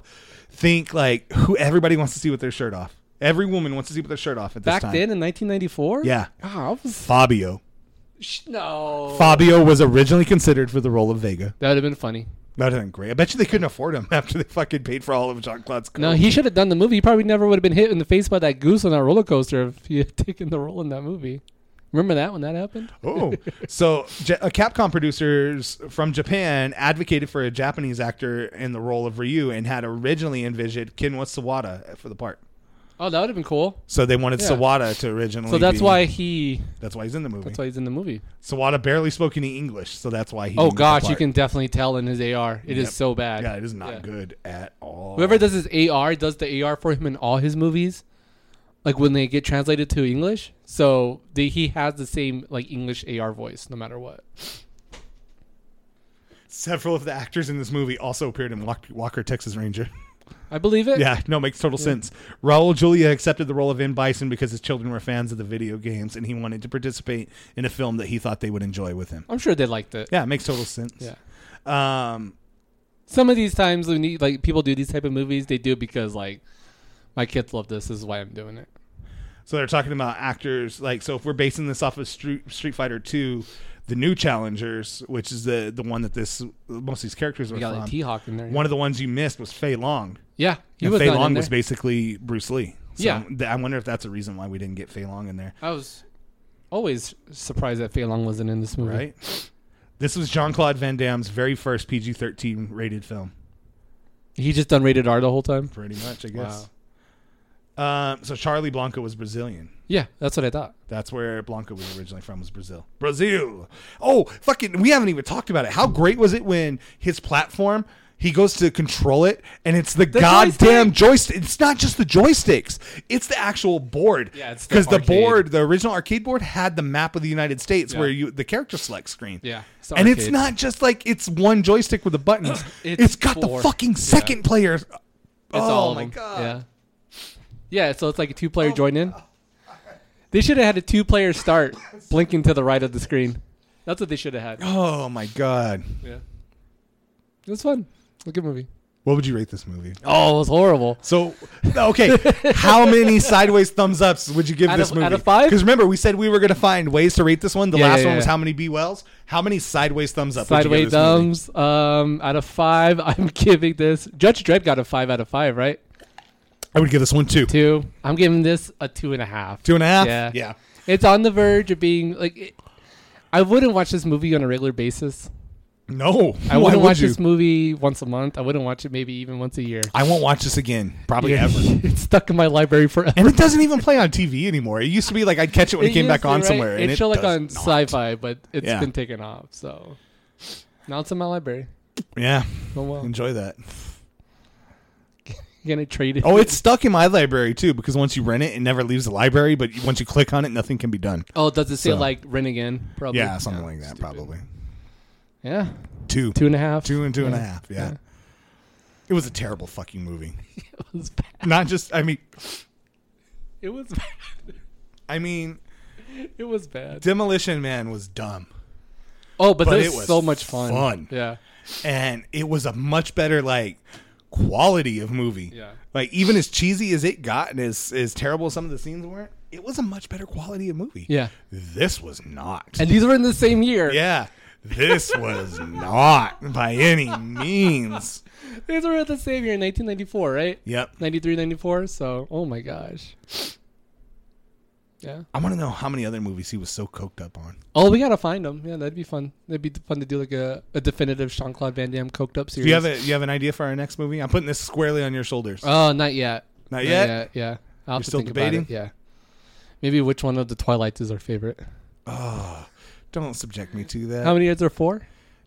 [SPEAKER 1] think like who everybody wants to see with their shirt off. Every woman wants to see with their shirt off at this
[SPEAKER 2] Back
[SPEAKER 1] time.
[SPEAKER 2] then in 1994?
[SPEAKER 1] Yeah.
[SPEAKER 2] Ah, I was
[SPEAKER 1] Fabio.
[SPEAKER 2] sh- no.
[SPEAKER 1] Fabio was originally considered for the role of Vega.
[SPEAKER 2] That would have been funny.
[SPEAKER 1] That would have been great. I bet you they couldn't afford him *laughs* after they fucking paid for all of Jean Claude's.
[SPEAKER 2] No, he should have done the movie. He probably never would have been hit in the face by that goose on that roller coaster if he had *laughs* taken the role in that movie. Remember that when that happened?
[SPEAKER 1] Oh, so Ja- uh, Capcom producers from Japan advocated for a Japanese actor in the role of Ryu and had originally envisioned Kinwa Sawada for the part.
[SPEAKER 2] Oh, that would have been cool.
[SPEAKER 1] So they wanted
[SPEAKER 2] Yeah.
[SPEAKER 1] Sawada to originally.
[SPEAKER 2] So that's
[SPEAKER 1] be-
[SPEAKER 2] why he.
[SPEAKER 1] That's why he's in the movie.
[SPEAKER 2] That's why he's in the movie.
[SPEAKER 1] Sawada barely spoke any English, so that's why he.
[SPEAKER 2] Oh
[SPEAKER 1] didn't get the
[SPEAKER 2] gosh, you
[SPEAKER 1] part.
[SPEAKER 2] can definitely tell in his AR. It is
[SPEAKER 1] Yep.
[SPEAKER 2] so bad.
[SPEAKER 1] Yeah, it is not
[SPEAKER 2] Yeah.
[SPEAKER 1] good at all.
[SPEAKER 2] Whoever does his AR does the AR for him in all his movies, like when they get translated to English. So the, he has the same like English AR voice no matter what.
[SPEAKER 1] Several of the actors in this movie also appeared in Walk- Walker, Texas Ranger.
[SPEAKER 2] I believe
[SPEAKER 1] *laughs*
[SPEAKER 2] it.
[SPEAKER 1] Yeah, no, makes total sense. Raul Julia accepted the role of M. Bison because his children were fans of the video games and he wanted to participate in a film that he thought they would enjoy with him.
[SPEAKER 2] I'm sure they liked it.
[SPEAKER 1] Yeah, it makes total sense.
[SPEAKER 2] Yeah.
[SPEAKER 1] Um,
[SPEAKER 2] Some of these times when you, like people do these type of movies, they do it because like my kids love this. This is why I'm doing it.
[SPEAKER 1] so they're talking about actors like so if we're basing this off of Street, Street Fighter 2, the new challengers, which is the the one that this most of these characters were
[SPEAKER 2] You got like T
[SPEAKER 1] from.
[SPEAKER 2] Hawk in there.
[SPEAKER 1] One of the ones you missed was Fei Long.
[SPEAKER 2] yeah, he
[SPEAKER 1] and
[SPEAKER 2] was
[SPEAKER 1] Fei
[SPEAKER 2] not
[SPEAKER 1] Long
[SPEAKER 2] in there.
[SPEAKER 1] was basically Bruce Lee. So
[SPEAKER 2] Yeah.
[SPEAKER 1] th- I wonder if that's a reason why we didn't get Fei Long in there.
[SPEAKER 2] I was always surprised that Fei Long wasn't in this movie.
[SPEAKER 1] right? *laughs* This was Jean Claude Van Damme's very first PG 13 rated film,
[SPEAKER 2] He just done rated R the whole time.
[SPEAKER 1] pretty much, I guess. Um, so Charlie Blanco was Brazilian.
[SPEAKER 2] Yeah, that's what I thought.
[SPEAKER 1] That's where Blanco was originally from, was Brazil. Brazil. Oh, fucking, we haven't even talked about it. How great was it when his platform, he goes to control it, and it's the, goddamn joystick. It's not just the joysticks, it's the actual board.
[SPEAKER 2] Yeah, it's the
[SPEAKER 1] Because the,
[SPEAKER 2] arcade.
[SPEAKER 1] board, the original arcade board, had the map of the United States
[SPEAKER 2] Yeah.
[SPEAKER 1] where you the character select screen.
[SPEAKER 2] Yeah, it's the
[SPEAKER 1] and it's
[SPEAKER 2] arcade.
[SPEAKER 1] not just like it's one joystick with the buttons.
[SPEAKER 2] *clears throat* It's
[SPEAKER 1] it's got
[SPEAKER 2] four.
[SPEAKER 1] the fucking second player. oh
[SPEAKER 2] It's all of
[SPEAKER 1] my
[SPEAKER 2] them.
[SPEAKER 1] god! Oh
[SPEAKER 2] Yeah. Yeah, so it's like a two player join in. They should have had a two player start blinking to the right of the screen. That's what they should have *gasps* had.
[SPEAKER 1] Oh my god!
[SPEAKER 2] Yeah. It was fun. It was a good movie.
[SPEAKER 1] What would you rate this movie?
[SPEAKER 2] Oh, it was horrible.
[SPEAKER 1] So, okay, how
[SPEAKER 2] *laughs*
[SPEAKER 1] many sideways thumbs ups would you give
[SPEAKER 2] Out
[SPEAKER 1] this
[SPEAKER 2] of-
[SPEAKER 1] movie?
[SPEAKER 2] out of five?
[SPEAKER 1] Because remember, we said we were going to find ways to rate this one. The
[SPEAKER 2] Yeah,
[SPEAKER 1] last
[SPEAKER 2] yeah,
[SPEAKER 1] one was
[SPEAKER 2] yeah.
[SPEAKER 1] how many B Wells? How many sideways thumbs up? would you give
[SPEAKER 2] Sideways
[SPEAKER 1] this movie?
[SPEAKER 2] thumbs. Um, out of five, *laughs* I'm giving this. Judge Dredd got a five out of five, right?
[SPEAKER 1] I would give this one two.
[SPEAKER 2] Two. I'm giving this a two and a half.
[SPEAKER 1] Two and a half?
[SPEAKER 2] Yeah.
[SPEAKER 1] Yeah.
[SPEAKER 2] It's on the verge of being like. It, I wouldn't watch this movie on a regular basis.
[SPEAKER 1] No. *laughs*
[SPEAKER 2] I
[SPEAKER 1] Why
[SPEAKER 2] wouldn't
[SPEAKER 1] would
[SPEAKER 2] watch
[SPEAKER 1] you?
[SPEAKER 2] this movie once a month. I wouldn't watch it maybe even once a year.
[SPEAKER 1] I won't watch this again, *laughs* probably ever.
[SPEAKER 2] *laughs* it's stuck in my library forever.
[SPEAKER 1] And it doesn't even play on TV anymore. It used to be like I'd catch it
[SPEAKER 2] *laughs*
[SPEAKER 1] when it, came
[SPEAKER 2] used
[SPEAKER 1] back
[SPEAKER 2] to,
[SPEAKER 1] on
[SPEAKER 2] right?
[SPEAKER 1] somewhere. and
[SPEAKER 2] It showed like
[SPEAKER 1] does
[SPEAKER 2] on
[SPEAKER 1] not.
[SPEAKER 2] sci-fi, but it's
[SPEAKER 1] Yeah.
[SPEAKER 2] been taken off. So now it's in my library.
[SPEAKER 1] Yeah.
[SPEAKER 2] Oh well,
[SPEAKER 1] Enjoy that.
[SPEAKER 2] you're gonna trade it.
[SPEAKER 1] Oh, it's stuck in my library too because once you rent it, it never leaves the library. But once you click on it, nothing can be done.
[SPEAKER 2] oh, does it say
[SPEAKER 1] So-
[SPEAKER 2] like rent again? Probably.
[SPEAKER 1] Yeah, something like that,
[SPEAKER 2] stupid.
[SPEAKER 1] probably.
[SPEAKER 2] Yeah,
[SPEAKER 1] Two.
[SPEAKER 2] two and a half.
[SPEAKER 1] Two and two and a
[SPEAKER 2] Yeah.
[SPEAKER 1] half, yeah. It was a terrible fucking movie.
[SPEAKER 2] *laughs* It was bad.
[SPEAKER 1] Not just I mean
[SPEAKER 2] It was bad. *laughs*
[SPEAKER 1] I mean
[SPEAKER 2] It was bad.
[SPEAKER 1] Demolition Man was dumb.
[SPEAKER 2] Oh, but,
[SPEAKER 1] But
[SPEAKER 2] it
[SPEAKER 1] it
[SPEAKER 2] was
[SPEAKER 1] was
[SPEAKER 2] so much fun.
[SPEAKER 1] fun.
[SPEAKER 2] Yeah.
[SPEAKER 1] And it was a much better like quality of movie.
[SPEAKER 2] Yeah.
[SPEAKER 1] Like even as cheesy as it got and as as terrible as some of the scenes were, it was a much better quality of movie.
[SPEAKER 2] Yeah.
[SPEAKER 1] This was not.
[SPEAKER 2] And these were in the same year.
[SPEAKER 1] yeah. This was not by any means.
[SPEAKER 2] These were in the same year, 1994, right?
[SPEAKER 1] Yep.
[SPEAKER 2] 93, 94. So, oh my gosh. Yeah.
[SPEAKER 1] I want to know how many other movies he was so coked up on.
[SPEAKER 2] Oh, we gotta find them. Yeah, that'd be fun. That'd be fun to do like a, a definitive Sean Claude Van Damme coked up series.
[SPEAKER 1] Do you have a you have an idea for our next movie? I'm putting this squarely on your shoulders.
[SPEAKER 2] Oh, not yet.
[SPEAKER 1] Not yet?
[SPEAKER 2] Yeah. I'll have to
[SPEAKER 1] still
[SPEAKER 2] think about it.
[SPEAKER 1] debating?
[SPEAKER 2] Yeah. Maybe which one of the Twilights is our favorite?
[SPEAKER 1] Oh, don't subject me to that.
[SPEAKER 2] How many is there? Four?
[SPEAKER 1] Uh,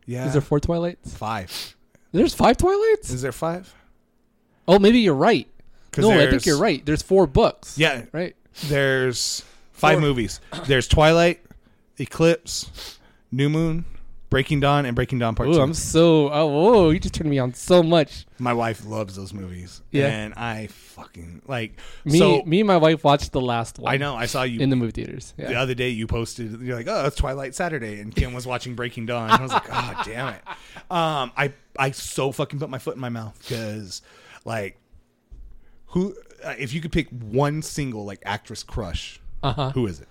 [SPEAKER 1] Yeah.
[SPEAKER 2] Is there four Twilights?
[SPEAKER 1] five?
[SPEAKER 2] There's five Twilights.
[SPEAKER 1] Is there five?
[SPEAKER 2] Oh, maybe you're right.
[SPEAKER 1] 'Cause
[SPEAKER 2] No, I think
[SPEAKER 1] there's-
[SPEAKER 2] you're right. There's four books.
[SPEAKER 1] Yeah,
[SPEAKER 2] Right.
[SPEAKER 1] there's five
[SPEAKER 2] Four.
[SPEAKER 1] movies. There's Twilight, Eclipse, New Moon, Breaking Dawn, and Breaking Dawn Part
[SPEAKER 2] Ooh,
[SPEAKER 1] 2
[SPEAKER 2] I'm so. Oh, whoa! You just turned me on so much.
[SPEAKER 1] My wife loves those movies.
[SPEAKER 2] Yeah.
[SPEAKER 1] and I fucking like.
[SPEAKER 2] Me,
[SPEAKER 1] so
[SPEAKER 2] me, and my wife watched the last one.
[SPEAKER 1] I know I saw you
[SPEAKER 2] in the movie theaters. Yeah.
[SPEAKER 1] the other day you posted you're like oh it's twilight saturday and kim was watching breaking dawn and i was like
[SPEAKER 2] *laughs*
[SPEAKER 1] oh damn it um i i so fucking put my foot in my mouth because like who uh, if you could pick one single like actress crush
[SPEAKER 2] Uh-huh.
[SPEAKER 1] who is it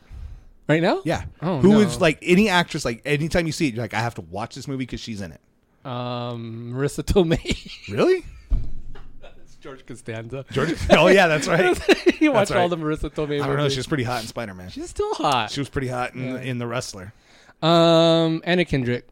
[SPEAKER 2] Right now?
[SPEAKER 1] yeah
[SPEAKER 2] Oh,
[SPEAKER 1] who
[SPEAKER 2] no.
[SPEAKER 1] is like any actress like anytime you see it you're like i have to watch this movie because she's in it
[SPEAKER 2] Um, Marissa *laughs* Tomei.
[SPEAKER 1] really
[SPEAKER 2] It's George Costanza.
[SPEAKER 1] George? *laughs* oh yeah that's right
[SPEAKER 2] *laughs* you watch all
[SPEAKER 1] right.
[SPEAKER 2] the Marissa Tomei.
[SPEAKER 1] i don't know
[SPEAKER 2] movies.
[SPEAKER 1] she was pretty hot in spider-man
[SPEAKER 2] she's still hot.
[SPEAKER 1] she was pretty hot in, in the wrestler
[SPEAKER 2] Um, Anna Kendrick.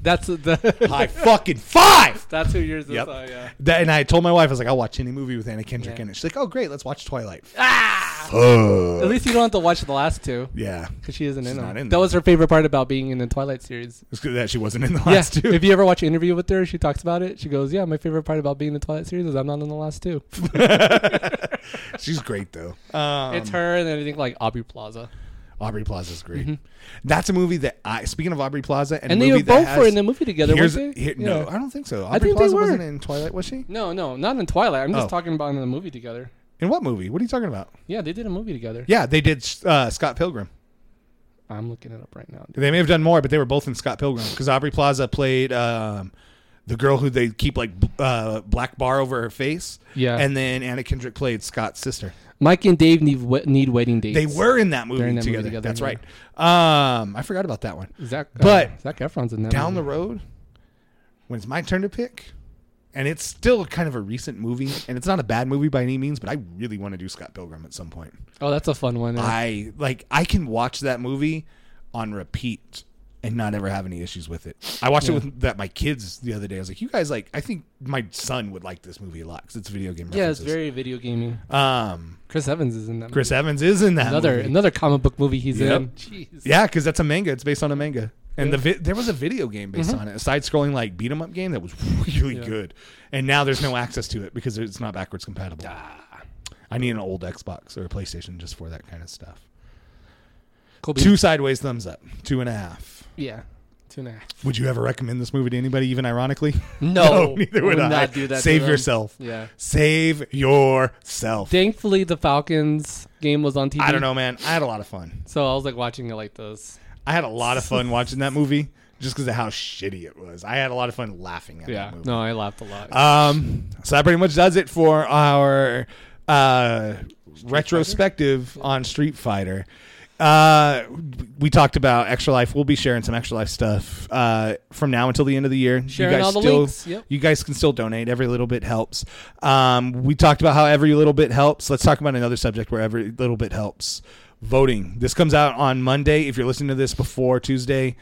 [SPEAKER 2] That's the.
[SPEAKER 1] *laughs* high fucking five
[SPEAKER 2] *laughs* that's who yours is.
[SPEAKER 1] Yep.
[SPEAKER 2] Oh, yeah.
[SPEAKER 1] That, and I told my wife, I was like, I'll watch any movie with Anna Kendrick
[SPEAKER 2] Yeah.
[SPEAKER 1] in it. She's like, oh, great, let's watch Twilight.
[SPEAKER 2] Ah!
[SPEAKER 1] Oh.
[SPEAKER 2] At least you don't have to watch the last two
[SPEAKER 1] yeah.
[SPEAKER 2] because she isn't in them.
[SPEAKER 1] not in
[SPEAKER 2] that
[SPEAKER 1] them.
[SPEAKER 2] was her favorite part about being in the Twilight series.
[SPEAKER 1] It's good that she wasn't in the *laughs*
[SPEAKER 2] Yeah.
[SPEAKER 1] last two.
[SPEAKER 2] If you ever watch an interview with her, she talks about it. She goes, "Yeah, my favorite part about being in the Twilight series is I'm not in the last two.
[SPEAKER 1] *laughs* She's great, though. Um,
[SPEAKER 2] it's her and then I think like Aubrey Plaza.
[SPEAKER 1] Aubrey Plaza's great. That's a movie that I, speaking of Aubrey Plaza, and,
[SPEAKER 2] Mm-hmm. And
[SPEAKER 1] a
[SPEAKER 2] they
[SPEAKER 1] movie
[SPEAKER 2] were both
[SPEAKER 1] that
[SPEAKER 2] were
[SPEAKER 1] has-
[SPEAKER 2] in the movie together,
[SPEAKER 1] here's-
[SPEAKER 2] weren't they?
[SPEAKER 1] here-
[SPEAKER 2] Yeah.
[SPEAKER 1] No, I don't think so. Aubrey
[SPEAKER 2] think they
[SPEAKER 1] Plaza
[SPEAKER 2] were.
[SPEAKER 1] wasn't in Twilight, was she?
[SPEAKER 2] No, no, not in Twilight. I'm just
[SPEAKER 1] Oh.
[SPEAKER 2] talking about in the movie together.
[SPEAKER 1] In what movie? What are you talking about?
[SPEAKER 2] Yeah, they did a movie together.
[SPEAKER 1] Yeah, they did uh, Scott Pilgrim.
[SPEAKER 2] I'm looking it up right now.
[SPEAKER 1] They may have done more, but they were both in Scott Pilgrim because Aubrey Plaza played um, the girl who they keep like b- uh, black bar over her face.
[SPEAKER 2] Yeah.
[SPEAKER 1] and then Anna Kendrick played Scott's sister.
[SPEAKER 2] Mike and Dave need we- need wedding dates.
[SPEAKER 1] They were in that movie,
[SPEAKER 2] They're in that movie
[SPEAKER 1] together.
[SPEAKER 2] together,
[SPEAKER 1] That's
[SPEAKER 2] yeah.
[SPEAKER 1] right. Um, I forgot about that one.
[SPEAKER 2] Zach,
[SPEAKER 1] But-
[SPEAKER 2] uh, Zach Efron's in that.
[SPEAKER 1] Down the road, when it's my turn to pick, and it's still kind of a recent movie, and it's not a bad movie by any means, but I really want to do Scott Pilgrim at some point.
[SPEAKER 2] oh, that's a fun one.
[SPEAKER 1] I like I can watch that movie on repeat and not ever have any issues with it. I watched it with that my kids the other day. I was like, you guys like. I think my son would like this movie a lot because it's video game.
[SPEAKER 2] Yeah, it's
[SPEAKER 1] references.
[SPEAKER 2] very video gaming.
[SPEAKER 1] Um,
[SPEAKER 2] Chris Evans is in that.
[SPEAKER 1] Chris Evans is in that.
[SPEAKER 2] movie. another
[SPEAKER 1] movie.
[SPEAKER 2] another comic book movie he's
[SPEAKER 1] Yep.
[SPEAKER 2] in. Jeez.
[SPEAKER 1] Yeah, because that's a manga. It's based on a manga. And the vi- there was a video game based on it, a side-scrolling like beat 'em up game that was *laughs* really
[SPEAKER 2] Mm-hmm. Yeah.
[SPEAKER 1] good. And now there's no access to it because it's not backwards compatible.
[SPEAKER 2] Ah.
[SPEAKER 1] I need an old Xbox or a PlayStation just for that kind of stuff.
[SPEAKER 2] Colby.
[SPEAKER 1] Two sideways thumbs up, two and a half.
[SPEAKER 2] Yeah. Two and a half.
[SPEAKER 1] Would you ever recommend this movie to anybody, even ironically?
[SPEAKER 2] *laughs*
[SPEAKER 1] *laughs*
[SPEAKER 2] No,
[SPEAKER 1] neither would,
[SPEAKER 2] would
[SPEAKER 1] I.
[SPEAKER 2] not do that to
[SPEAKER 1] Save
[SPEAKER 2] them.
[SPEAKER 1] yourself.
[SPEAKER 2] Yeah.
[SPEAKER 1] Save yourself.
[SPEAKER 2] Thankfully, the Falcons game was on TV.
[SPEAKER 1] I don't know, man. I had a lot of fun.
[SPEAKER 2] So I was like watching it like this.
[SPEAKER 1] I had a lot of
[SPEAKER 2] *laughs*
[SPEAKER 1] fun watching that movie just because of how shitty it was. I had a lot of fun laughing at
[SPEAKER 2] Yeah.
[SPEAKER 1] that movie.
[SPEAKER 2] No, I laughed a lot.
[SPEAKER 1] Um, so that pretty much does it for our uh, retrospective on Street Fighter. Uh, we talked about Extra Life. We'll be sharing some Extra Life stuff uh, from now until the end of the year.
[SPEAKER 2] Sharing all the
[SPEAKER 1] still,
[SPEAKER 2] links, yep.
[SPEAKER 1] You guys can still donate. Every little bit helps. Um, we talked about how every little bit helps. Let's talk about another subject where every little bit helps. Voting. This comes out on Monday. If you're listening to this before Tuesday,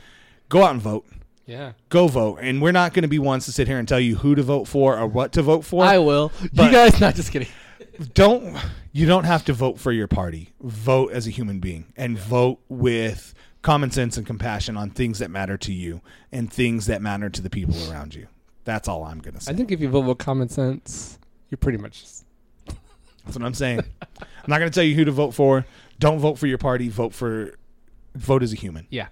[SPEAKER 1] go out and vote
[SPEAKER 2] yeah.
[SPEAKER 1] go vote. And we're not going to be ones to sit here and tell you who to vote for or what to vote for.
[SPEAKER 2] I will.
[SPEAKER 1] but-
[SPEAKER 2] you guys, *laughs* not just kidding.
[SPEAKER 1] don't you don't have to vote for your party. Vote as a human being and vote with common sense and compassion on things that matter to you and things that matter to the people around you. That's all I'm going to
[SPEAKER 2] I
[SPEAKER 1] say.
[SPEAKER 2] think if you vote with common sense, you're pretty much.
[SPEAKER 1] That's what I'm
[SPEAKER 2] *laughs*
[SPEAKER 1] saying. I'm not going to tell you who to vote for. Don't vote for your party. Vote for vote as a human.
[SPEAKER 2] Yeah.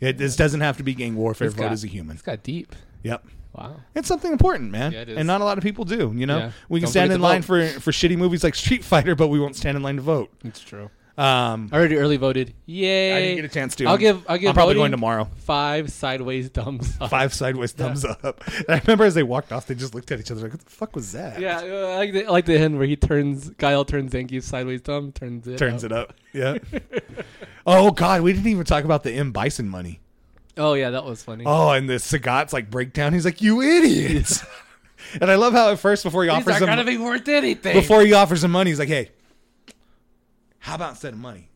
[SPEAKER 1] It, this doesn't have to be gang warfare.
[SPEAKER 2] It's
[SPEAKER 1] vote
[SPEAKER 2] got-
[SPEAKER 1] as a human.
[SPEAKER 2] It's got deep.
[SPEAKER 1] Yep.
[SPEAKER 2] Wow.
[SPEAKER 1] It's something important, man.
[SPEAKER 2] Yeah, it is.
[SPEAKER 1] And not a lot of people do, you know?
[SPEAKER 2] Yeah.
[SPEAKER 1] We can
[SPEAKER 2] Don't
[SPEAKER 1] stand
[SPEAKER 2] forget
[SPEAKER 1] in
[SPEAKER 2] to
[SPEAKER 1] line for, for shitty movies like Street *laughs* Fighter, but we won't stand in line to vote.
[SPEAKER 2] It's true.
[SPEAKER 1] Um,
[SPEAKER 2] I already early voted. Yay.
[SPEAKER 1] I didn't get a chance to.
[SPEAKER 2] I'll give. I'll give.
[SPEAKER 1] I'm probably
[SPEAKER 2] voting
[SPEAKER 1] going tomorrow.
[SPEAKER 2] Five sideways thumbs up.
[SPEAKER 1] *laughs* Five sideways thumbs up. *laughs* And I remember as they walked off, they just looked at each other like, what the fuck was that?
[SPEAKER 2] Yeah, uh, I like the, I like the end where he turns Guile turns Zangief sideways thumb turns it
[SPEAKER 1] Turns it up.
[SPEAKER 2] *laughs*
[SPEAKER 1] Yeah. oh, God. We didn't even talk about the M. Bison money.
[SPEAKER 2] Oh yeah, that was funny.
[SPEAKER 1] Oh, and the Sagat's like breakdown. He's like, you idiots. *laughs* and I love how at first, before he
[SPEAKER 2] These
[SPEAKER 1] offers
[SPEAKER 2] aren't gonna
[SPEAKER 1] them,
[SPEAKER 2] be worth anything.
[SPEAKER 1] before he offers him money, he's like, hey, how about instead of money,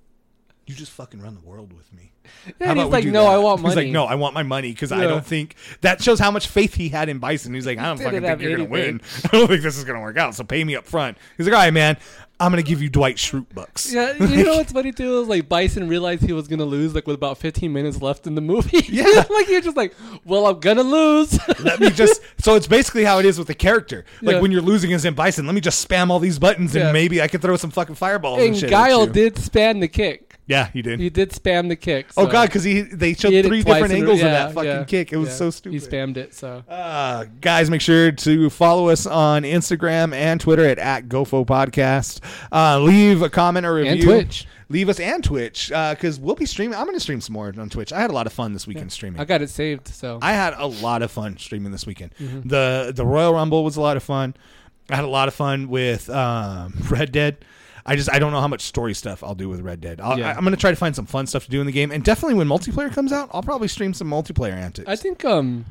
[SPEAKER 1] you just fucking run the world with me?
[SPEAKER 2] and
[SPEAKER 1] How
[SPEAKER 2] he's
[SPEAKER 1] about we
[SPEAKER 2] like,
[SPEAKER 1] do
[SPEAKER 2] no,
[SPEAKER 1] that?
[SPEAKER 2] I want money.
[SPEAKER 1] He's like, no, I want my money because I
[SPEAKER 2] Yeah.
[SPEAKER 1] don't think that shows how much faith he had in Bison. He's like, I don't
[SPEAKER 2] Didn't
[SPEAKER 1] fucking think
[SPEAKER 2] have
[SPEAKER 1] you're gonna
[SPEAKER 2] anything.
[SPEAKER 1] win. *laughs* I don't think this is gonna work out. So pay me up front. He's like, all right, man, I'm gonna give you Dwight Schrute bucks.
[SPEAKER 2] *laughs* Yeah, you know what's funny too is like Bison realized he was gonna lose like with about 15 minutes left in the movie. *laughs*
[SPEAKER 1] Yeah.
[SPEAKER 2] like you're just like, well, I'm gonna lose.
[SPEAKER 1] *laughs* Let me
[SPEAKER 2] *laughs*
[SPEAKER 1] just. So it's basically how it is with the character. Like
[SPEAKER 2] Yeah.
[SPEAKER 1] when you're losing as in Bison, let me just spam all these buttons
[SPEAKER 2] Yeah.
[SPEAKER 1] and maybe I could throw some fucking fireballs and,
[SPEAKER 2] *laughs* and
[SPEAKER 1] shit. at
[SPEAKER 2] Guile
[SPEAKER 1] you.
[SPEAKER 2] did spam the kick.
[SPEAKER 1] Yeah, he did.
[SPEAKER 2] He did spam the kick.
[SPEAKER 1] oh
[SPEAKER 2] so
[SPEAKER 1] god, because he they showed
[SPEAKER 2] he hit it
[SPEAKER 1] three
[SPEAKER 2] twice
[SPEAKER 1] different
[SPEAKER 2] in a-
[SPEAKER 1] angles of
[SPEAKER 2] yeah,
[SPEAKER 1] that fucking
[SPEAKER 2] yeah,
[SPEAKER 1] kick. It was
[SPEAKER 2] yeah.
[SPEAKER 1] so stupid.
[SPEAKER 2] He spammed it. So
[SPEAKER 1] Uh, guys, make sure to follow us on Instagram and Twitter at, at GoFo Podcast. Uh, leave a comment or review.
[SPEAKER 2] And Twitch.
[SPEAKER 1] Leave us and Twitch because we'll be streaming. I'm going to stream some more on Twitch. I had a lot of fun this weekend streaming.
[SPEAKER 2] I got it saved. So Mm-hmm.
[SPEAKER 1] I had a lot of fun streaming this weekend. Mm-hmm. the The Royal Rumble was a lot of fun. I had a lot of fun with um, *laughs* Red Dead. I just I don't know how much story stuff I'll do with Red Dead. I'll,
[SPEAKER 2] Yeah.
[SPEAKER 1] I, am going to try to find some fun stuff to do in the game, and definitely when multiplayer comes out, I'll probably stream some multiplayer antics.
[SPEAKER 2] I think um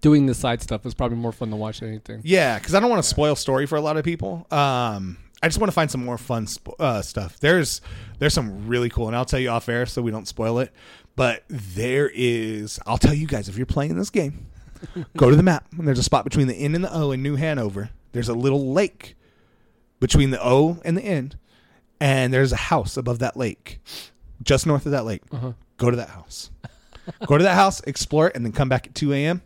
[SPEAKER 2] doing the side stuff is probably more fun to watch than anything.
[SPEAKER 1] Yeah, because I don't want to spoil story for a lot of people. Um, I just want to find some more fun sp- uh, stuff. There's there's some really cool, and I'll tell you off air so we don't spoil it. But there is, I'll tell you guys if you're playing this game, go to the map. And there's a spot between the N and the O in New Hanover. There's a little lake between the O and the N, and there's a house above that lake, just north of that lake.
[SPEAKER 2] Uh-huh.
[SPEAKER 1] Go to that house. go to that house, explore it, and then come back at 2 a.m.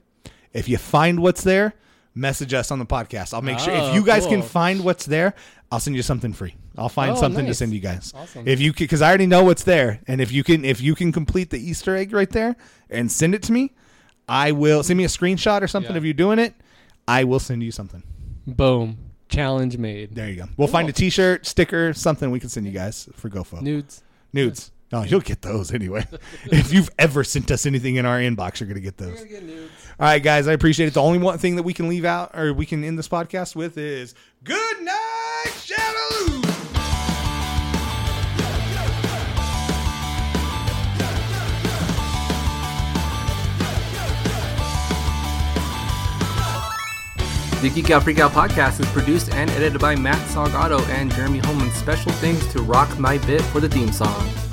[SPEAKER 1] If you find what's there, message us on the podcast. I'll make sure if
[SPEAKER 2] Oh,
[SPEAKER 1] you guys can
[SPEAKER 2] cool.
[SPEAKER 1] find what's there, I'll send you something free. I'll find
[SPEAKER 2] Oh,
[SPEAKER 1] something to
[SPEAKER 2] nice.
[SPEAKER 1] send you guys.
[SPEAKER 2] Awesome.
[SPEAKER 1] If you because I already know what's there, and if you can if you can complete the Easter egg right there and send it to me, I will send me a screenshot or something
[SPEAKER 2] Yeah.
[SPEAKER 1] of you doing it. I will send you something.
[SPEAKER 2] Boom. Challenge made.
[SPEAKER 1] There you go. We'll find a T-shirt, sticker, something we can send you guys for GoFo
[SPEAKER 2] Nudes.
[SPEAKER 1] nudes. No, you'll get those *laughs* anyway. if you've ever sent us anything in our inbox, you're gonna get those. All right, guys, I appreciate it. The only one thing that we can leave out or we can end this podcast with is good night, Shadaloo.
[SPEAKER 3] The Geek Out Freak Out podcast is produced and edited by Matt Salgado and Jeremy Holman. Special thanks to Rock My Bit for the theme song.